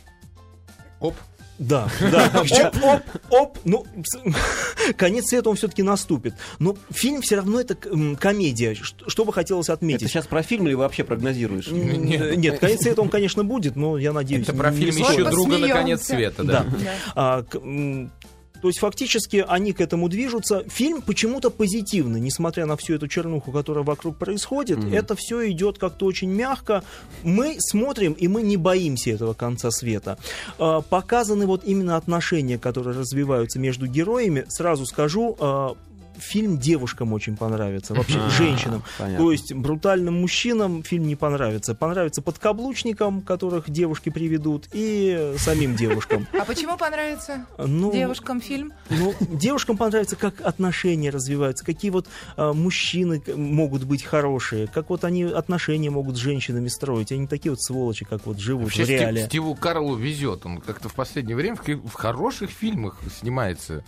Speaker 5: Оп.
Speaker 6: Да, да. Оп, оп, оп. Ну, конец света он все-таки наступит. Но фильм все равно это м, комедия. Что что бы хотелось
Speaker 4: Ты
Speaker 6: отметить?
Speaker 4: сейчас про фильм или вообще прогнозируешь?
Speaker 6: М, Нет, конец света он, конечно, будет, но я надеюсь...
Speaker 5: Это про
Speaker 6: не
Speaker 5: фильм
Speaker 6: скоро.
Speaker 5: еще друга на
Speaker 2: Посмеемся.
Speaker 5: конец света, да.
Speaker 6: Да. А, к- м, то есть фактически они к этому движутся. Фильм почему-то позитивный, несмотря на всю эту чернуху, которая вокруг происходит. Это все идет как-то очень мягко. Мы смотрим, и мы не боимся этого конца света. А, показаны вот именно отношения, которые развиваются между героями. Сразу скажу, а, фильм девушкам очень понравится, вообще женщинам.
Speaker 4: понятно.
Speaker 6: То есть брутальным мужчинам фильм не понравится. Понравится подкаблучникам, которых девушки приведут, и самим девушкам.
Speaker 2: А почему понравится
Speaker 6: Ну,
Speaker 2: девушкам фильм?
Speaker 6: ну, девушкам понравится, как отношения развиваются, какие вот а, мужчины к- могут быть хорошие, как вот они отношения могут с женщинами строить. Они такие вот сволочи, как вот живут
Speaker 5: Вообще
Speaker 6: в
Speaker 5: Стив-
Speaker 6: реале.
Speaker 5: Стиву Карлу везет. Он как-то в последнее время в, ки- в хороших фильмах снимается.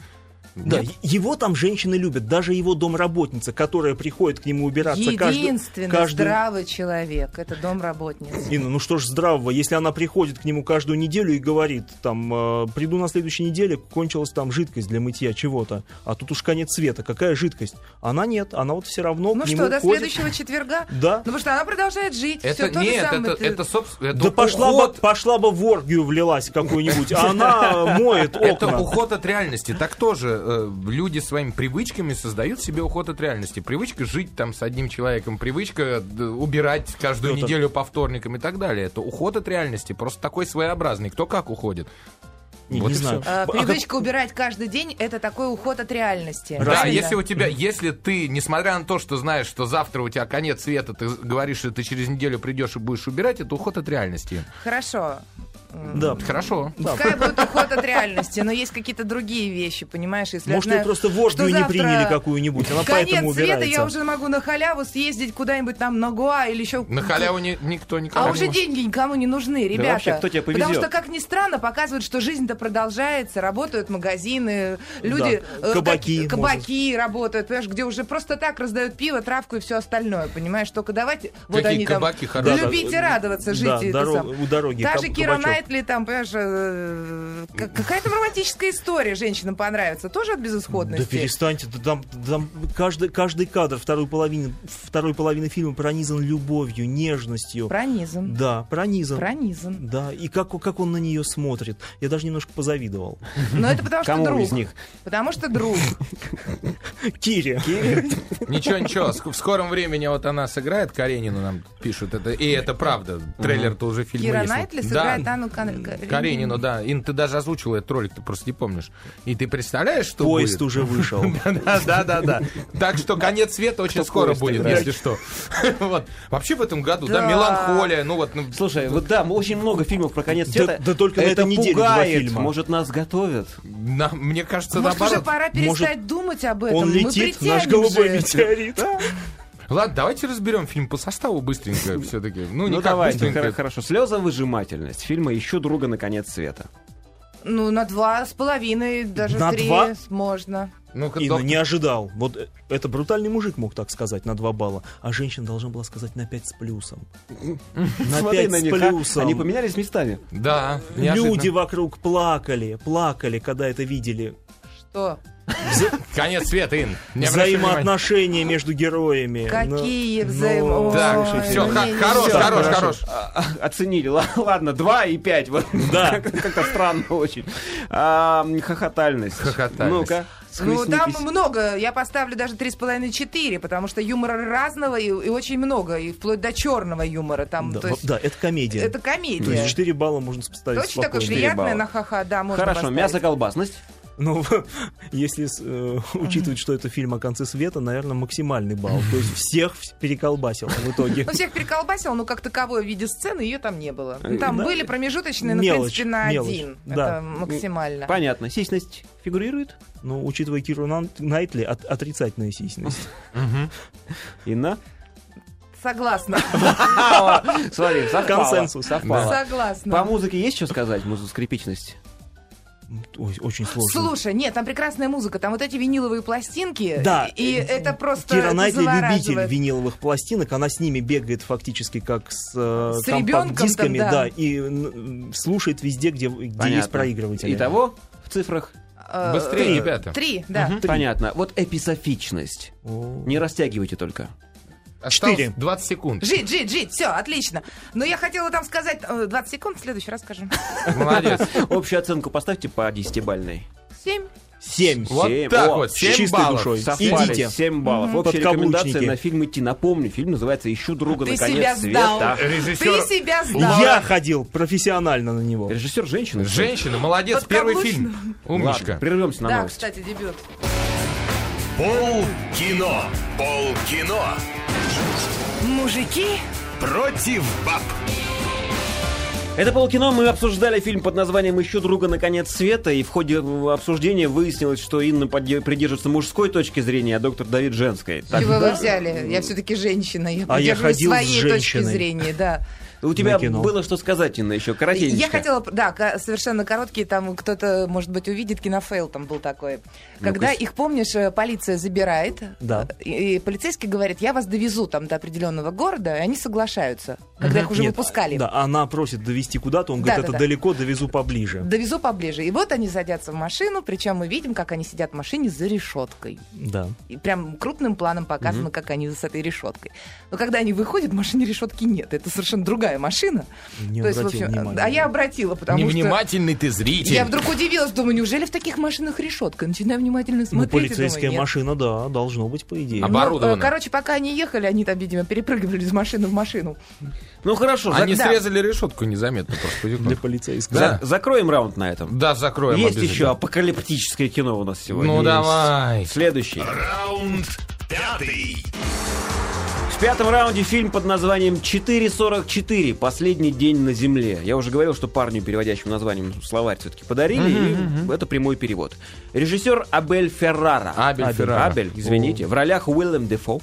Speaker 6: Да,
Speaker 5: Нет?
Speaker 6: е- его там женщины любят, даже его домработница, которая приходит к нему убираться каждый,
Speaker 2: Единственный
Speaker 6: каждую...
Speaker 2: здравый человек это домработница.
Speaker 6: Инна, ну что ж здравого, если она приходит к нему каждую неделю и говорит, там, э, приду на следующей неделе, кончилась там жидкость для мытья чего-то, а тут уж конец света, какая жидкость? Она нет, она вот все равно
Speaker 2: Ну
Speaker 6: к нему
Speaker 2: что, до
Speaker 6: ходит.
Speaker 2: следующего четверга?
Speaker 6: Да.
Speaker 2: Ну, потому что она продолжает жить.
Speaker 5: Это
Speaker 2: все то
Speaker 5: нет,
Speaker 2: же самое.
Speaker 5: это,
Speaker 2: Ты- э,
Speaker 5: это, собственно, это
Speaker 6: Да пошла бы,
Speaker 5: уход.
Speaker 6: пошла бы в оргию влилась какую-нибудь, а она моет
Speaker 5: Это
Speaker 6: окна.
Speaker 5: уход от реальности. Так тоже э, люди своими привычками создают себе уход от реальности. Привычка жить там с одним человеком, привычка д- убирать каждую
Speaker 6: Ну, это-
Speaker 5: неделю по вторникам и так далее. Это уход от реальности, просто такой своеобразный. Кто как уходит?
Speaker 6: Не,
Speaker 5: Вот
Speaker 6: не
Speaker 5: и
Speaker 6: знаю.
Speaker 5: всё.
Speaker 2: Э,
Speaker 6: А как-
Speaker 2: привычка убирать каждый день это такой уход от реальности.
Speaker 5: Да,
Speaker 2: Правильно?
Speaker 5: если у тебя, если ты, несмотря на то, что знаешь, что завтра у тебя конец света, ты говоришь, что ты через неделю придешь и будешь убирать, это уход от реальности.
Speaker 2: Хорошо.
Speaker 6: Да.
Speaker 5: Хорошо.
Speaker 2: Пускай будет уход от реальности, но есть какие-то другие вещи, понимаешь, если я
Speaker 6: Может, ее
Speaker 2: знаю,
Speaker 6: просто в
Speaker 2: Э, что
Speaker 6: оргию не
Speaker 2: завтра
Speaker 6: приняли какую-нибудь, она поэтому
Speaker 2: Конец света,
Speaker 6: убирается.
Speaker 2: я уже могу на халяву съездить куда-нибудь там на Гуа или еще...
Speaker 5: На халяву ни- никто никому.
Speaker 2: А уже деньги никому не нужны, ребята.
Speaker 4: вообще, кто тебя повезет?
Speaker 2: Потому что, как ни странно, показывают, что жизнь-то продолжается, работают магазины, люди... э,
Speaker 6: Да, кабаки,
Speaker 2: так- кабаки работают, понимаешь, где уже просто так раздают пиво, травку и все остальное, понимаешь? Только давайте... вот
Speaker 5: Какие
Speaker 2: они
Speaker 5: кабаки
Speaker 2: там...
Speaker 5: хорошие.
Speaker 2: Любить и
Speaker 6: Да, да,
Speaker 2: радоваться, жить.
Speaker 6: да,
Speaker 2: и это
Speaker 6: дорог-
Speaker 2: сам.
Speaker 6: у дороги
Speaker 2: Та
Speaker 6: каб-
Speaker 2: же Кира
Speaker 6: кабачок.
Speaker 2: Найтли, там, понимаешь, э, к- какая-то романтическая история женщинам понравится. Тоже от
Speaker 6: Да
Speaker 2: безысходности?
Speaker 6: перестаньте, да там, там каждый, каждый кадр второй половины, второй половины фильма пронизан любовью, нежностью.
Speaker 2: Пронизан.
Speaker 6: Да, пронизан.
Speaker 2: Пронизан.
Speaker 6: Да, и как, как он на нее смотрит. Я даже немножко позавидовал.
Speaker 2: Но это потому, что
Speaker 4: Кому
Speaker 2: друг.
Speaker 4: из них?
Speaker 2: Потому что друг.
Speaker 6: Кири.
Speaker 5: Ничего, ничего. ск- В скором времени вот она сыграет, Каренину нам пишут. Это, и это правда. Трейлер-то уже фильм
Speaker 2: Кира
Speaker 6: ну,
Speaker 2: Найтли сыграет Анну Кан-
Speaker 5: Каренину, да. Ин, ты даже озвучил этот ролик, ты просто не помнишь. И ты представляешь, что
Speaker 6: Поезд
Speaker 5: будет?
Speaker 6: уже вышел.
Speaker 5: Да, да, да, да. Так что конец света очень скоро
Speaker 4: поезд
Speaker 5: будет,
Speaker 4: играет?
Speaker 5: если что. Вот. Вообще в этом году, да,
Speaker 2: Да.
Speaker 5: меланхолия, ну вот, ну,
Speaker 4: Слушай, вот да, очень много фильмов про конец света.
Speaker 6: да только на
Speaker 4: это
Speaker 6: этой неделе два
Speaker 4: пугает.
Speaker 6: фильма.
Speaker 4: Может, нас готовят?
Speaker 5: на- мне кажется,
Speaker 2: Может, уже
Speaker 5: наоборот.
Speaker 2: пора перестать думать об этом?
Speaker 6: Он
Speaker 2: Мы
Speaker 6: летит,
Speaker 2: притянем
Speaker 6: наш голубой
Speaker 2: же.
Speaker 6: метеорит.
Speaker 5: Ладно, давайте разберем фильм по составу быстренько все-таки. Ну, не
Speaker 4: Ну,
Speaker 5: как
Speaker 4: давайте, хор-
Speaker 5: быстренько.
Speaker 4: хорошо. Слезовыжимательность фильма «Ищу друга на конец света».
Speaker 2: Ну, на два с половиной, даже
Speaker 6: На
Speaker 2: три
Speaker 6: два?
Speaker 2: можно.
Speaker 5: Ну-ка,
Speaker 6: Инна,
Speaker 5: доктор.
Speaker 6: не ожидал. Вот э, это брутальный мужик мог так сказать на 2 балла, а женщина должна была сказать на 5 с плюсом. На
Speaker 4: Смотри
Speaker 6: 5
Speaker 4: на
Speaker 6: с
Speaker 4: них, а.
Speaker 6: плюсом.
Speaker 4: Они поменялись местами.
Speaker 5: Да, неожиданно.
Speaker 6: Люди вокруг плакали, плакали, когда это видели.
Speaker 2: Что?
Speaker 5: Конец света, Ин. Не обращай внимания.
Speaker 6: Взаимоотношения между героями.
Speaker 2: Какие
Speaker 6: Ну,
Speaker 2: взаимо-
Speaker 6: да.
Speaker 2: Ой,
Speaker 5: Так, все,
Speaker 2: ну, не, не,
Speaker 5: хорош,
Speaker 2: всё,
Speaker 5: хорош,
Speaker 6: хорошо.
Speaker 5: хорош.
Speaker 4: А, а, Оценили. Л- Ладно, 2 и 5.
Speaker 6: Да.
Speaker 4: Как-то странно очень. А, м, Хохотальность.
Speaker 5: Хохотальность.
Speaker 4: Ну-ка,
Speaker 2: Ну, там
Speaker 4: схлестнитесь.
Speaker 2: много. Я поставлю даже 3,5-4, потому что юмора разного и, и очень много, и вплоть до черного юмора. Там,
Speaker 6: Да,
Speaker 2: то
Speaker 6: вот-
Speaker 2: есть,
Speaker 6: да, это комедия.
Speaker 2: это
Speaker 6: То
Speaker 2: комедия.
Speaker 6: есть 4 балла можно
Speaker 2: Это
Speaker 6: поставить
Speaker 2: очень такое
Speaker 6: спокойно.
Speaker 2: приятное
Speaker 4: балла.
Speaker 2: на ха-ха, да, можно
Speaker 4: Хорошо,
Speaker 2: поставить.
Speaker 4: мясо-колбасность.
Speaker 6: Ну, если с- э, учитывать, что это фильм о конце света, наверное, максимальный балл. То есть всех вс- переколбасил в итоге.
Speaker 2: Ну, всех переколбасил, но как таковой в виде сцены ее там не было. Ну, там
Speaker 6: Э, Да.
Speaker 2: были промежуточные, но, в
Speaker 6: Мелочь,
Speaker 2: принципе, на
Speaker 6: мелочь,
Speaker 2: один.
Speaker 6: да.
Speaker 2: Это максимально.
Speaker 4: Понятно. Сисьность фигурирует.
Speaker 6: Ну, учитывая Киру Нан- Найтли, от- отрицательная сисьность.
Speaker 4: Инна.
Speaker 2: Согласна.
Speaker 4: Смотри, совпало.
Speaker 6: Консенсус.
Speaker 4: Совпало.
Speaker 2: Согласна.
Speaker 4: По музыке есть что сказать? Музыскрипичность.
Speaker 6: Ой, очень сложно.
Speaker 2: Слушай, нет, там прекрасная музыка, там вот эти виниловые пластинки.
Speaker 6: Да. э,
Speaker 2: И это просто
Speaker 6: Кира Найтли любитель
Speaker 2: завораживает.
Speaker 6: виниловых пластинок, она с ними бегает фактически как с, э,
Speaker 2: С ребенком там,
Speaker 6: компакт-дисками,
Speaker 2: да.
Speaker 6: и м, слушает везде, где, где есть проигрыватели.
Speaker 4: Итого в цифрах.
Speaker 2: Э,
Speaker 5: Быстрее, ребята.
Speaker 2: Три, да.
Speaker 4: Понятно. Вот эписофичность. Не растягивайте только.
Speaker 5: Осталось
Speaker 6: Четыре.
Speaker 5: 20 секунд.
Speaker 2: Жить, жить, жить, все, отлично. Но я хотела там сказать э, 20 секунд, в следующий раз скажем.
Speaker 5: Молодец.
Speaker 4: Общую оценку поставьте по 10-бальной.
Speaker 2: Семь.
Speaker 6: Семь.
Speaker 5: Вот
Speaker 4: Семь.
Speaker 5: так
Speaker 4: О,
Speaker 5: вот,
Speaker 6: с
Speaker 5: 7
Speaker 6: чистой
Speaker 5: баллов.
Speaker 6: душой.
Speaker 4: Совпали.
Speaker 6: Идите.
Speaker 4: 7 баллов. Общая
Speaker 6: Подкаблучники.
Speaker 4: рекомендация на фильм идти. Напомню, фильм называется «Ищу друга
Speaker 2: Ты
Speaker 4: на конец
Speaker 2: себя сдал.
Speaker 4: света».
Speaker 2: Ты
Speaker 5: Режиссер.
Speaker 2: себя сдал.
Speaker 6: Я ходил профессионально на него.
Speaker 4: Э, Режиссер женщина.
Speaker 5: Женщина, молодец, первый фильм.
Speaker 4: Ладно,
Speaker 5: Умничка.
Speaker 4: прервемся на
Speaker 2: Да,
Speaker 4: новости.
Speaker 2: кстати, дебют.
Speaker 3: Пол кино. Пол кино.
Speaker 2: Мужики
Speaker 3: Против баб.
Speaker 4: Это полкино. Мы обсуждали фильм под названием «Ищу друга на конец света», и в ходе э, обсуждения выяснилось, что Инна подде- придерживается мужской точки зрения, а доктор Давид женской. Так,
Speaker 2: Чего вы взяли? Я все-таки женщина. Я
Speaker 6: А я
Speaker 2: придерживаюсь
Speaker 6: ходил с
Speaker 2: своей точки
Speaker 6: женщиной.
Speaker 2: зрения, да.
Speaker 4: у тебя
Speaker 6: на кино.
Speaker 4: было что сказать, Инна, еще коротенько.
Speaker 2: Я хотела, да, ко- совершенно короткие, там кто-то, может быть, увидит, кинофейл там был такой. Когда их, помнишь, э, полиция забирает,
Speaker 6: Ну, Да.
Speaker 2: э, и, и полицейский говорит, я вас довезу там до определенного города, и они соглашаются, когда их уже
Speaker 6: Нет,
Speaker 2: выпускали.
Speaker 6: Да, она просит довести куда-то, он
Speaker 2: Да,
Speaker 6: говорит,
Speaker 2: да,
Speaker 6: это
Speaker 2: да.
Speaker 6: далеко, довезу поближе.
Speaker 2: Довезу поближе. И вот они садятся в машину, причем мы видим, как они сидят в машине за решеткой.
Speaker 6: Да.
Speaker 2: И прям крупным планом показано, как они с этой решеткой. Но когда они выходят, в машине решетки нет. Это совершенно другая машина.
Speaker 6: Не обратил внимания.
Speaker 2: а я обратила, потому что...
Speaker 5: Невнимательный ты зритель.
Speaker 2: Я вдруг удивилась, думаю, неужели в таких машинах решетка? Начинаю внимательно
Speaker 6: Ну,
Speaker 2: смотреть. и думаю,
Speaker 6: полицейская
Speaker 2: нет.
Speaker 6: машина, да, должно быть, по идее.
Speaker 5: А
Speaker 2: Ну,
Speaker 5: Оборудована.
Speaker 2: э, короче, пока они ехали, они там, видимо, перепрыгивали из машины в машину.
Speaker 4: Ну хорошо, зак-
Speaker 5: Они
Speaker 2: да.
Speaker 5: срезали решетку незаметно просто. потихоньку.
Speaker 6: Для полицейского.
Speaker 5: Да.
Speaker 4: за- закроем раунд на этом.
Speaker 5: Да, закроем.
Speaker 4: Есть еще
Speaker 5: обязательно.
Speaker 4: апокалиптическое кино у нас сегодня.
Speaker 5: Ну
Speaker 4: Есть.
Speaker 5: давай.
Speaker 4: Следующий.
Speaker 3: Раунд пятый.
Speaker 4: В пятом раунде фильм под названием «444. Последний день на земле». Я уже говорил, что парню, переводящему названием словарь, все-таки подарили, и это прямой перевод. Режиссер Абель Феррара.
Speaker 5: Абель Феррара.
Speaker 4: Абель, извините. В ролях Уиллем Дефо,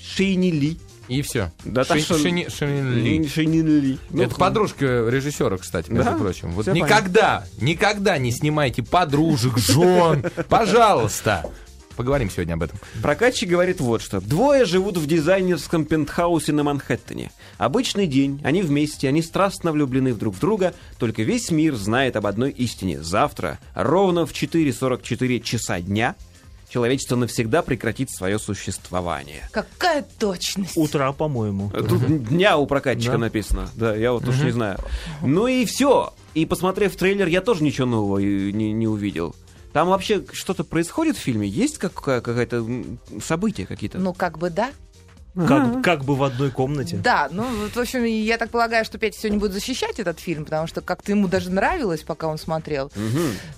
Speaker 4: Шейни Ли.
Speaker 5: И все.
Speaker 4: Да так что-
Speaker 5: Шинели.
Speaker 4: Шейни Ли. Ну,
Speaker 5: Это подружка режиссера, кстати, между
Speaker 4: Да?
Speaker 5: прочим. Вот
Speaker 4: Всё
Speaker 5: никогда, никогда не снимайте подружек, жен. Пожалуйста. Поговорим сегодня об этом.
Speaker 4: Прокатчик говорит вот что. Двое живут в дизайнерском пентхаусе на Манхэттене. Обычный день, они вместе, они страстно влюблены в друг в друга, только весь мир знает об одной истине. Завтра, ровно в 4.44 часа дня, человечество навсегда прекратит свое существование.
Speaker 2: Какая точность!
Speaker 6: Утра, по-моему.
Speaker 4: Э, Тут дня у прокатчика написано. Да, я вот уж не знаю. Ну и все. И посмотрев трейлер, я тоже ничего нового и не, не увидел. Там вообще что-то происходит в фильме? Есть какая- какая-то м, события какие-то?
Speaker 2: Ну, как бы да.
Speaker 6: Как, как бы в одной комнате.
Speaker 2: Да, ну, вот, в общем, я так полагаю, что Петя сегодня будет защищать этот фильм, потому что как-то ему даже нравилось, пока он смотрел.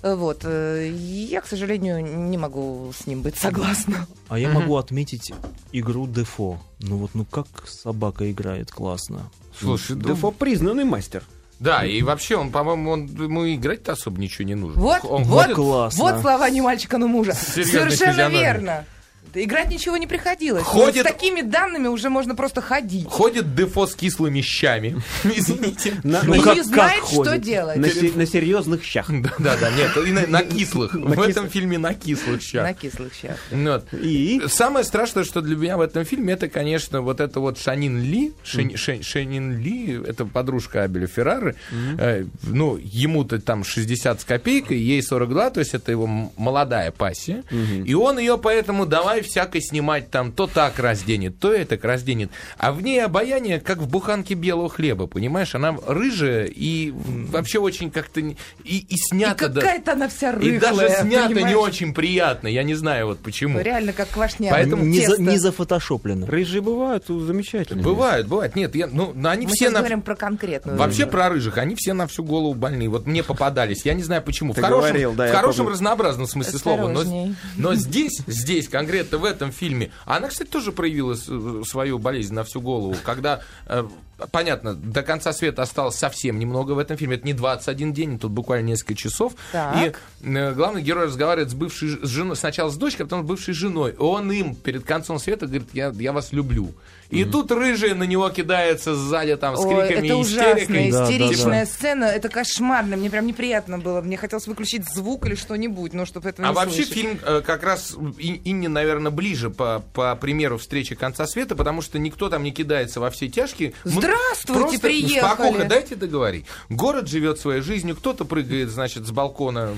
Speaker 2: Э, Вот. э, Я, к сожалению, не могу с ним быть согласна.
Speaker 6: А я могу отметить игру Дефо. Ну вот, ну как собака играет классно.
Speaker 5: Слушай, ну,
Speaker 4: Дефо признанный мастер.
Speaker 5: да, и вообще, он, по-моему, он, ему играть-то особо ничего не нужно.
Speaker 2: Вот,
Speaker 5: он
Speaker 2: вот,
Speaker 5: ходит-
Speaker 6: классно.
Speaker 2: вот слова не мальчика, но мужа.
Speaker 5: серьезной
Speaker 2: Совершенно
Speaker 5: физиономией.
Speaker 2: верно. Да Играть ничего не приходилось.
Speaker 5: Ходит-
Speaker 2: Вот С такими данными уже можно просто ходить.
Speaker 5: Ходит Дефо с кислыми щами. Извините.
Speaker 4: На,
Speaker 6: Ну,
Speaker 2: и
Speaker 6: как-
Speaker 2: не
Speaker 6: как
Speaker 2: знает, что
Speaker 6: ходит?
Speaker 2: делать.
Speaker 4: на се- на серьезных щах.
Speaker 5: Да-да-да, нет, и на, на кислых. В этом фильме на кислых
Speaker 2: На
Speaker 5: щах.
Speaker 2: кислых щах.
Speaker 5: Ну, вот.
Speaker 4: И
Speaker 5: Самое страшное, что для меня в этом фильме, это, конечно, вот это вот Шанин Ли. Шен- Шен- Шанин Ли, это подружка Абеля Феррары. Э, ну, ему-то там 60 с копейкой, ей 42, то есть это его м- молодая пассия. И он ее поэтому давай всякой снимать там, то так разденет, то это разденет. А в ней обаяние, как в буханке белого хлеба, понимаешь? Она рыжая и вообще очень как-то... не- И, и
Speaker 2: И
Speaker 5: снята... да-
Speaker 2: какая-то она вся рыхлая.
Speaker 5: и даже снято не
Speaker 2: понимаешь?
Speaker 5: очень приятно. Я не знаю вот почему.
Speaker 2: Ну, Реально, как квашня. Ну,
Speaker 5: Поэтому
Speaker 6: не, за,
Speaker 2: Тесто.
Speaker 6: не зафотошоплено.
Speaker 4: рыжие бывают замечательно.
Speaker 5: Бывает, бывает. Нет, я, ну, на- они
Speaker 2: Мы
Speaker 5: все
Speaker 2: сейчас
Speaker 5: на...
Speaker 2: говорим про конкретную.
Speaker 5: Вообще про рыжих, они все на всю голову больные. Вот мне попадались. Я не знаю почему.
Speaker 4: Ты
Speaker 5: в хорошем,
Speaker 4: говорил, да,
Speaker 5: в
Speaker 4: я
Speaker 5: хорошем
Speaker 4: помню.
Speaker 5: разнообразном смысле слова. Но,
Speaker 2: Осторожней.
Speaker 5: но здесь, здесь, конкретно в этом фильме, она, кстати, тоже проявила с- свою болезнь на всю голову, когда э, понятно, до конца света осталось совсем немного в этом фильме. Это не 21 день, тут буквально несколько часов.
Speaker 2: Так.
Speaker 5: И э, главный герой разговаривает с бывшей ж- с женой, сначала с дочкой, а потом с бывшей женой. Он им перед концом света говорит, я, я вас люблю. И тут рыжая на него кидается сзади там с
Speaker 2: Ой,
Speaker 5: криками
Speaker 2: это
Speaker 5: и
Speaker 2: ужасная
Speaker 5: истерикой.
Speaker 6: Да, да,
Speaker 2: истеричная сцена. Это кошмарно. Мне прям неприятно было. Мне хотелось выключить звук или что-нибудь, но чтобы этого
Speaker 5: А
Speaker 2: не
Speaker 5: вообще
Speaker 2: слышать.
Speaker 5: фильм э, как раз И- Инне, наверное, ближе по, по примеру встречи конца света, потому что никто там не кидается во все тяжкие. М-
Speaker 2: Здравствуйте,
Speaker 5: просто-
Speaker 2: приехали.
Speaker 5: Спокойно, дайте договорить. Город живет своей жизнью, кто-то прыгает, значит, с балкона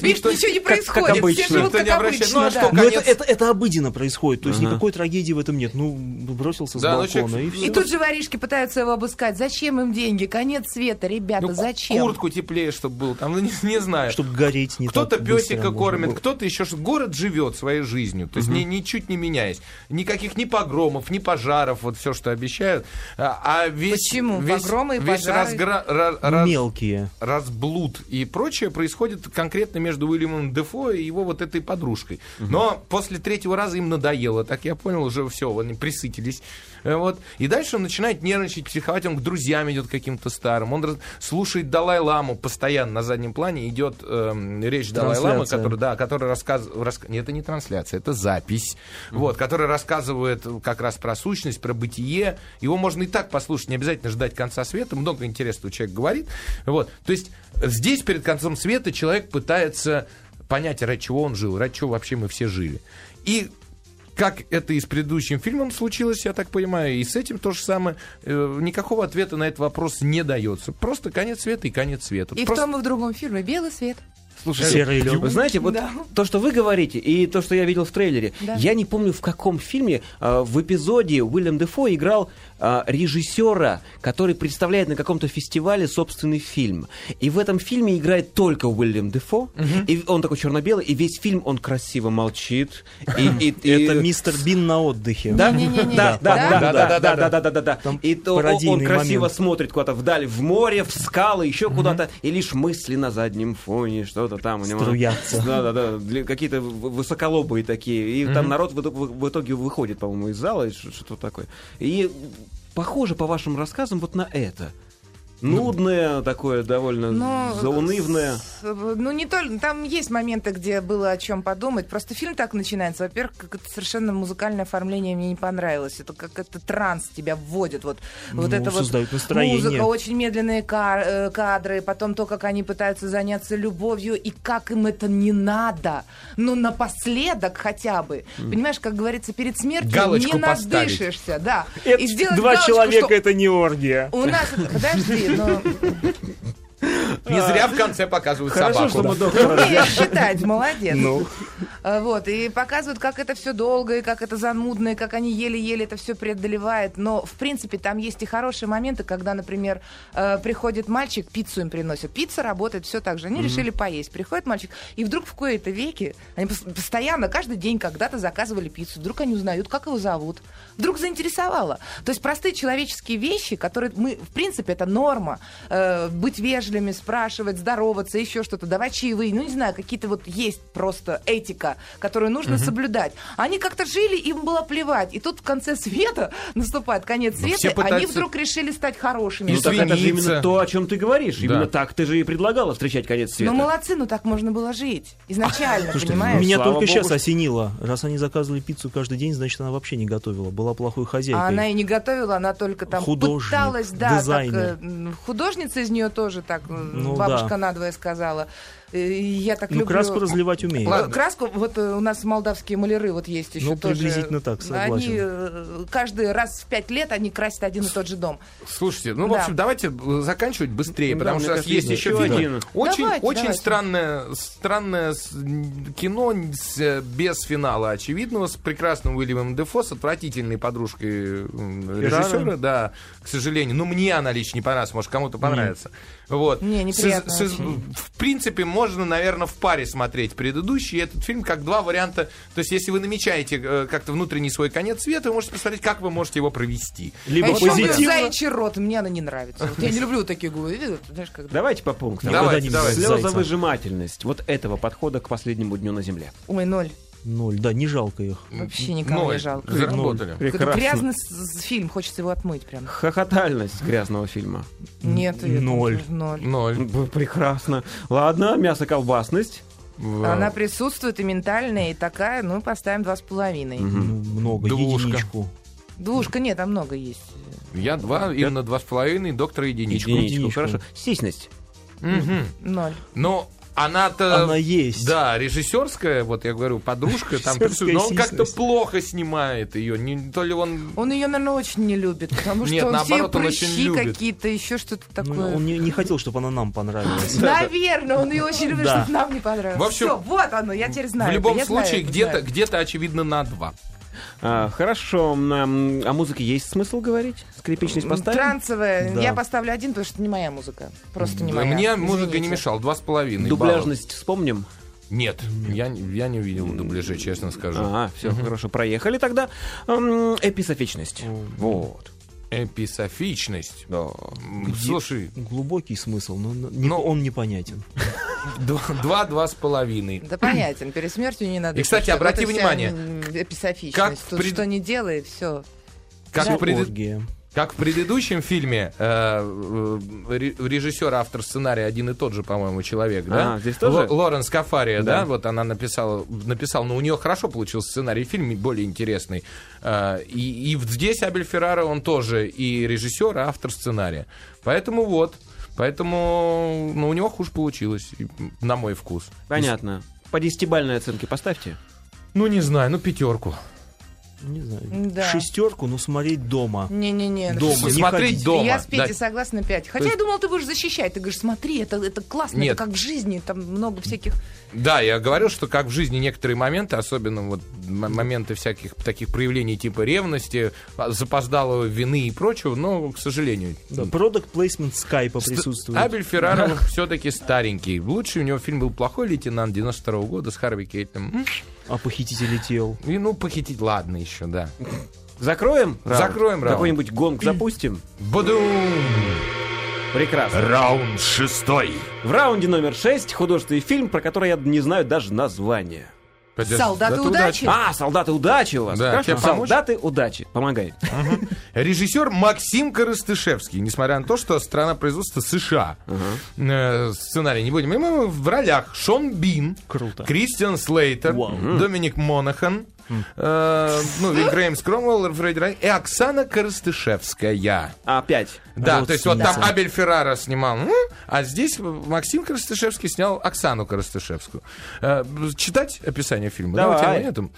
Speaker 2: Видишь, ничего не происходит.
Speaker 4: обычно.
Speaker 2: Все живут
Speaker 5: Никто
Speaker 2: как
Speaker 5: не обращает.
Speaker 2: обычно,
Speaker 5: Ну, а
Speaker 2: да.
Speaker 5: что,
Speaker 6: Но это,
Speaker 5: конец.
Speaker 6: это, это обыденно происходит, то есть никакой трагедии в этом нет. Ну, бросился
Speaker 5: Да, ну,
Speaker 6: с балкона
Speaker 5: человек-
Speaker 6: и все.
Speaker 2: И тут же воришки пытаются его обыскать. Зачем им деньги? Конец света, ребята,
Speaker 5: Ну,
Speaker 2: зачем?
Speaker 5: Куртку теплее, чтобы был. Там, ну, не, не знаю.
Speaker 6: чтобы гореть не
Speaker 5: Кто-то
Speaker 6: так быстро
Speaker 5: песика
Speaker 6: можно
Speaker 5: кормит,
Speaker 6: было.
Speaker 5: кто-то еще что- город живет своей жизнью, то есть ни- ничуть не меняясь, никаких ни погромов, ни пожаров, вот все, что обещают, а, а весь
Speaker 2: Почему?
Speaker 5: весь,
Speaker 2: Погромы и
Speaker 5: весь
Speaker 2: пожары?
Speaker 5: разгра- ра- раз-
Speaker 6: Мелкие.
Speaker 5: разблуд и прочее происходит конкретно между Уильямом Дефо и его вот этой подружкой. Но после третьего раза им надоело, так я понял, уже все, они присытились. Э, Вот. И дальше он начинает нервничать, психовать, он к друзьям идет к каким-то старым, он раз- слушает Далай-Ламу постоянно на заднем плане, идет эм, речь Далай-Ламы,
Speaker 6: Трансляция.
Speaker 5: который, да, который рассказывает... Нет, это не трансляция, это запись, вот, которая рассказывает как раз про сущность, про бытие. Его можно и так послушать, не обязательно ждать конца света, много интересного человек говорит. Вот. То есть здесь перед концом света человек пытается понять, ради чего он жил, ради чего вообще мы все жили. И как это и с предыдущим фильмом случилось, я так понимаю, и с этим то же самое. Э, Никакого ответа на этот вопрос не дается. Просто конец света и конец света.
Speaker 2: И в
Speaker 5: Просто- Э,
Speaker 2: том и в другом фильме белый свет.
Speaker 4: Слушай,
Speaker 6: Серый лёд.
Speaker 4: Вы знаете, вот
Speaker 2: Да.
Speaker 4: то, что вы говорите, и то, что я видел в трейлере,
Speaker 2: Да.
Speaker 4: я не помню, в каком фильме э, в эпизоде Уильям Дефо играл э, режиссера, который представляет на каком-то фестивале собственный фильм. И в этом фильме играет только Уильям Дефо, и он такой черно-белый, и весь фильм он красиво молчит. и- и- и-
Speaker 6: Это мистер Бин на отдыхе.
Speaker 4: да?
Speaker 2: Не-не-не.
Speaker 4: Да, да,
Speaker 2: Да?
Speaker 4: да, да, да, да, да, да, да, да.
Speaker 6: Там
Speaker 4: И то он- он
Speaker 6: пародийный
Speaker 4: красиво
Speaker 6: момент.
Speaker 4: смотрит куда-то вдаль, в море, в скалы, еще куда-то, и лишь мысли на заднем фоне, что-то там у него.
Speaker 6: Струятся.
Speaker 4: Да, да, да, для- какие-то в- высоколобые такие. И там народ в итог- в в итоге выходит, по-моему, из зала, и ш- что-то такое. И похоже, по вашим рассказам, вот на это. Нудное такое,
Speaker 5: Э,
Speaker 4: довольно
Speaker 2: Но-
Speaker 4: заунывное.
Speaker 2: С- Ну, не только. Там есть моменты, где было о чем подумать. Просто фильм так начинается. Во-первых, как это совершенно музыкальное оформление мне не понравилось. Это как это транс тебя вводит. Вот, вот
Speaker 6: Ну,
Speaker 2: это вот
Speaker 6: создают настроение.
Speaker 2: музыка, очень медленные ка- э, кадры, потом то, как они пытаются заняться любовью и как им это не надо. Ну, напоследок хотя бы. Понимаешь, как говорится, перед смертью
Speaker 5: Галочку
Speaker 2: не
Speaker 5: поставить.
Speaker 2: надышишься. Да.
Speaker 6: Это
Speaker 2: сделать
Speaker 6: два
Speaker 2: галочку,
Speaker 6: человека
Speaker 2: что
Speaker 6: это не оргия.
Speaker 2: У нас... это- Подожди, но...
Speaker 5: Не зря в конце показывают
Speaker 4: Хорошо,
Speaker 5: собаку.
Speaker 4: что мы доктора.
Speaker 2: Умеешь считать, молодец.
Speaker 6: Ну.
Speaker 2: А, Вот, и показывают, как это все долго, и как это занудно, и как они еле-еле это все преодолевают. Но, в принципе, там есть и хорошие моменты, когда, например, э, приходит мальчик, пиццу им приносят. Пицца работает все так же. Они решили поесть. Приходит мальчик, и вдруг в кои-то веки, они пос- постоянно, каждый день когда-то заказывали пиццу. Вдруг они узнают, как его зовут. Вдруг заинтересовало. То есть простые человеческие вещи, которые мы, в принципе, это норма. Э, быть вежливыми, спрашивать, здороваться, еще что-то, давать чаевые. Ну, не знаю, какие-то вот есть просто этика, которую нужно соблюдать. Они как-то жили, им было плевать. И тут в конце света наступает конец
Speaker 5: Ну,
Speaker 2: света,
Speaker 5: все
Speaker 2: они
Speaker 5: пытаются-
Speaker 2: вдруг решили стать хорошими.
Speaker 5: И
Speaker 4: Ну так это же
Speaker 5: извиниться.
Speaker 4: именно то, о чем ты говоришь. Именно
Speaker 5: Да.
Speaker 4: так ты же и предлагала встречать конец света.
Speaker 2: Ну, молодцы, ну так можно было жить. Изначально,
Speaker 6: Слушайте,
Speaker 2: понимаешь?
Speaker 6: меня
Speaker 4: Слава
Speaker 6: только
Speaker 4: богу,
Speaker 6: сейчас
Speaker 4: что-
Speaker 6: осенило. Раз они заказывали пиццу каждый день, значит, она вообще не готовила. Была плохой хозяйкой.
Speaker 2: А она и не готовила, она только там
Speaker 6: Художник,
Speaker 2: пыталась, да, так,
Speaker 6: дизайнер.
Speaker 2: э, м, художница из нее тоже так, э,
Speaker 6: Ну
Speaker 2: бабушка
Speaker 6: да.
Speaker 2: надвое сказала. Э, и Я так
Speaker 6: Ну,
Speaker 2: люблю.
Speaker 6: краску разливать умеет.
Speaker 5: Ладно.
Speaker 2: Э, Краску, вот э, у нас молдавские маляры вот есть еще
Speaker 6: Ну,
Speaker 2: тоже.
Speaker 6: приблизительно так, согласен.
Speaker 2: Они э, каждый раз в пять лет они красят один и тот же дом.
Speaker 5: Слушайте, ну,
Speaker 2: Да.
Speaker 5: в общем, давайте э, заканчивать быстрее,
Speaker 4: Да,
Speaker 5: потому
Speaker 4: мне
Speaker 5: что у нас
Speaker 4: кажется,
Speaker 5: есть
Speaker 4: есть
Speaker 5: еще
Speaker 4: еще
Speaker 5: фильмы.
Speaker 4: один.
Speaker 5: Очень,
Speaker 2: Давайте,
Speaker 5: очень
Speaker 2: давайте.
Speaker 5: странное, странное с- н- кино с, э, без финала очевидного, с прекрасным Уильямом Дефо, с отвратительной подружкой м, режиссера, да, к сожалению. Ну, мне она лично не понравилась, может, кому-то понравится. Вот.
Speaker 2: Не, неприятно
Speaker 5: С- с-
Speaker 2: очень.
Speaker 5: в принципе, можно, наверное, в паре смотреть предыдущий и этот фильм как два варианта. То есть, если вы намечаете э, как-то внутренний свой конец света, вы можете посмотреть, как вы можете его провести.
Speaker 2: а
Speaker 6: Либо
Speaker 2: еще у нее
Speaker 6: позитивно.
Speaker 2: заячий рот, мне она не нравится. Вот я не люблю такие губы. Знаешь, когда...
Speaker 4: Давайте по пунктам.
Speaker 5: Давайте,
Speaker 6: Никогда не
Speaker 5: давайте.
Speaker 6: без зайца.
Speaker 4: Слезовыжимательность вот этого подхода к последнему дню на Земле.
Speaker 2: Ой, ноль.
Speaker 6: Ноль, да, не жалко их.
Speaker 2: Вообще никому
Speaker 5: Ноль.
Speaker 2: не жалко.
Speaker 5: Заработали.
Speaker 2: Какой-то
Speaker 4: Прекрасно.
Speaker 2: грязный с- с- фильм, хочется его отмыть прям.
Speaker 4: Хохотальность грязного фильма.
Speaker 2: Нет, я там
Speaker 6: Ноль.
Speaker 2: тоже Ноль.
Speaker 5: Ноль.
Speaker 4: Б- Прекрасно. Ладно, мясо-колбасность.
Speaker 5: э,
Speaker 2: Она присутствует и ментальная, и такая, ну, поставим два с половиной.
Speaker 6: Ну, много,
Speaker 5: Двушка.
Speaker 6: единичку.
Speaker 2: Двушка, нет, там много есть.
Speaker 5: Я два, Инна два с половиной, доктор единичку.
Speaker 4: Единичку.
Speaker 6: Единичку.
Speaker 4: Хорошо. Сисность.
Speaker 5: Мгм.
Speaker 2: Ноль.
Speaker 5: Ну, она-то...
Speaker 6: Она есть.
Speaker 5: Да, режиссерская, вот я говорю, подружка, там, присутствует, но он
Speaker 6: Режиссерская
Speaker 5: как-то
Speaker 6: сисность.
Speaker 5: плохо снимает ее, не, то ли он...
Speaker 2: Он ее, наверное, очень не любит, потому что
Speaker 5: Нет,
Speaker 2: он
Speaker 5: наоборот,
Speaker 2: все
Speaker 5: он очень
Speaker 2: прыщи
Speaker 5: любит.
Speaker 2: какие-то, еще что-то
Speaker 6: Ну,
Speaker 2: такое.
Speaker 6: он не, не хотел, чтобы она нам понравилась.
Speaker 2: Наверное, он ее очень любит,
Speaker 6: Да.
Speaker 2: чтобы нам не понравилось.
Speaker 5: В общем,
Speaker 2: Всё, вот оно, я теперь знаю.
Speaker 5: в
Speaker 2: это,
Speaker 5: любом
Speaker 2: я знаю
Speaker 5: случае,
Speaker 2: это,
Speaker 5: где-то,
Speaker 2: знаю.
Speaker 5: где-то, очевидно, на два.
Speaker 4: А, хорошо. Нам- О музыке есть смысл говорить? Скрипичность поставим?
Speaker 2: Трансовая.
Speaker 6: Да.
Speaker 2: Я поставлю один, потому что не моя музыка. Просто не моя.
Speaker 5: Мне музыка не
Speaker 2: Извините.
Speaker 5: мешала, два с половиной балла.
Speaker 4: Дубляжность вспомним?
Speaker 5: Нет, я, не- я не увидел дубляжей, честно скажу.
Speaker 4: Ага, все, хорошо, проехали тогда. М, Эписофичность. Вот.
Speaker 5: Эписофичность.
Speaker 4: Да.
Speaker 5: М, Слушай,
Speaker 6: Глубокий смысл, но, но не-
Speaker 5: Но-
Speaker 6: он непонятен.
Speaker 5: два, два, два с половиной.
Speaker 2: Да понятен, перед смертью не надо.
Speaker 5: И, кстати,
Speaker 2: Вот
Speaker 5: обрати
Speaker 2: вся,
Speaker 5: внимание,
Speaker 2: м, эписофичность.
Speaker 5: как в
Speaker 2: Тут
Speaker 5: пред-
Speaker 2: что не делай, все.
Speaker 5: Как в, пред-
Speaker 6: Оргия.
Speaker 5: Как в предыдущем фильме э, э, ре- режиссер, автор сценария один и тот же, по-моему, человек, да?
Speaker 4: А, здесь тоже?
Speaker 5: Л- Лоренс Кафария, да?
Speaker 4: Да.
Speaker 5: Вот она написала, написала, но у нее хорошо получился сценарий, фильм более интересный. Э, и, и в- здесь Абель Феррара, он тоже и режиссер, и автор сценария. Поэтому вот, поэтому ну, у него хуже получилось, и, м, на мой вкус.
Speaker 4: Понятно. По десятибальной оценке поставьте.
Speaker 5: Ну, не знаю, ну, пятерку.
Speaker 6: Не знаю.
Speaker 2: Да.
Speaker 6: Шестерку, но смотреть дома.
Speaker 2: Не-не-не.
Speaker 5: Дома,
Speaker 2: всё.
Speaker 6: не
Speaker 5: смотреть
Speaker 6: ходите.
Speaker 5: дома.
Speaker 2: Я с Петей
Speaker 5: Да.
Speaker 2: согласна 5. Хотя я
Speaker 5: есть-
Speaker 2: думала, ты будешь защищать. Ты говоришь, смотри, это, это классно,
Speaker 5: Нет.
Speaker 2: это как в жизни, там много всяких...
Speaker 5: Да, я говорил, что как в жизни некоторые моменты, особенно вот м- моменты всяких таких проявлений типа ревности, а, запоздалого вины и прочего, но, к сожалению.
Speaker 6: Продукт плейсмент скайпа присутствует.
Speaker 5: Абель Феррара все-таки старенький. Лучший у него фильм был «Плохой лейтенант» 92 года с Харви Кейтом. М,
Speaker 6: А похитители тел.
Speaker 5: И, ну, похитить, ладно еще, да.
Speaker 4: Закроем? раунд?
Speaker 5: Закроем раунд.
Speaker 4: Какой-нибудь гонг запустим?
Speaker 5: Бадум!
Speaker 4: Прекрасно.
Speaker 3: Раунд шестой.
Speaker 4: В раунде номер 6 художественный фильм, про который я не знаю даже название.
Speaker 5: Подожди,
Speaker 2: Солдаты
Speaker 5: да ты
Speaker 2: удачи.
Speaker 4: А, солдаты удачи у вас.
Speaker 5: Да,
Speaker 4: Хорошо,
Speaker 5: тебе помочь?
Speaker 4: солдаты удачи. Помогай.
Speaker 5: Режиссер Максим Коростышевский, несмотря на то, что страна производства США. Э, Сценарий не будем. И мы в ролях Шон Бин,
Speaker 6: Круто.
Speaker 5: Кристиан Слейтер,
Speaker 6: Вау.
Speaker 5: Доминик Монахан, э, ну, и Грэм Скромвелл, Фредди Рай и Оксана Коростышевская.
Speaker 4: А, 5.
Speaker 5: Да, то есть вот там
Speaker 6: Родственница.
Speaker 5: Абель Феррара снимал, м, а здесь Максим Коростышевский снял Оксану Коростышевскую. Э, Читать описание фильма? Да, у тебя
Speaker 4: Давай.
Speaker 5: нету?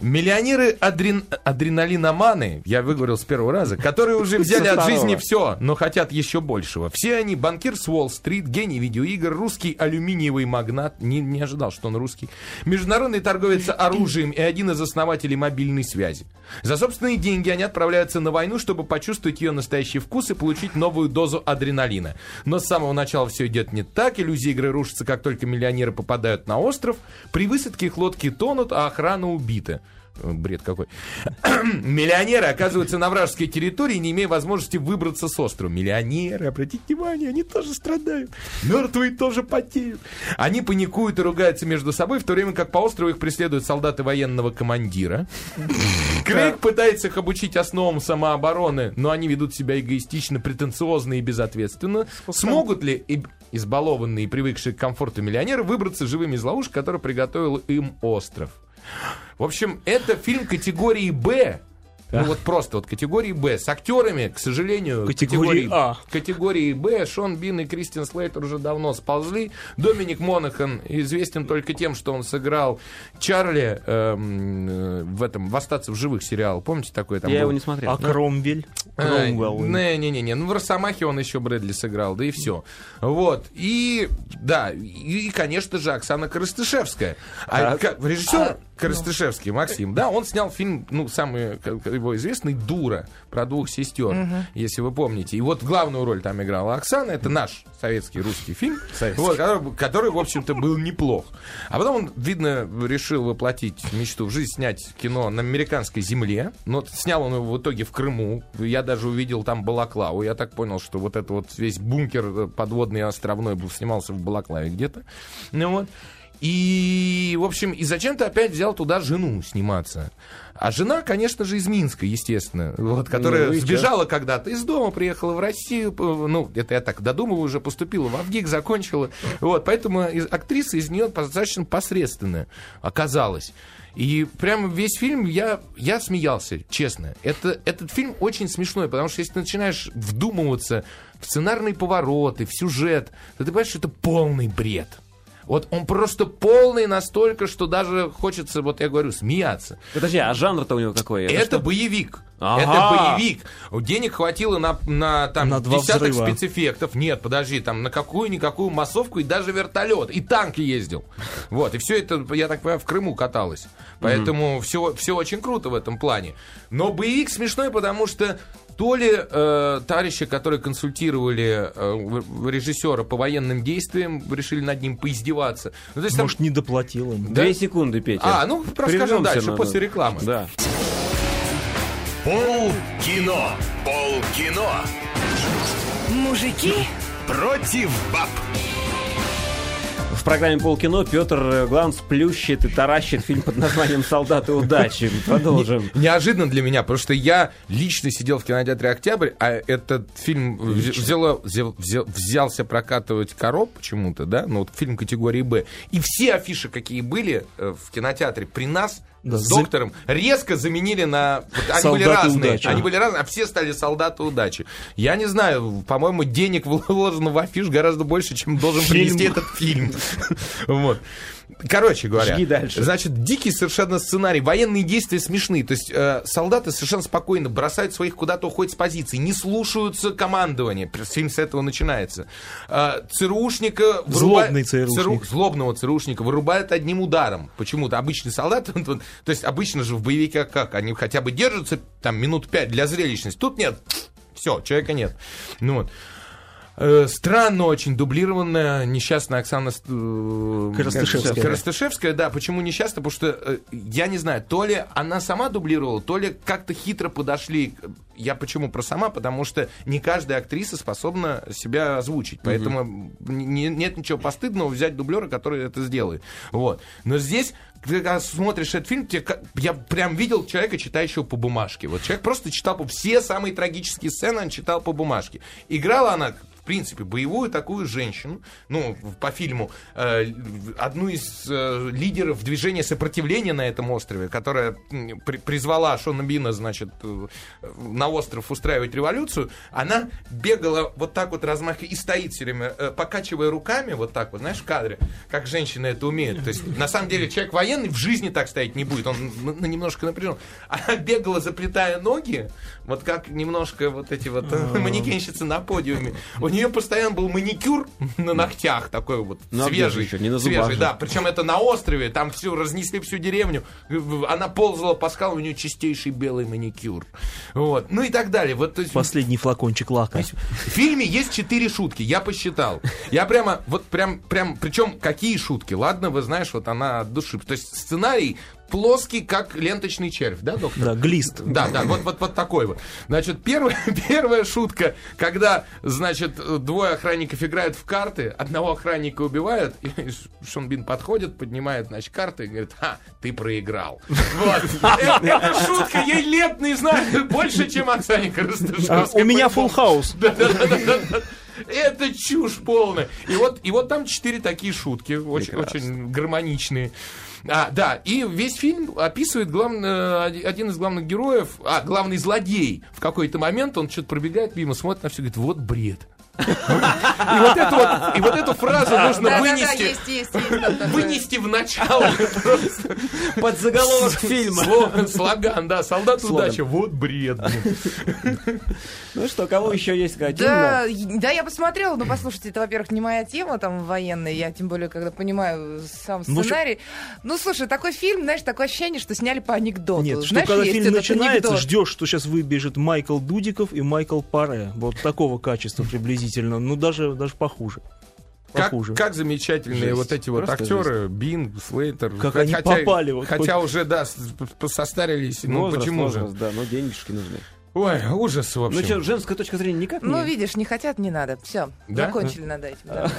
Speaker 5: Миллионеры адрен... адреналиноманы, я выговорил с первого раза, которые уже взяли
Speaker 4: Со
Speaker 5: от
Speaker 4: второго.
Speaker 5: жизни все, но хотят еще большего. Все они банкир с Уолл-стрит, гений видеоигр, русский алюминиевый магнат, не, не ожидал, что он русский, международный торговец оружием и один из основателей мобильной связи. За собственные деньги они отправляются на войну, чтобы почувствовать ее настоящий вкус и получить новую дозу адреналина. Но с самого начала все идет не так, иллюзии игры рушатся, как только миллионеры попадают на остров, при высадке их лодки тонут, а охрана убита. Э, Бред какой. Миллионеры оказываются на вражеской территории, не имея возможности выбраться с острова. Миллионеры, обратите внимание, они тоже страдают. Мертвые тоже потеют. Они паникуют и ругаются между собой, в то время как по острову их преследуют солдаты военного командира. Крейг пытается их обучить основам самообороны, но они ведут себя эгоистично, претенциозно и безответственно. Смогут ли и- избалованные и привыкшие к комфорту миллионеры выбраться живыми из ловушек, которую приготовил им остров? В общем, это фильм категории «Б». Ну вот просто вот категории «Б». С актерами, к сожалению,
Speaker 6: Категории «А».
Speaker 5: Категории «Б» Шон Бин и Кристин Слейтер уже давно сползли. Доминик Монахан известен только тем, что он сыграл Чарли эм, э, в этом «В остаться в живых» сериал. Помните такой там
Speaker 4: Я
Speaker 5: был?
Speaker 4: его не смотрел.
Speaker 6: А Кромвель?
Speaker 5: Э,
Speaker 6: Кромвелл.
Speaker 5: Не-не-не, ну в Росомахе он еще Брэдли сыграл, да и все. Вот, и, да, и, и, конечно же, Оксана Коростышевская. А, ка- режиссер Коростышевский, Максим, да, он снял фильм, ну, самый как его известный, «Дура», про двух сестер, если вы помните. И вот главную роль там играла Оксана, это наш советский русский фильм, вот, который, который, в общем-то, был неплох. А потом он, видно, решил воплотить мечту в жизнь, снять кино на американской земле, но снял он его в итоге в Крыму, я даже увидел там Балаклаву, я так понял, что вот этот вот весь бункер э, подводный и островной был, снимался в Балаклаве где-то, ну вот. И, в общем, и зачем-то опять взял туда жену сниматься. А жена, конечно же, из Минска, естественно, вот, которая
Speaker 4: Ну и чё?
Speaker 5: сбежала когда-то из дома, приехала в Россию, п- ну, это я так додумываю, уже поступила в Авгик, закончила. Вот, поэтому из- актриса из нее достаточно посредственная оказалась. И прям весь фильм я, я смеялся, честно. Это, этот фильм очень смешной, потому что если ты начинаешь вдумываться в сценарные повороты, в сюжет, то ты понимаешь, что это полный бред. Вот он просто полный настолько, что даже хочется, вот я говорю, смеяться.
Speaker 4: Подожди, а жанр-то у него какой?
Speaker 5: Это,
Speaker 4: что?
Speaker 5: боевик.
Speaker 4: Ага.
Speaker 5: Это боевик. Денег хватило на, на, там,
Speaker 6: На два
Speaker 5: десяток
Speaker 6: взрыва.
Speaker 5: спецэффектов. Нет, подожди, там на какую-никакую массовку и даже вертолет. И танки ездил. Вот, и все это, я так понимаю, в Крыму каталось. Поэтому все, все очень круто в этом плане. Но боевик смешной, потому что то ли э, товарищи, которые консультировали э, в- в режиссера по военным действиям, решили над ним поиздеваться. Ну, то есть там-
Speaker 6: Может, не доплатил им.
Speaker 4: Две
Speaker 5: да?
Speaker 4: секунды, Петя.
Speaker 5: А, ну, расскажем
Speaker 4: Прервёмся
Speaker 5: дальше,
Speaker 4: надо.
Speaker 5: после рекламы.
Speaker 4: Да.
Speaker 3: Пол кино. Пол кино.
Speaker 7: Мужики
Speaker 3: Против баб.
Speaker 4: В программе «Полкино» Петр Гланс плющит и таращит фильм под названием «Солдаты удачи». Продолжим.
Speaker 5: Неожиданно для меня, потому что я лично сидел в кинотеатре «Октябрь», а этот фильм вз- взяло- взял- взял- взялся прокатывать «Короб» почему-то, да? Ну, вот фильм категории «Б». И все афиши, какие были э, в кинотеатре при нас
Speaker 6: Да,
Speaker 5: с
Speaker 6: за-
Speaker 5: доктором, резко заменили на... вот они
Speaker 6: «Солдаты
Speaker 5: были разные.
Speaker 6: удачи».
Speaker 5: Они были разные, а все стали «Солдаты удачи». Я не знаю, по-моему, денег вложено в афиш гораздо больше, чем должен принести этот фильм. Вот. Короче говоря,
Speaker 4: Жги дальше.
Speaker 5: Значит, дикий совершенно сценарий. Военные действия смешные. То есть э, солдаты совершенно спокойно бросают своих куда-то уходят с позиции. Не слушаются командования. Пр- Фильм с этого начинается. Э, ЦРУшника... выруба-
Speaker 6: Злобный ЦРУшник.
Speaker 5: ЦРУ злобного ЦРУшника вырубают одним ударом. Почему-то обычный солдат... он- он- то есть обычно же в боевиках как? Они хотя бы держатся там минут пять для зрелищности. Тут нет. Все, человека нет. Ну вот. Э, Странно очень дублированная несчастная Оксана Ст- э,
Speaker 6: Коростышевская.
Speaker 5: Коростышевская. Коростышевская, да. Почему несчастная? Потому что, э, я не знаю, то ли она сама дублировала, то ли как-то хитро подошли. к- Я почему про сама? Потому что не каждая актриса способна себя озвучить. Поэтому н- не- нет ничего постыдного взять дублера, который это сделает. Вот. Но здесь ты когда смотришь этот фильм, тебе ка- я прям видел человека, читающего по бумажке. Вот человек просто читал по... Все самые трагические сцены он читал по бумажке. Играла она, в принципе, боевую такую женщину, ну, в- по фильму, э, в- одну из э, лидеров движения сопротивления на этом острове, которая м, при- призвала Шона Бина, значит, э, на остров устраивать революцию, она бегала вот так вот размахивая и стоит все время, э, покачивая руками вот так вот, знаешь, в кадре, как женщины это умеют. То есть, на самом деле, человек военный в жизни так стоять не будет, он н- н- немножко напряжен. Она бегала, заплетая ноги, вот как немножко вот эти вот
Speaker 4: А.
Speaker 5: э, манекенщицы на подиуме. У нее постоянно был маникюр на ногтях, такой вот
Speaker 4: Ну, а где же
Speaker 5: свежий.
Speaker 4: еще? Не на зубах
Speaker 5: свежий,
Speaker 4: же.
Speaker 5: да. Причем это на острове, там всю разнесли всю деревню. Э, Она ползала по скалам, у нее чистейший белый маникюр. Вот. Ну и так далее. Вот, то есть,
Speaker 6: Последний флакончик лака.
Speaker 5: в фильме есть четыре шутки, я посчитал. Я прямо, вот прям, прям, причем какие шутки? Ладно, вы знаешь, вот она от души. То есть сценарий плоский, как ленточный червь, да, доктор?
Speaker 6: Да, глист.
Speaker 5: Да, да, вот, вот, вот такой вот. Значит, первая, первая шутка, когда, значит, двое охранников играют в карты, одного охранника убивают, и Шон Бин подходит, поднимает, значит, карты и говорит, ха, ты проиграл. Вот. Э, Эта шутка, ей лет, не знаю, больше, чем Оксане
Speaker 6: А,
Speaker 5: Коростышевской.
Speaker 6: У меня full хаус.
Speaker 5: Да-да-да-да-да. Это чушь полная. И вот, и вот там четыре такие шутки, очень, очень гармоничные. А, да, и весь фильм описывает главн- э, оди- один из главных героев, а, главный злодей. В какой-то момент он что-то пробегает мимо, смотрит на все и говорит, вот бред. И вот эту, вот, и вот эту фразу нужно
Speaker 2: Да-да-да,
Speaker 5: вынести,
Speaker 2: есть, есть, есть. да, да, да.
Speaker 5: вынести в начало. просто.
Speaker 4: Под заголовок фильма.
Speaker 5: Слоган, слоган, да, солдат удачи, вот бред. блин.
Speaker 4: Ну что, кого еще есть сказать?
Speaker 2: Да, и- да, я посмотрела, но послушайте, это, во-первых, не моя тема, там, военная, я тем более, когда понимаю сам
Speaker 6: Ну,
Speaker 2: сценарий. Ну, слушай, такой фильм, знаешь, такое ощущение, что сняли по анекдоту.
Speaker 6: Нет, что
Speaker 2: Знаешь,
Speaker 6: когда
Speaker 2: есть
Speaker 6: фильм
Speaker 2: этот
Speaker 6: начинается,
Speaker 2: анекдот.
Speaker 6: ждешь, что сейчас выбежит Майкл Дудиков и Майкл Паре. Вот такого качества приблизительно. Ну, даже, даже похуже.
Speaker 5: Как,
Speaker 6: Похуже.
Speaker 5: как замечательные
Speaker 4: Жесть.
Speaker 5: вот эти вот
Speaker 4: Просто
Speaker 5: актеры, Бин, Слейтер.
Speaker 6: Как
Speaker 5: Хо-
Speaker 6: они попали вот
Speaker 5: хотя уже, да, с- п- п- состарились. Ну, почему же?
Speaker 4: да, но денежки нужны.
Speaker 5: Ой, ужас, в
Speaker 4: Ну
Speaker 5: общем.
Speaker 4: что, женская точка зрения никак
Speaker 2: Ну,
Speaker 4: не...
Speaker 2: видишь, не хотят, не надо. Все,
Speaker 5: Да?
Speaker 2: закончили над этим. да.
Speaker 5: Да,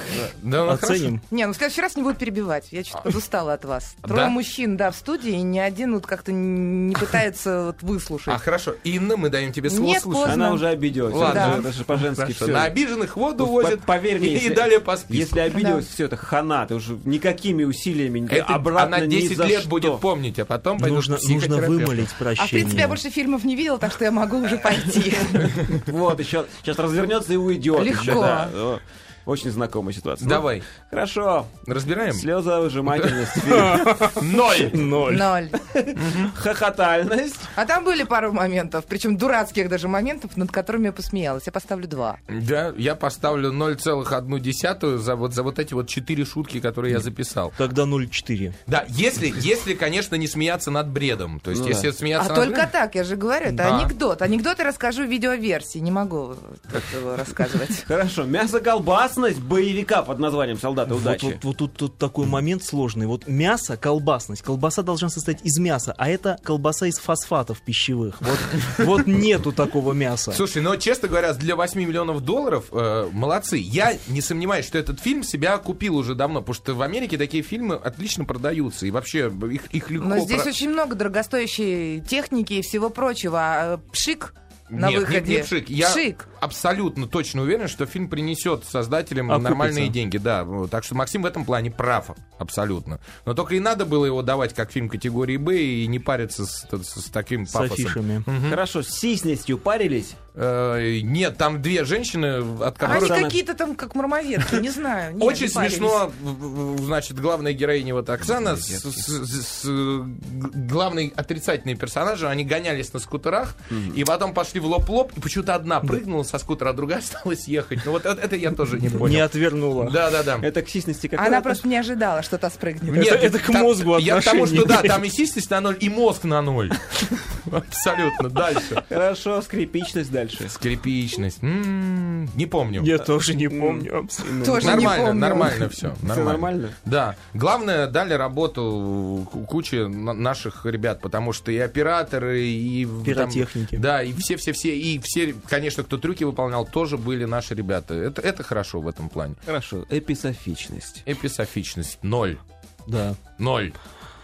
Speaker 5: ну,
Speaker 6: Оценим.
Speaker 2: Не, ну в следующий раз не буду перебивать. Я чуть подустала от вас.
Speaker 5: А. Да?
Speaker 2: Трое мужчин, да, в студии, и ни один вот как-то не пытается вот
Speaker 5: хорошо. А
Speaker 2: выслушать.
Speaker 5: хорошо, Инна, мы даем тебе слово.
Speaker 2: Нет,
Speaker 5: слушай.
Speaker 2: поздно.
Speaker 4: Она уже обиделась.
Speaker 5: Ладно.
Speaker 4: это же-
Speaker 5: Да.
Speaker 4: Это же по-женски
Speaker 5: Хорошо,
Speaker 4: всё.
Speaker 5: На обиженных воду
Speaker 4: По-
Speaker 5: возят.
Speaker 4: Поверь мне,
Speaker 5: и,
Speaker 4: если-
Speaker 5: далее по списку.
Speaker 4: Если обиделась,
Speaker 2: Да.
Speaker 4: все это хана, ты уже никакими усилиями не
Speaker 5: Это
Speaker 4: обратно
Speaker 5: она
Speaker 4: ни
Speaker 5: 10
Speaker 4: за
Speaker 5: лет
Speaker 4: что.
Speaker 5: будет помнить, а потом пойдет
Speaker 6: Нужно,
Speaker 5: к
Speaker 6: нужно
Speaker 5: психотерапевту.
Speaker 6: вымолить прощение.
Speaker 2: А в принципе, я больше фильмов не видела, так что я могу уже пойти.
Speaker 4: Вот, еще сейчас развернется и уйдет.
Speaker 2: Легко.
Speaker 4: Ещё, да. О, Очень знакомая ситуация. Ну,
Speaker 5: Давай.
Speaker 4: Хорошо.
Speaker 5: Разбираем?
Speaker 4: Слезовыжимательность, фильм.
Speaker 5: Ноль!
Speaker 6: Ноль.
Speaker 2: Ноль.
Speaker 4: хохотальность.
Speaker 2: А там были пару моментов, причем дурацких даже моментов, над которыми я посмеялась. Я поставлю два.
Speaker 5: Да, я поставлю 0,1 за вот, за вот эти вот четыре шутки, которые я записал.
Speaker 6: Тогда 0,4.
Speaker 5: Да, если, если, конечно, не смеяться над бредом. То есть,
Speaker 4: Ну
Speaker 5: если
Speaker 4: да.
Speaker 5: смеяться
Speaker 2: А
Speaker 5: над
Speaker 2: только так, я же говорю, это
Speaker 5: Да.
Speaker 2: анекдот. Анекдот я расскажу в видеоверсии, не могу этого рассказывать.
Speaker 4: Хорошо. Мясо-колбасность боевика под названием «Солдаты
Speaker 6: Вот,
Speaker 4: удачи».
Speaker 6: вот, вот тут, тут такой момент сложный. Вот мясо, колбасность. Колбаса должна состоять из мяса, а это колбаса из фосфатов пищевых. Вот, вот нету такого мяса.
Speaker 5: Слушай, но, честно говоря, для 8 миллионов долларов э, молодцы. Я не сомневаюсь, что этот фильм себя купил уже давно, потому что в Америке такие фильмы отлично продаются, и вообще э, их, их легко...
Speaker 2: Но здесь
Speaker 5: про-
Speaker 2: очень много дорогостоящей техники и всего прочего. А, э, Пшик на
Speaker 5: Нет,
Speaker 2: выходе.
Speaker 5: Нет, нет, пшик. Я
Speaker 2: Пшик.
Speaker 5: абсолютно точно уверен, что фильм принесет создателям
Speaker 6: Окупится.
Speaker 5: нормальные деньги. Да, Вот, так что Максим в этом плане прав абсолютно. Но только и надо было его давать как фильм категории Б и не париться с, с- с таким
Speaker 6: С
Speaker 5: пафосом.
Speaker 6: афишами.
Speaker 4: Хорошо. С сиснестью парились.
Speaker 5: Э, нет, там две женщины, от
Speaker 2: А Они
Speaker 5: которых...
Speaker 4: Которая-
Speaker 2: какие-то там как мурмаведки, не знаю. не,
Speaker 5: Очень
Speaker 2: не парились.
Speaker 5: смешно, в- в- значит, главная героиня вот Оксана с, с- с- с, э, г- главный отрицательный персонажем, они гонялись на скутерах, и потом пошли в лоб-лоб, и почему-то одна прыгнула со скутера, а другая осталась ехать. Ну вот это- это я тоже не
Speaker 6: Не
Speaker 5: понял.
Speaker 6: отвернула.
Speaker 5: Да-да-да.
Speaker 4: Это к сисности какая
Speaker 2: Она просто не ожидала, что та спрыгнет.
Speaker 5: Нет,
Speaker 6: это к
Speaker 5: там-
Speaker 6: мозгу
Speaker 5: Я к тому,
Speaker 6: отношение
Speaker 5: что да,
Speaker 6: имеет.
Speaker 5: там и систость на ноль, и мозг на ноль. Абсолютно. Дальше.
Speaker 4: Хорошо. Скрипичность дальше.
Speaker 5: Скрипичность. М, М-м, Не помню.
Speaker 6: Я тоже не помню.
Speaker 2: Тоже не
Speaker 5: ну, нормально,
Speaker 2: помню.
Speaker 5: нормально все. Нормально.
Speaker 4: нормально?
Speaker 5: Да. Главное, дали работу ку- куче на- наших ребят, потому что и операторы, и... там-
Speaker 6: Пиротехники.
Speaker 5: да, и все-все-все, и все, конечно, кто трюки выполнял, тоже были наши ребята. Это, это хорошо в этом плане.
Speaker 4: Хорошо. Эписофичность.
Speaker 5: Эписофичность. Ноль.
Speaker 6: Да.
Speaker 5: Ноль.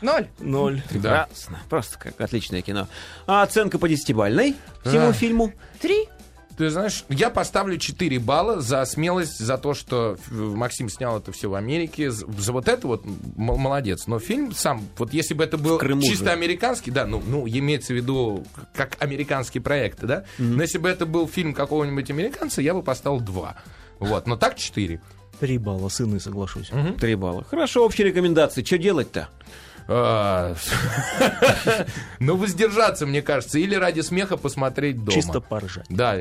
Speaker 2: Ноль.
Speaker 6: Ноль.
Speaker 5: Да.
Speaker 4: Прекрасно. Просто как отличное кино. А оценка по десятибальной всему
Speaker 5: А.
Speaker 4: фильму?
Speaker 2: Три.
Speaker 5: Ты знаешь, я поставлю 4 балла за смелость, за то, что э, Максим снял это все в Америке. За за вот это вот м- молодец. Но фильм сам, вот если бы это был
Speaker 4: Крыму
Speaker 5: чисто
Speaker 4: же.
Speaker 5: американский, да, ну, ну, имеется в виду как американский проект, да. Но если бы это был фильм какого-нибудь американца, я бы поставил 2. Вот, но так 4.
Speaker 6: Три балла, сыны, соглашусь.
Speaker 4: Три балла. Хорошо. Общие рекомендации. Что делать-то?
Speaker 5: А, Ну, воздержаться, мне кажется, или ради смеха посмотреть дома.
Speaker 6: Чисто поржать.
Speaker 5: Да.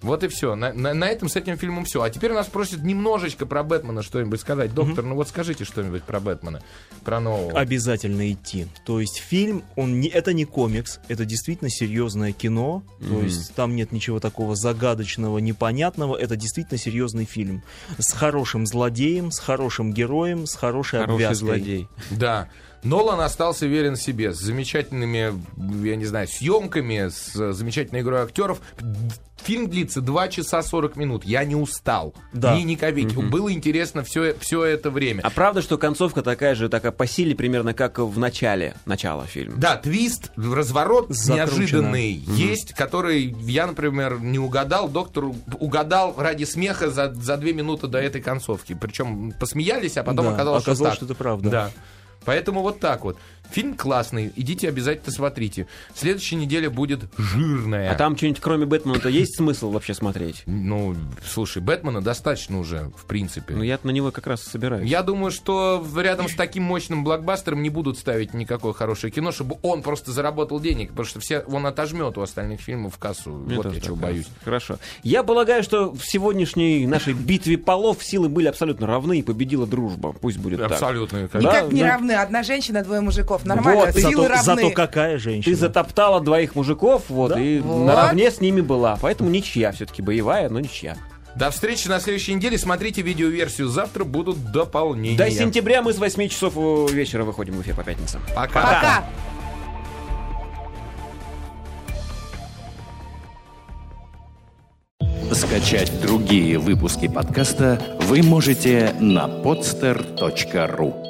Speaker 5: Вот и все. На, на- на этом с этим фильмом все. А теперь нас просят немножечко про Бэтмена что-нибудь сказать. Доктор, ну вот скажите что-нибудь про Бэтмена, про нового.
Speaker 6: А Обязательно идти. То есть фильм, он не, это не комикс, это действительно серьезное кино. То есть там нет ничего такого загадочного, непонятного. Это действительно серьезный фильм с хорошим злодеем, с хорошим героем, с хорошей
Speaker 4: Хороший
Speaker 6: обвязкой.
Speaker 4: злодей.
Speaker 5: Да. Нолан остался верен себе с замечательными, я не знаю, съемками, с э, замечательной игрой актеров. Фильм длится 2 часа 40 минут. Я не устал.
Speaker 6: Да.
Speaker 5: Ни, ни копейки. Было интересно все, все это время.
Speaker 4: А правда, что концовка такая же, такая по силе примерно, как в начале, начала фильма?
Speaker 5: Да, твист, разворот
Speaker 6: Закручено.
Speaker 5: неожиданный есть, который я, например, не угадал. Доктор у- угадал ради смеха за, за две минуты до этой концовки. Причем посмеялись, а потом
Speaker 6: Да,
Speaker 5: оказалось, что
Speaker 6: оказалось,
Speaker 5: так.
Speaker 6: что это правда.
Speaker 5: Да. Поэтому вот так вот. Фильм классный, идите обязательно смотрите. Следующая неделя будет жирная.
Speaker 4: А там что-нибудь кроме Бэтмена-то есть смысл вообще смотреть?
Speaker 5: Ну, слушай, Бэтмена достаточно уже, в принципе.
Speaker 4: Ну, я на него как раз и собираюсь.
Speaker 5: Я думаю, что в- рядом с таким мощным блокбастером не будут ставить никакое хорошее кино, чтобы он просто заработал денег, потому что все он отожмет у остальных фильмов кассу.
Speaker 4: Мне
Speaker 5: вот
Speaker 4: тоже
Speaker 5: я
Speaker 4: так
Speaker 5: чего
Speaker 4: кажется.
Speaker 5: боюсь.
Speaker 4: Хорошо. Я полагаю, что в сегодняшней нашей битве полов силы были абсолютно равны и победила дружба. Пусть будет так.
Speaker 5: Абсолютно. как-
Speaker 4: Да,
Speaker 2: Никак не
Speaker 4: да.
Speaker 2: равны. Одна женщина, двое мужиков. Нормально,
Speaker 4: Вот,
Speaker 2: силы
Speaker 6: Зато,
Speaker 2: равны.
Speaker 6: зато какая женщина.
Speaker 4: Ты затоптала двоих мужиков, вот, и
Speaker 2: Вот.
Speaker 4: наравне с ними была. Поэтому ничья все-таки боевая, но ничья.
Speaker 5: До встречи на следующей неделе. Смотрите видеоверсию. Завтра будут дополнения.
Speaker 4: До сентября мы с 8 часов э, вечера выходим в эфир по пятницам.
Speaker 5: Пока.
Speaker 2: Пока.
Speaker 3: Скачать другие выпуски подкаста вы можете на podster.ru